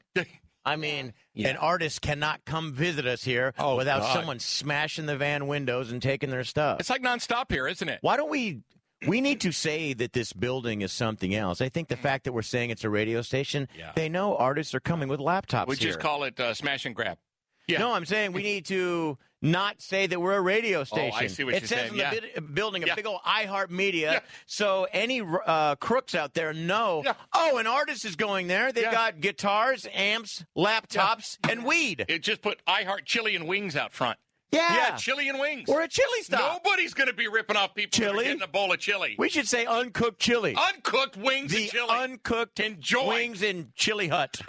[SPEAKER 2] I mean, an artist cannot come visit us here
[SPEAKER 6] Oh,
[SPEAKER 2] without
[SPEAKER 6] God.
[SPEAKER 2] someone smashing the van windows and taking their stuff.
[SPEAKER 6] it's like nonstop here, isn't it?
[SPEAKER 2] Why don't we? We need to say that this building is something else. I think the fact that we're saying it's a radio station,
[SPEAKER 6] Mm. Yeah.
[SPEAKER 2] they know artists are coming with laptops.
[SPEAKER 6] We just
[SPEAKER 2] here.
[SPEAKER 6] call it uh, smash and grab. Yeah. Oh,
[SPEAKER 2] No, I'm saying we need to not say that we're a radio station.
[SPEAKER 6] see what
[SPEAKER 2] it
[SPEAKER 6] you're
[SPEAKER 2] says
[SPEAKER 6] saying,
[SPEAKER 2] in
[SPEAKER 6] yeah.
[SPEAKER 2] the bid- building a
[SPEAKER 6] Yeah.
[SPEAKER 2] big old iHeart Media,
[SPEAKER 6] Yeah.
[SPEAKER 2] so any uh, crooks out there know.
[SPEAKER 6] Yeah.
[SPEAKER 2] Oh, an artist is going there. They
[SPEAKER 6] Yeah.
[SPEAKER 2] got guitars, amps, laptops, and weed.
[SPEAKER 6] It just put I Heart Chili and Wings out front.
[SPEAKER 2] yeah,
[SPEAKER 6] Yeah, chili and wings.
[SPEAKER 2] we're a chili stop.
[SPEAKER 6] Nobody's going to be ripping off people for
[SPEAKER 2] Chili?
[SPEAKER 6] getting a bowl of chili.
[SPEAKER 2] We should say uncooked chili.
[SPEAKER 6] Uncooked wings
[SPEAKER 2] the
[SPEAKER 6] and chili.
[SPEAKER 2] uncooked
[SPEAKER 6] Enjoy.
[SPEAKER 2] wings and chili hut.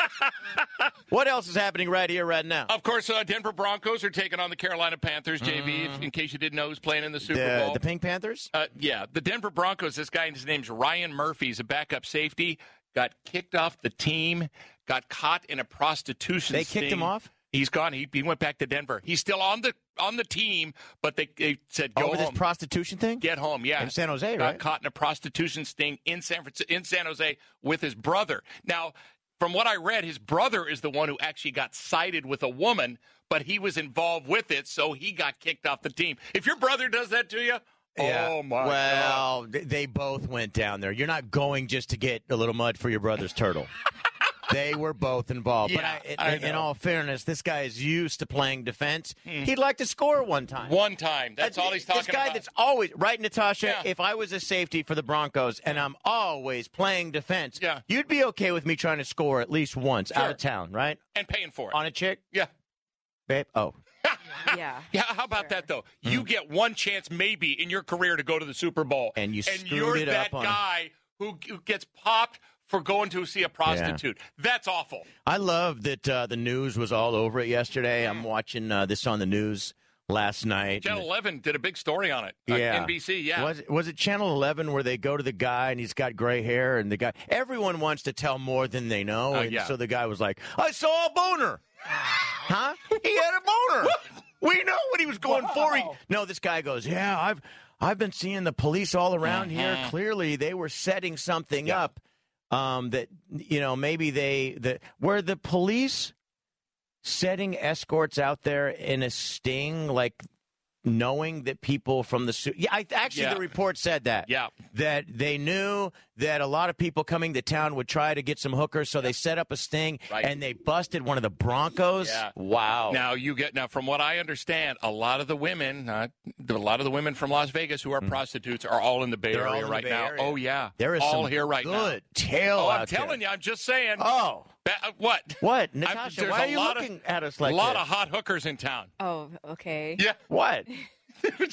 [SPEAKER 2] what else is happening right here, right now?
[SPEAKER 6] of course, uh, Denver Broncos are taking on the Carolina Panthers. JV, if- in case you didn't know, who's playing in the Super
[SPEAKER 2] Mm. the,
[SPEAKER 6] Bowl.
[SPEAKER 2] the Pink Panthers.
[SPEAKER 6] uh, yeah, the Denver Broncos. This guy, his name's Ryan Murphy. He's a backup safety. Got kicked off the team. Got caught in a prostitution.
[SPEAKER 2] They kicked
[SPEAKER 6] sting.
[SPEAKER 2] him off?
[SPEAKER 6] He's gone. He, he went back to Denver. He's still on the on the team, but they, they said go
[SPEAKER 2] Over
[SPEAKER 6] home.
[SPEAKER 2] this prostitution thing
[SPEAKER 6] Get home, yeah.
[SPEAKER 2] In San Jose,
[SPEAKER 6] got
[SPEAKER 2] right?
[SPEAKER 6] Caught in a prostitution sting in San Francisco, in San Jose with his brother. Now, from what I read, his brother is the one who actually got cited with a woman, but he was involved with it, so he got kicked off the team. If your brother does that to you, oh my god.
[SPEAKER 2] Well, th- they both went down there. You're not going just to get a little mud for your brother's turtle. they were both involved.
[SPEAKER 6] Yeah,
[SPEAKER 2] but I,
[SPEAKER 6] I
[SPEAKER 2] in, in
[SPEAKER 6] know. Hmm.
[SPEAKER 2] all fairness, this guy is used to playing defense. He'd like to score one time.
[SPEAKER 6] One time. That's
[SPEAKER 2] Uh,
[SPEAKER 6] all he's talking
[SPEAKER 2] This guy
[SPEAKER 6] about.
[SPEAKER 2] that's always right, Natasha.
[SPEAKER 6] Yeah.
[SPEAKER 2] If I was a safety for the Broncos and I'm always playing defense,
[SPEAKER 6] Yeah.
[SPEAKER 2] you'd be okay with me trying to score at least once out of town, right?
[SPEAKER 6] and paying for it.
[SPEAKER 2] On a chick,
[SPEAKER 6] yeah.
[SPEAKER 2] babe. Oh,
[SPEAKER 4] yeah.
[SPEAKER 6] Yeah, how about
[SPEAKER 4] Sure.
[SPEAKER 6] that though?
[SPEAKER 2] Hmm.
[SPEAKER 6] You get one chance maybe in your career to go to the Super Bowl,
[SPEAKER 2] And you
[SPEAKER 6] and
[SPEAKER 2] screwed
[SPEAKER 6] you're
[SPEAKER 2] it
[SPEAKER 6] that
[SPEAKER 2] up on-
[SPEAKER 6] guy who, who gets popped for going to see a prostitute. That's awful.
[SPEAKER 2] I love that uh, the news was all over it yesterday. I'm watching uh, this on the news last night.
[SPEAKER 6] Mm. Channel 11 did a big story on it. Uh,
[SPEAKER 2] Yeah.
[SPEAKER 6] NBC, yeah.
[SPEAKER 2] Was was it Channel Eleven where they go to the guy and he's got gray hair and the guy? Everyone wants to tell more than they know,
[SPEAKER 6] Uh,
[SPEAKER 2] and
[SPEAKER 6] yeah.
[SPEAKER 2] so the guy was like, "I saw a boner." huh? He had a boner. we know what he was going for. He, no, this guy goes, "Yeah, I've I've been seeing the police all around
[SPEAKER 6] Uh-huh.
[SPEAKER 2] here. Clearly, they were setting something up. Um, that you know, maybe they the were the police." setting escorts out there in a sting, like knowing that people from the su- yeah, I, actually
[SPEAKER 6] Yeah.
[SPEAKER 2] the report said that
[SPEAKER 6] Yeah.
[SPEAKER 2] that they knew that a lot of people coming to town would try to get some hookers, so they set up a sting
[SPEAKER 6] Right.
[SPEAKER 2] and they busted one of the Broncos.
[SPEAKER 6] Yeah.
[SPEAKER 2] Wow.
[SPEAKER 6] Now you get now from what I understand, a lot of the women, uh, a lot of the women from Las Vegas who are prostitutes are all in the Bay
[SPEAKER 2] Mm. They're all
[SPEAKER 6] Area
[SPEAKER 2] in the
[SPEAKER 6] right
[SPEAKER 2] Bay
[SPEAKER 6] now.
[SPEAKER 2] Area.
[SPEAKER 6] Oh yeah,
[SPEAKER 2] there is
[SPEAKER 6] all
[SPEAKER 2] some
[SPEAKER 6] here right
[SPEAKER 2] good
[SPEAKER 6] now.
[SPEAKER 2] tail.
[SPEAKER 6] Oh, I'm
[SPEAKER 2] out there.
[SPEAKER 6] telling you, I'm just saying.
[SPEAKER 2] Oh,
[SPEAKER 6] Ba- uh, what?
[SPEAKER 2] what, Natasha?
[SPEAKER 6] there's
[SPEAKER 2] why
[SPEAKER 6] a
[SPEAKER 2] are you
[SPEAKER 6] lot of-
[SPEAKER 2] looking at us
[SPEAKER 6] A
[SPEAKER 2] like
[SPEAKER 6] lot
[SPEAKER 2] this?
[SPEAKER 6] of hot hookers in town.
[SPEAKER 4] Oh, okay.
[SPEAKER 6] Yeah,
[SPEAKER 2] What?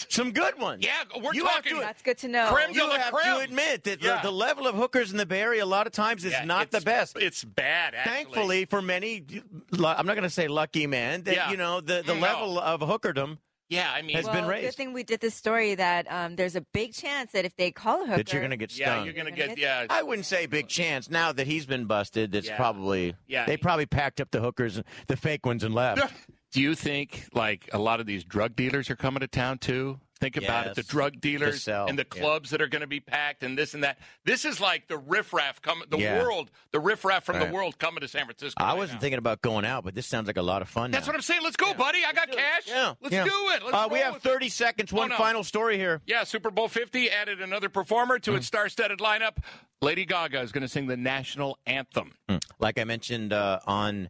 [SPEAKER 2] Some good ones.
[SPEAKER 6] yeah, we're
[SPEAKER 2] You have
[SPEAKER 6] talking.
[SPEAKER 2] to-
[SPEAKER 4] That's good to know.
[SPEAKER 6] Creme de
[SPEAKER 2] You
[SPEAKER 6] la
[SPEAKER 2] have
[SPEAKER 6] creme.
[SPEAKER 2] to admit that
[SPEAKER 6] Yeah.
[SPEAKER 2] the, the level of hookers in the Bay Area a lot of times is
[SPEAKER 6] Yeah,
[SPEAKER 2] not the
[SPEAKER 6] it's-
[SPEAKER 2] best.
[SPEAKER 6] It's bad. Actually.
[SPEAKER 2] Thankfully, for many, lu- I'm not going to say lucky man, that
[SPEAKER 6] Yeah.
[SPEAKER 2] you know the, the
[SPEAKER 6] No.
[SPEAKER 2] level of hookerdom
[SPEAKER 6] yeah. I mean,
[SPEAKER 2] has been
[SPEAKER 4] well, Good
[SPEAKER 2] raised.
[SPEAKER 4] thing we did this story that um, there's a big chance that if they call a hooker,
[SPEAKER 2] that you're going to get
[SPEAKER 6] yeah,
[SPEAKER 2] stung.
[SPEAKER 6] you're gonna
[SPEAKER 4] You're
[SPEAKER 6] get
[SPEAKER 4] gonna
[SPEAKER 6] yeah.
[SPEAKER 2] I wouldn't say big chance. Now that he's been busted, that's
[SPEAKER 6] Yeah.
[SPEAKER 2] probably
[SPEAKER 6] Yeah.
[SPEAKER 2] They probably packed up the hookers, the fake ones, and left.
[SPEAKER 6] Do you think like a lot of these drug dealers are coming to town too? Think about it.
[SPEAKER 2] Yes.
[SPEAKER 6] The drug dealers
[SPEAKER 2] sell,
[SPEAKER 6] and the
[SPEAKER 2] yeah.
[SPEAKER 6] clubs that are going to be packed and this and that. This is like the riffraff coming, the
[SPEAKER 2] Yeah.
[SPEAKER 6] world, the riffraff from
[SPEAKER 2] Right.
[SPEAKER 6] the world coming to San Francisco.
[SPEAKER 2] I
[SPEAKER 6] right
[SPEAKER 2] wasn't
[SPEAKER 6] now.
[SPEAKER 2] thinking about going out, but this sounds like a lot of fun.
[SPEAKER 6] That's what I'm saying. Let's go, buddy. I got cash.
[SPEAKER 2] Yeah,
[SPEAKER 6] Let's
[SPEAKER 2] yeah.
[SPEAKER 6] do it. Let's
[SPEAKER 2] Uh, we
[SPEAKER 6] roll
[SPEAKER 2] have
[SPEAKER 6] with it. Oh,
[SPEAKER 2] 30 seconds. One
[SPEAKER 6] no.
[SPEAKER 2] final story here.
[SPEAKER 6] Yeah, Super Bowl 50 added another performer
[SPEAKER 2] Mm-hmm.
[SPEAKER 6] to its star-studded lineup. Lady Gaga is going to sing the national anthem.
[SPEAKER 2] like I mentioned uh, on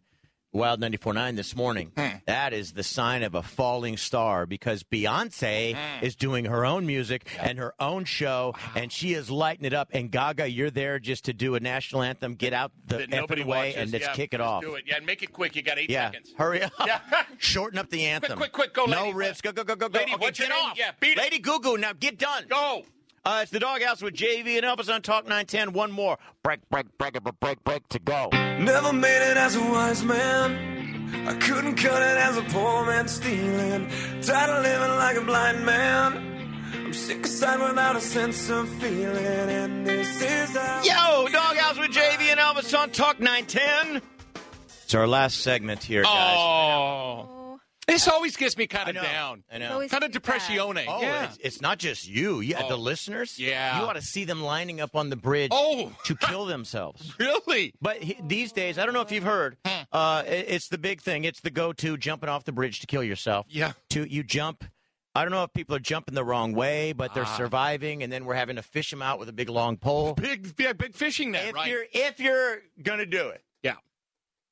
[SPEAKER 2] Wild 94.9 this morning, that is the sign of a falling star because Beyonce is doing her own music and her own show, and she is lighting it up. And Gaga, you're there just to do a national anthem, get out the
[SPEAKER 6] That
[SPEAKER 2] effing
[SPEAKER 6] nobody
[SPEAKER 2] way,
[SPEAKER 6] watches.
[SPEAKER 2] and let's
[SPEAKER 6] yeah,
[SPEAKER 2] kick it
[SPEAKER 6] just
[SPEAKER 2] off.
[SPEAKER 6] Do it. Yeah, and make it quick. You got eight
[SPEAKER 2] Yeah,
[SPEAKER 6] seconds.
[SPEAKER 2] hurry up.
[SPEAKER 6] Yeah.
[SPEAKER 2] Shorten up the anthem.
[SPEAKER 6] quick, quick, go,
[SPEAKER 2] No
[SPEAKER 6] lady.
[SPEAKER 2] riffs. Go, go, go, go, go.
[SPEAKER 6] Lady,
[SPEAKER 2] okay,
[SPEAKER 6] what's your
[SPEAKER 2] get
[SPEAKER 6] name?
[SPEAKER 2] off.
[SPEAKER 6] Yeah, beat it.
[SPEAKER 2] Lady Goo Goo, now get done.
[SPEAKER 6] Go.
[SPEAKER 2] Uh, it's the Doghouse with JV and Elvis on Talk 910. One more. Break, break, break, break, break, break to go.
[SPEAKER 7] Never made it as a wise man. I couldn't cut it as a poor man stealing. Tired of living like a blind man. I'm sick of sight without a sense of feeling. And this is how.
[SPEAKER 2] Yo, Doghouse with JV and Elvis on Talk 910. It's our last segment here, guys.
[SPEAKER 6] Oh. This always gets me kind
[SPEAKER 2] I
[SPEAKER 6] of
[SPEAKER 2] know.
[SPEAKER 6] down.
[SPEAKER 2] I know.
[SPEAKER 10] always-
[SPEAKER 6] Kind of depressione.
[SPEAKER 2] Oh,
[SPEAKER 6] yeah.
[SPEAKER 2] it's, it's not just you. Yeah,
[SPEAKER 6] Oh.
[SPEAKER 2] the listeners.
[SPEAKER 6] Yeah.
[SPEAKER 2] you ought to see them lining up on the bridge
[SPEAKER 6] Oh.
[SPEAKER 2] to kill themselves.
[SPEAKER 6] Really?
[SPEAKER 2] But he, these days, I don't know if you've heard. Uh, it- it's the big thing. It's the go-to jumping off the bridge to kill yourself.
[SPEAKER 6] Yeah.
[SPEAKER 2] To you jump. I don't know if people are jumping the wrong way, but they're surviving, and then we're having to fish them out with a big long pole.
[SPEAKER 6] Big, big, big fishing net,
[SPEAKER 2] if
[SPEAKER 6] right?
[SPEAKER 2] you're if you're gonna do it,
[SPEAKER 6] Yeah.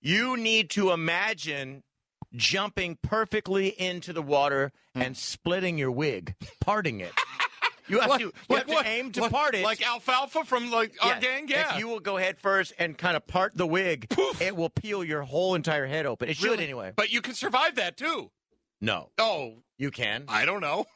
[SPEAKER 2] you need to imagine jumping perfectly into the water
[SPEAKER 6] Hmm.
[SPEAKER 2] and splitting your wig, parting it. You have to, you have to aim to
[SPEAKER 6] like-
[SPEAKER 2] part it.
[SPEAKER 6] Like alfalfa from like our
[SPEAKER 2] Yeah.
[SPEAKER 6] gang, yeah.
[SPEAKER 2] If you will go head first and kind of part the wig, it will peel your whole entire head open. It should
[SPEAKER 6] Really?
[SPEAKER 2] anyway.
[SPEAKER 6] But you can survive that too.
[SPEAKER 2] No,
[SPEAKER 6] Oh,
[SPEAKER 2] you can.
[SPEAKER 6] I don't know.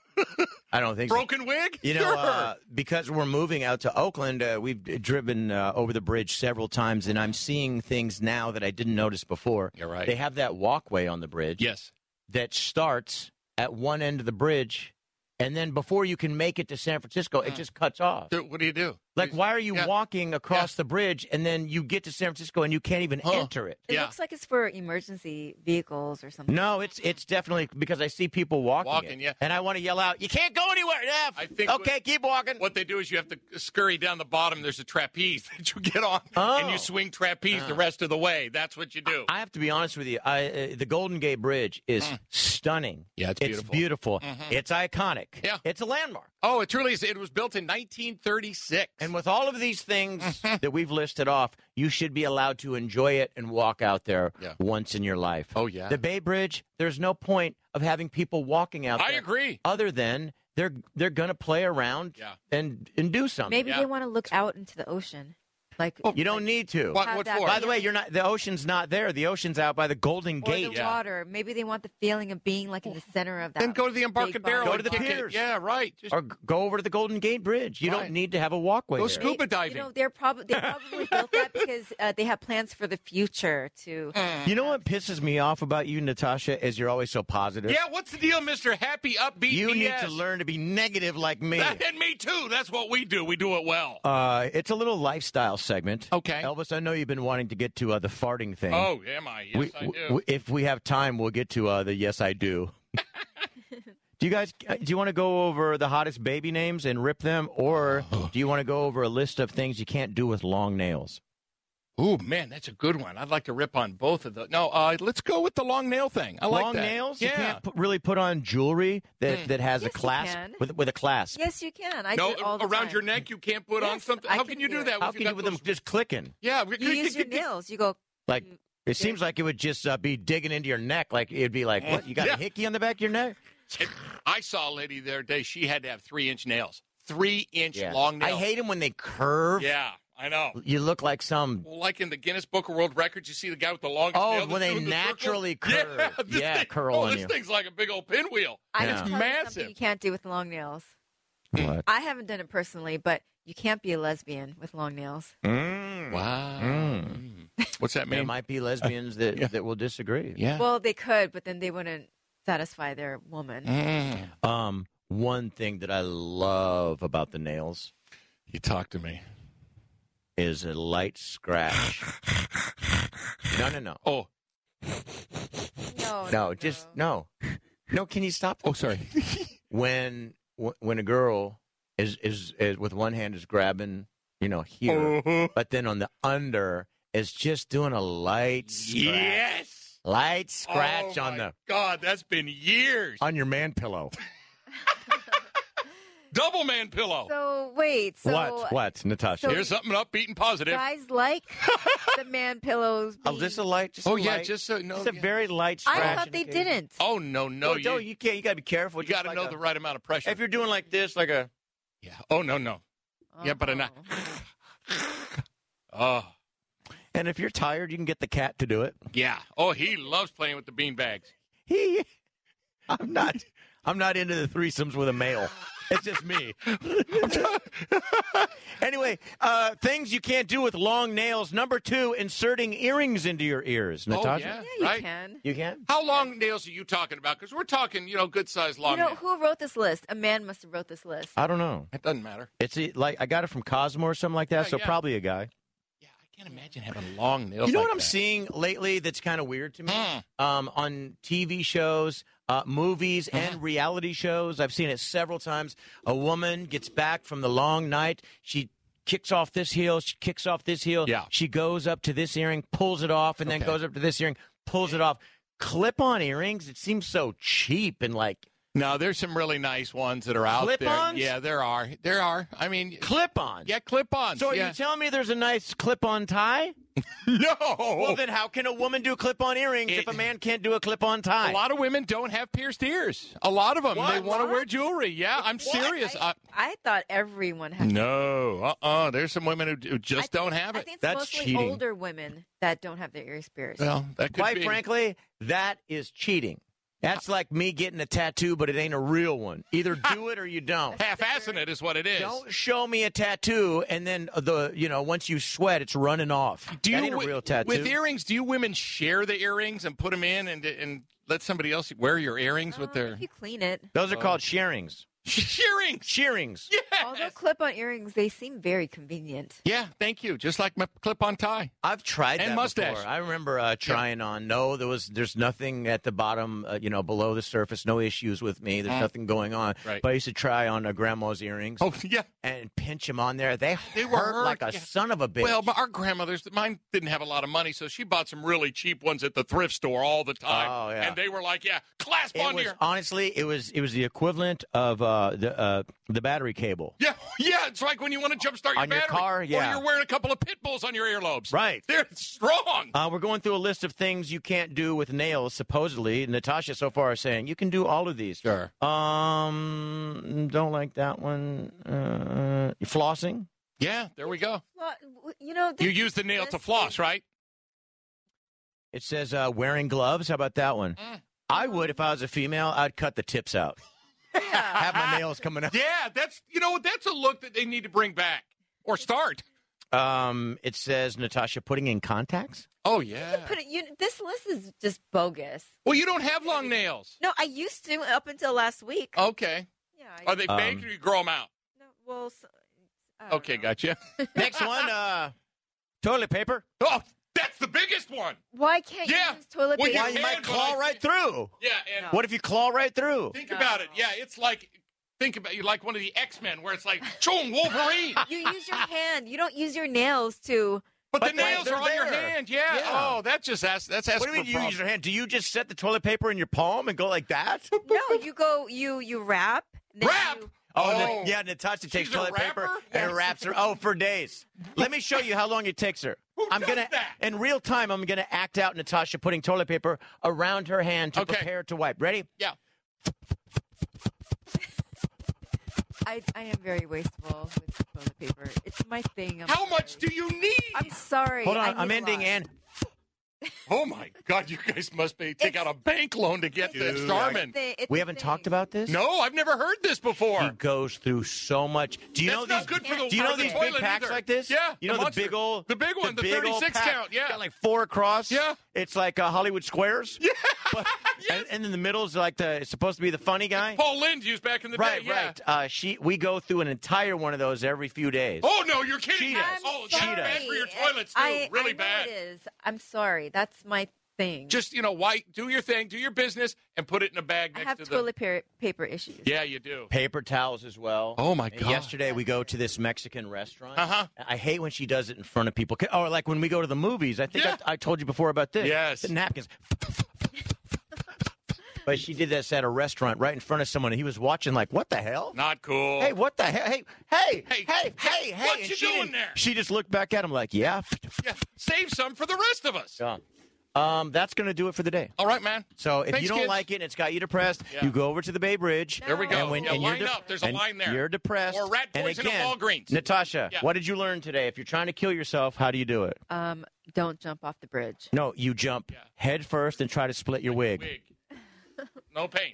[SPEAKER 2] I don't think so.
[SPEAKER 6] Broken wig?
[SPEAKER 2] You know,
[SPEAKER 6] sure.
[SPEAKER 2] uh, because we're moving out to Oakland, uh, we've d- driven uh, over the bridge several times, and I'm seeing things now that I didn't notice before.
[SPEAKER 6] You're right.
[SPEAKER 2] They have that walkway on the bridge
[SPEAKER 6] yes.
[SPEAKER 2] that starts at one end of the bridge, and then before you can make it to San Francisco, it just cuts off.
[SPEAKER 6] Dude, What do you do?
[SPEAKER 2] Like, why are you
[SPEAKER 6] Mm. Yeah.
[SPEAKER 2] walking across the bridge, and then you get to San Francisco and you can't even
[SPEAKER 6] Huh.
[SPEAKER 2] enter it?
[SPEAKER 4] It
[SPEAKER 6] Yeah.
[SPEAKER 4] looks like it's for emergency vehicles or something.
[SPEAKER 2] No, it's it's definitely because I see people walking, it.
[SPEAKER 6] Walking, yeah.
[SPEAKER 2] and I want to yell out, "You can't go anywhere!" Yeah,
[SPEAKER 6] I think
[SPEAKER 2] okay,
[SPEAKER 6] what-
[SPEAKER 2] keep walking.
[SPEAKER 6] What they do is you have to scurry down the bottom. There's a trapeze that you get on, and
[SPEAKER 2] Oh.
[SPEAKER 6] you swing trapeze the rest of the way. That's what you do.
[SPEAKER 2] I have to be honest with you. I, uh, the Golden Gate Bridge is stunning.
[SPEAKER 6] Hmm. Yeah, it's Mm-hmm.
[SPEAKER 2] it's beautiful. It's iconic.
[SPEAKER 6] Yeah.
[SPEAKER 2] it's a landmark.
[SPEAKER 6] oh, it truly is. It was built in 1936.
[SPEAKER 2] And with all of these things
[SPEAKER 6] Mm-hmm.
[SPEAKER 2] that we've listed off, you should be allowed to enjoy it and walk out there
[SPEAKER 6] Yeah.
[SPEAKER 2] once in your life.
[SPEAKER 6] Oh, yeah.
[SPEAKER 2] the Bay Bridge. There's no point of having people walking out.
[SPEAKER 6] I
[SPEAKER 2] there
[SPEAKER 6] agree.
[SPEAKER 2] Other than they're they're gonna play around
[SPEAKER 6] Yeah.
[SPEAKER 2] and and do something.
[SPEAKER 4] Maybe
[SPEAKER 6] Yeah.
[SPEAKER 4] they want to look out into the ocean, like
[SPEAKER 2] you don't need to.
[SPEAKER 6] What,
[SPEAKER 4] Have
[SPEAKER 6] what
[SPEAKER 4] that
[SPEAKER 6] for?
[SPEAKER 2] By the way, you're not. The ocean's not there. The ocean's out by the Golden
[SPEAKER 4] or
[SPEAKER 2] Gate.
[SPEAKER 4] the
[SPEAKER 6] Yeah.
[SPEAKER 4] water. Maybe they want the feeling of being like in the center of that.
[SPEAKER 6] then go to the Embarcadero.
[SPEAKER 4] Go
[SPEAKER 2] to the
[SPEAKER 6] and kick it.
[SPEAKER 2] piers.
[SPEAKER 6] Yeah, right. Just
[SPEAKER 2] or g- go over to the Golden Gate Bridge. You
[SPEAKER 6] Right.
[SPEAKER 2] don't need to have a walkway.
[SPEAKER 6] Go
[SPEAKER 2] there.
[SPEAKER 6] scuba
[SPEAKER 4] They-
[SPEAKER 6] diving.
[SPEAKER 4] You know, they're probably they probably built that because uh, they have plans for the future to.
[SPEAKER 6] Mm.
[SPEAKER 2] You know what pisses me off about you, Natasha, is you're always so positive.
[SPEAKER 6] yeah, what's the deal, Mister Happy Upbeat?
[SPEAKER 2] You need to
[SPEAKER 6] BS?
[SPEAKER 2] learn to be negative like me.
[SPEAKER 6] That, and me too. That's what we do. We do it well.
[SPEAKER 2] Uh, it's a little lifestyle segment.
[SPEAKER 6] Okay.
[SPEAKER 2] Elvis, I know you've been wanting to get to uh, the farting thing.
[SPEAKER 6] oh, am I? Yes,
[SPEAKER 2] We-
[SPEAKER 6] I do.
[SPEAKER 2] w- w- if we have time, we'll get to uh, the yes, I do. do you guys, uh, do you want to go over the hottest baby names and rip them? Or do you want to go over a list of things you can't do with long nails?
[SPEAKER 6] Ooh, man, that's a good one. I'd like to rip on both of those. No, uh, let's go with the long nail thing. I like
[SPEAKER 2] Long
[SPEAKER 6] that.
[SPEAKER 2] nails? You
[SPEAKER 6] Yeah. Mm.
[SPEAKER 2] can't put, really put on jewelry that, that has
[SPEAKER 4] Yes,
[SPEAKER 2] a
[SPEAKER 4] you
[SPEAKER 2] clasp
[SPEAKER 4] can.
[SPEAKER 2] with, with a clasp.
[SPEAKER 4] Yes, you can. I do
[SPEAKER 6] no,
[SPEAKER 4] it all the
[SPEAKER 6] around
[SPEAKER 4] time.
[SPEAKER 6] your neck you can't put on
[SPEAKER 4] Yes,
[SPEAKER 6] something.
[SPEAKER 4] I
[SPEAKER 6] How
[SPEAKER 4] can
[SPEAKER 6] can you
[SPEAKER 4] do
[SPEAKER 6] do
[SPEAKER 4] it.
[SPEAKER 6] that?
[SPEAKER 2] How
[SPEAKER 6] if
[SPEAKER 2] can
[SPEAKER 6] got
[SPEAKER 2] you with them
[SPEAKER 6] those-
[SPEAKER 2] just clicking?
[SPEAKER 6] Yeah,
[SPEAKER 4] You use your nails. You go.
[SPEAKER 2] Like it seems like it would just uh, be digging into your neck. Like it'd be like, what? You got
[SPEAKER 6] Yeah.
[SPEAKER 2] a hickey on the back of your neck?
[SPEAKER 6] I saw a lady the other day. She had to have three inch nails, three inch
[SPEAKER 2] Yeah.
[SPEAKER 6] long
[SPEAKER 2] I
[SPEAKER 6] nails.
[SPEAKER 2] hate them when they curve.
[SPEAKER 6] Yeah, I know.
[SPEAKER 2] You look like some
[SPEAKER 6] Well, like in the Guinness Book of World Records, you see the guy with the longest
[SPEAKER 2] Oh,
[SPEAKER 6] nail. that's
[SPEAKER 2] when they
[SPEAKER 6] doing the circle?
[SPEAKER 2] naturally
[SPEAKER 6] Yeah,
[SPEAKER 2] curve.
[SPEAKER 6] this
[SPEAKER 2] Yeah,
[SPEAKER 6] thing-
[SPEAKER 2] curl
[SPEAKER 6] oh,
[SPEAKER 2] on
[SPEAKER 6] this
[SPEAKER 2] you.
[SPEAKER 6] thing's like a big old pinwheel.
[SPEAKER 4] I
[SPEAKER 2] Yeah.
[SPEAKER 4] can tell you
[SPEAKER 6] Massive.
[SPEAKER 4] something you can't do with long nails.
[SPEAKER 6] Mm.
[SPEAKER 2] what?
[SPEAKER 4] I haven't done it personally, but you can't be a lesbian with long nails.
[SPEAKER 2] Mm.
[SPEAKER 6] Wow. Mm. What's that
[SPEAKER 2] There
[SPEAKER 6] mean? uh,
[SPEAKER 2] might be lesbians that,
[SPEAKER 6] Yeah.
[SPEAKER 2] that will disagree.
[SPEAKER 6] yeah.
[SPEAKER 4] Well, they could, but then they wouldn't satisfy their woman.
[SPEAKER 6] Mm.
[SPEAKER 2] Um, one thing that I love about the nails
[SPEAKER 6] You talk to me.
[SPEAKER 2] is a light scratch. no, no, no,
[SPEAKER 6] Oh,
[SPEAKER 4] No,
[SPEAKER 2] no. Just no, no. Can you stop?
[SPEAKER 6] oh, sorry.
[SPEAKER 2] When wh- when a girl is, is is with one hand is grabbing, you know, here,
[SPEAKER 6] Oh.
[SPEAKER 2] but then on the under is just doing a light scratch,
[SPEAKER 6] yes.
[SPEAKER 2] light scratch
[SPEAKER 6] Oh,
[SPEAKER 2] on
[SPEAKER 6] my
[SPEAKER 2] the
[SPEAKER 6] God, that's been years.
[SPEAKER 2] on your man pillow.
[SPEAKER 6] Double man pillow.
[SPEAKER 4] So wait. So
[SPEAKER 2] what? What, Natasha?
[SPEAKER 4] so-
[SPEAKER 6] Here's something upbeat and positive.
[SPEAKER 4] guys like the man pillows.
[SPEAKER 2] oh, just a light. Just
[SPEAKER 6] oh
[SPEAKER 2] a
[SPEAKER 6] yeah,
[SPEAKER 2] light-
[SPEAKER 6] just so no.
[SPEAKER 2] just a
[SPEAKER 6] yeah.
[SPEAKER 2] very light scratch.
[SPEAKER 4] I thought they
[SPEAKER 2] indicator.
[SPEAKER 4] didn't.
[SPEAKER 6] oh no, no,
[SPEAKER 2] Well,
[SPEAKER 6] you,
[SPEAKER 2] don't- you can't. You got to be careful.
[SPEAKER 6] got to
[SPEAKER 2] to
[SPEAKER 6] know the right amount of pressure.
[SPEAKER 2] If you're doing like this, like a
[SPEAKER 6] yeah. Oh no, no. Yeah, but a
[SPEAKER 4] Oh.
[SPEAKER 6] Oh
[SPEAKER 2] And if you're tired, you can get the cat to do it.
[SPEAKER 6] yeah. Oh, he loves playing with the beanbags.
[SPEAKER 2] He, I'm not, I'm not into the threesomes with a male. It's just me. anyway, uh, things you can't do with long nails. Number two, inserting earrings into your ears.
[SPEAKER 6] Oh
[SPEAKER 2] Natasha,
[SPEAKER 6] yeah,
[SPEAKER 4] Yeah, you
[SPEAKER 6] right.
[SPEAKER 4] can.
[SPEAKER 2] you can.
[SPEAKER 6] How long nails are you talking about? Because we're talking, you know, good sized long Uh,
[SPEAKER 4] you know
[SPEAKER 6] nails.
[SPEAKER 4] who wrote this list? A man must have wrote this list.
[SPEAKER 2] I don't know.
[SPEAKER 6] That doesn't matter.
[SPEAKER 2] It's a, like I got it from Cosmo or something like that.
[SPEAKER 6] Yeah,
[SPEAKER 2] so
[SPEAKER 6] yeah.
[SPEAKER 2] probably a guy.
[SPEAKER 6] Yeah, I can't imagine having long nails.
[SPEAKER 2] you know
[SPEAKER 6] like
[SPEAKER 2] what I'm
[SPEAKER 6] that.
[SPEAKER 2] seeing lately? That's kind of weird to me.
[SPEAKER 6] Mm.
[SPEAKER 2] um, on TV shows, uh, movies,
[SPEAKER 6] Hmm.
[SPEAKER 2] and reality shows. I've seen it several times. A woman gets back from the long night. She kicks off this heel. She kicks off this heel.
[SPEAKER 6] Yeah.
[SPEAKER 2] She goes up to this earring, pulls it off, and
[SPEAKER 6] Okay.
[SPEAKER 2] then goes up to this earring, pulls it off. Clip on earrings. It seems so cheap and like
[SPEAKER 6] No, there's some really nice ones that are out
[SPEAKER 2] Clip-ons?
[SPEAKER 6] there. Yeah, there are. There are. I mean,
[SPEAKER 2] clip on.
[SPEAKER 6] yeah, clip ons.
[SPEAKER 2] So are
[SPEAKER 6] yeah.
[SPEAKER 2] you telling me there's a nice clip on tie?
[SPEAKER 6] no.
[SPEAKER 2] Well, then how can a woman do clip on earrings
[SPEAKER 6] Oh. It-
[SPEAKER 2] if a man can't do a clip on tie?
[SPEAKER 6] A lot of women don't have pierced ears. A lot of them. They want to wear jewelry. Yeah, I'm serious. I,
[SPEAKER 4] I thought everyone had.
[SPEAKER 6] no. Uh uh There's some women who, who just don't have
[SPEAKER 4] I
[SPEAKER 6] it.
[SPEAKER 4] think it's
[SPEAKER 2] That's
[SPEAKER 4] mostly
[SPEAKER 2] cheating.
[SPEAKER 4] older women that don't have their ears pierced.
[SPEAKER 6] well, that could
[SPEAKER 2] Quite
[SPEAKER 6] be.
[SPEAKER 2] frankly, that is cheating. That's like me getting a tattoo, but it ain't a real one. Either do it or you don't.
[SPEAKER 6] half assing it is what it is.
[SPEAKER 2] Don't show me a tattoo and then the you know once you sweat it's running off.
[SPEAKER 6] do you
[SPEAKER 2] that ain't a
[SPEAKER 6] wi-
[SPEAKER 2] real tattoo?
[SPEAKER 6] with earrings? Do you women share the earrings and put them in and and let somebody else wear your earrings with
[SPEAKER 4] Um,
[SPEAKER 6] their
[SPEAKER 4] If you clean it,
[SPEAKER 2] Those
[SPEAKER 6] Oh.
[SPEAKER 2] are called shearings.
[SPEAKER 6] earrings?
[SPEAKER 2] Shearings.
[SPEAKER 4] although clip-on earrings, they seem very convenient.
[SPEAKER 6] Yeah, thank you. Just like my clip-on tie.
[SPEAKER 2] I've tried
[SPEAKER 6] And
[SPEAKER 2] that
[SPEAKER 6] mustache.
[SPEAKER 2] before. I remember uh, trying on. No, there was there's nothing at the bottom, uh, you know, below the surface. No issues with me. There's nothing going on.
[SPEAKER 6] Mm. Right.
[SPEAKER 2] But I used to try on a grandma's earrings
[SPEAKER 6] Oh yeah.
[SPEAKER 2] and pinch them on there. They,
[SPEAKER 6] They
[SPEAKER 2] hurt,
[SPEAKER 6] were
[SPEAKER 2] like
[SPEAKER 6] hurt,
[SPEAKER 2] a
[SPEAKER 6] yeah.
[SPEAKER 2] son of a bitch.
[SPEAKER 6] Well, my, our grandmothers, mine didn't have a lot of money, so she bought some really cheap ones at the thrift store all the time.
[SPEAKER 2] Oh, yeah.
[SPEAKER 6] And they were like, yeah, clasp
[SPEAKER 2] It
[SPEAKER 6] on
[SPEAKER 2] was
[SPEAKER 6] your.
[SPEAKER 2] honestly, it was it was the equivalent of uh, the uh, the battery cable.
[SPEAKER 6] Yeah, yeah, it's like when you want to jumpstart your
[SPEAKER 2] On your
[SPEAKER 6] battery.
[SPEAKER 2] car, yeah.
[SPEAKER 6] Or you're wearing a couple of pit bulls on your earlobes.
[SPEAKER 2] Right.
[SPEAKER 6] They're strong.
[SPEAKER 2] Uh, we're going through a list of things you can't do with nails. Supposedly, Natasha so far is saying you can do all of these.
[SPEAKER 6] Sure.
[SPEAKER 2] Um, don't like that one. Uh, flossing.
[SPEAKER 6] Yeah, there we go.
[SPEAKER 4] Well, you know,
[SPEAKER 6] You
[SPEAKER 4] this
[SPEAKER 6] use the nail to floss, right?
[SPEAKER 2] It says uh, wearing gloves. How about that one? I would if I was a female. I'd cut the tips out. Have my nails coming out.
[SPEAKER 6] Yeah, that's, you know, what? that's a look that they need to bring back or start.
[SPEAKER 2] Um, it says Natasha putting in contacts.
[SPEAKER 6] Oh,
[SPEAKER 4] You
[SPEAKER 6] yeah.
[SPEAKER 4] put it, you, this list is just bogus.
[SPEAKER 6] Well, you don't have long nails.
[SPEAKER 4] No, I used to up until last week.
[SPEAKER 6] Okay.
[SPEAKER 4] yeah. I,
[SPEAKER 6] Oh, Are they baked
[SPEAKER 2] Um,
[SPEAKER 6] or you grow them out?
[SPEAKER 4] no, well, so, I don't
[SPEAKER 6] Okay,
[SPEAKER 4] know.
[SPEAKER 6] gotcha.
[SPEAKER 2] Next one. Uh, toilet paper.
[SPEAKER 6] Oh, that's the biggest one.
[SPEAKER 4] Why can't
[SPEAKER 6] Yeah.
[SPEAKER 4] you use toilet
[SPEAKER 6] Well,
[SPEAKER 4] paper?
[SPEAKER 2] Why you might
[SPEAKER 6] can, but
[SPEAKER 2] claw
[SPEAKER 6] I-
[SPEAKER 2] right through?
[SPEAKER 6] Yeah, and
[SPEAKER 4] No.
[SPEAKER 2] What if you claw right through?
[SPEAKER 6] Think about it. Yeah, it's like think about you like one of the X Men where it's like Choom Wolverine.
[SPEAKER 4] You use your hand. You don't use your nails to.
[SPEAKER 6] But,
[SPEAKER 2] But
[SPEAKER 6] the
[SPEAKER 2] they-
[SPEAKER 6] nails
[SPEAKER 2] they're
[SPEAKER 6] are on your
[SPEAKER 2] there.
[SPEAKER 6] hand. Yeah.
[SPEAKER 2] Yeah.
[SPEAKER 6] Oh, that just asked. That's asked
[SPEAKER 2] What do you
[SPEAKER 6] for
[SPEAKER 2] mean you
[SPEAKER 6] prob-
[SPEAKER 2] use your hand? Do you just set the toilet paper in your palm and go like that? Oh,
[SPEAKER 11] No, you go, you you wrap. then
[SPEAKER 6] Wrap?
[SPEAKER 11] you-
[SPEAKER 2] Na- Oh, yeah, Natasha takes
[SPEAKER 6] Oh. She's a
[SPEAKER 2] toilet paper
[SPEAKER 6] rapper?
[SPEAKER 2] and wraps her. Oh, for days. Let me show you how long it takes her.
[SPEAKER 6] Who
[SPEAKER 2] I'm
[SPEAKER 6] does
[SPEAKER 2] gonna
[SPEAKER 6] that?
[SPEAKER 2] in real time. I'm gonna act out Natasha putting toilet paper around her hand to
[SPEAKER 6] Okay.
[SPEAKER 2] prepare to wipe. Ready?
[SPEAKER 6] Yeah.
[SPEAKER 4] I, I am very wasteful with toilet paper. It's my thing. I'm
[SPEAKER 6] How much
[SPEAKER 4] sorry.
[SPEAKER 6] do you need?
[SPEAKER 4] I'm sorry.
[SPEAKER 2] Hold
[SPEAKER 4] I
[SPEAKER 2] on. I'm
[SPEAKER 4] need a
[SPEAKER 2] ending
[SPEAKER 4] lot.
[SPEAKER 2] and
[SPEAKER 6] Oh my God! You guys must be take out a bank loan to get this, Starman.
[SPEAKER 11] It's a- it's
[SPEAKER 2] we
[SPEAKER 11] a
[SPEAKER 2] haven't
[SPEAKER 11] thing.
[SPEAKER 2] talked about this.
[SPEAKER 6] No, I've never heard this before.
[SPEAKER 2] He goes through so much. Do you
[SPEAKER 6] That's
[SPEAKER 2] know
[SPEAKER 6] not
[SPEAKER 2] these?
[SPEAKER 6] good for the-
[SPEAKER 2] do you know
[SPEAKER 6] for the
[SPEAKER 2] these
[SPEAKER 6] toilet
[SPEAKER 2] big packs
[SPEAKER 6] either.
[SPEAKER 2] like this?
[SPEAKER 6] Yeah,
[SPEAKER 2] You
[SPEAKER 6] the
[SPEAKER 2] know the,
[SPEAKER 6] monster-
[SPEAKER 2] big old,
[SPEAKER 6] the big one, the
[SPEAKER 2] big old
[SPEAKER 6] 36
[SPEAKER 2] pack.
[SPEAKER 6] count, yeah.
[SPEAKER 2] got like four across.
[SPEAKER 6] Yeah.
[SPEAKER 2] it's like uh, Hollywood squares. Yeah, but, and, and in the middle is like the it's supposed to be the funny guy.
[SPEAKER 6] Paul Lind used back in the
[SPEAKER 2] Right,
[SPEAKER 6] day. yeah.
[SPEAKER 2] right. Uh, she we go through an entire one of those every few days.
[SPEAKER 6] Oh no, you're kidding!
[SPEAKER 2] She
[SPEAKER 6] me.
[SPEAKER 2] does.
[SPEAKER 6] Oh,
[SPEAKER 2] She
[SPEAKER 6] that's
[SPEAKER 2] does.
[SPEAKER 6] bad for your
[SPEAKER 4] Sorry.
[SPEAKER 6] toilets too.
[SPEAKER 4] I,
[SPEAKER 6] really
[SPEAKER 4] I know
[SPEAKER 6] bad.
[SPEAKER 4] It is. I'm sorry. That's my thing.
[SPEAKER 6] Just you know, why do your thing, do your business, and put it in a bag
[SPEAKER 4] I
[SPEAKER 6] next
[SPEAKER 4] have
[SPEAKER 6] to
[SPEAKER 4] toilet pa- paper issues.
[SPEAKER 6] the. Yeah, you do.
[SPEAKER 2] Paper towels as well.
[SPEAKER 6] Oh, my
[SPEAKER 2] And
[SPEAKER 6] God.
[SPEAKER 2] Yesterday we go to this Mexican restaurant.
[SPEAKER 6] Uh-huh.
[SPEAKER 2] I hate when she does it in front of people. Or like when we go to the movies. I think
[SPEAKER 6] Yeah.
[SPEAKER 2] I, I told you before about this.
[SPEAKER 6] Yes.
[SPEAKER 2] The napkins. but she did this at a restaurant right in front of someone, and he was watching like, "What the hell?
[SPEAKER 6] Not cool.
[SPEAKER 2] Hey, what the hell? Hey, hey, hey,
[SPEAKER 6] Hey,
[SPEAKER 2] hey, hey!"
[SPEAKER 6] what
[SPEAKER 2] And
[SPEAKER 6] you
[SPEAKER 2] she
[SPEAKER 6] doing
[SPEAKER 2] didn't-
[SPEAKER 6] there?
[SPEAKER 2] She just looked back at him like, "Yeah."
[SPEAKER 6] Yeah, save some for the rest of us.
[SPEAKER 2] Yeah. Um, that's gonna do it for the day.
[SPEAKER 6] All right, man.
[SPEAKER 2] So if
[SPEAKER 6] Thanks,
[SPEAKER 2] you don't
[SPEAKER 6] kids.
[SPEAKER 2] like it, and it's got you depressed.
[SPEAKER 6] Yeah.
[SPEAKER 2] You go over to the Bay Bridge.
[SPEAKER 6] There we go.
[SPEAKER 2] And when
[SPEAKER 6] Yeah,
[SPEAKER 2] and
[SPEAKER 6] line
[SPEAKER 2] you're de-
[SPEAKER 6] up. There's a
[SPEAKER 2] and
[SPEAKER 6] line there.
[SPEAKER 2] You're depressed.
[SPEAKER 6] Or rat
[SPEAKER 2] and
[SPEAKER 6] poison at
[SPEAKER 2] again,
[SPEAKER 6] Walgreens.
[SPEAKER 2] Natasha,
[SPEAKER 6] Yeah.
[SPEAKER 2] what did you learn today? If you're trying to kill yourself, how do you do it?
[SPEAKER 4] Um, don't jump off the bridge.
[SPEAKER 2] No, you jump
[SPEAKER 6] Yeah.
[SPEAKER 2] head first and try to split your wig.
[SPEAKER 6] Wig. No pain.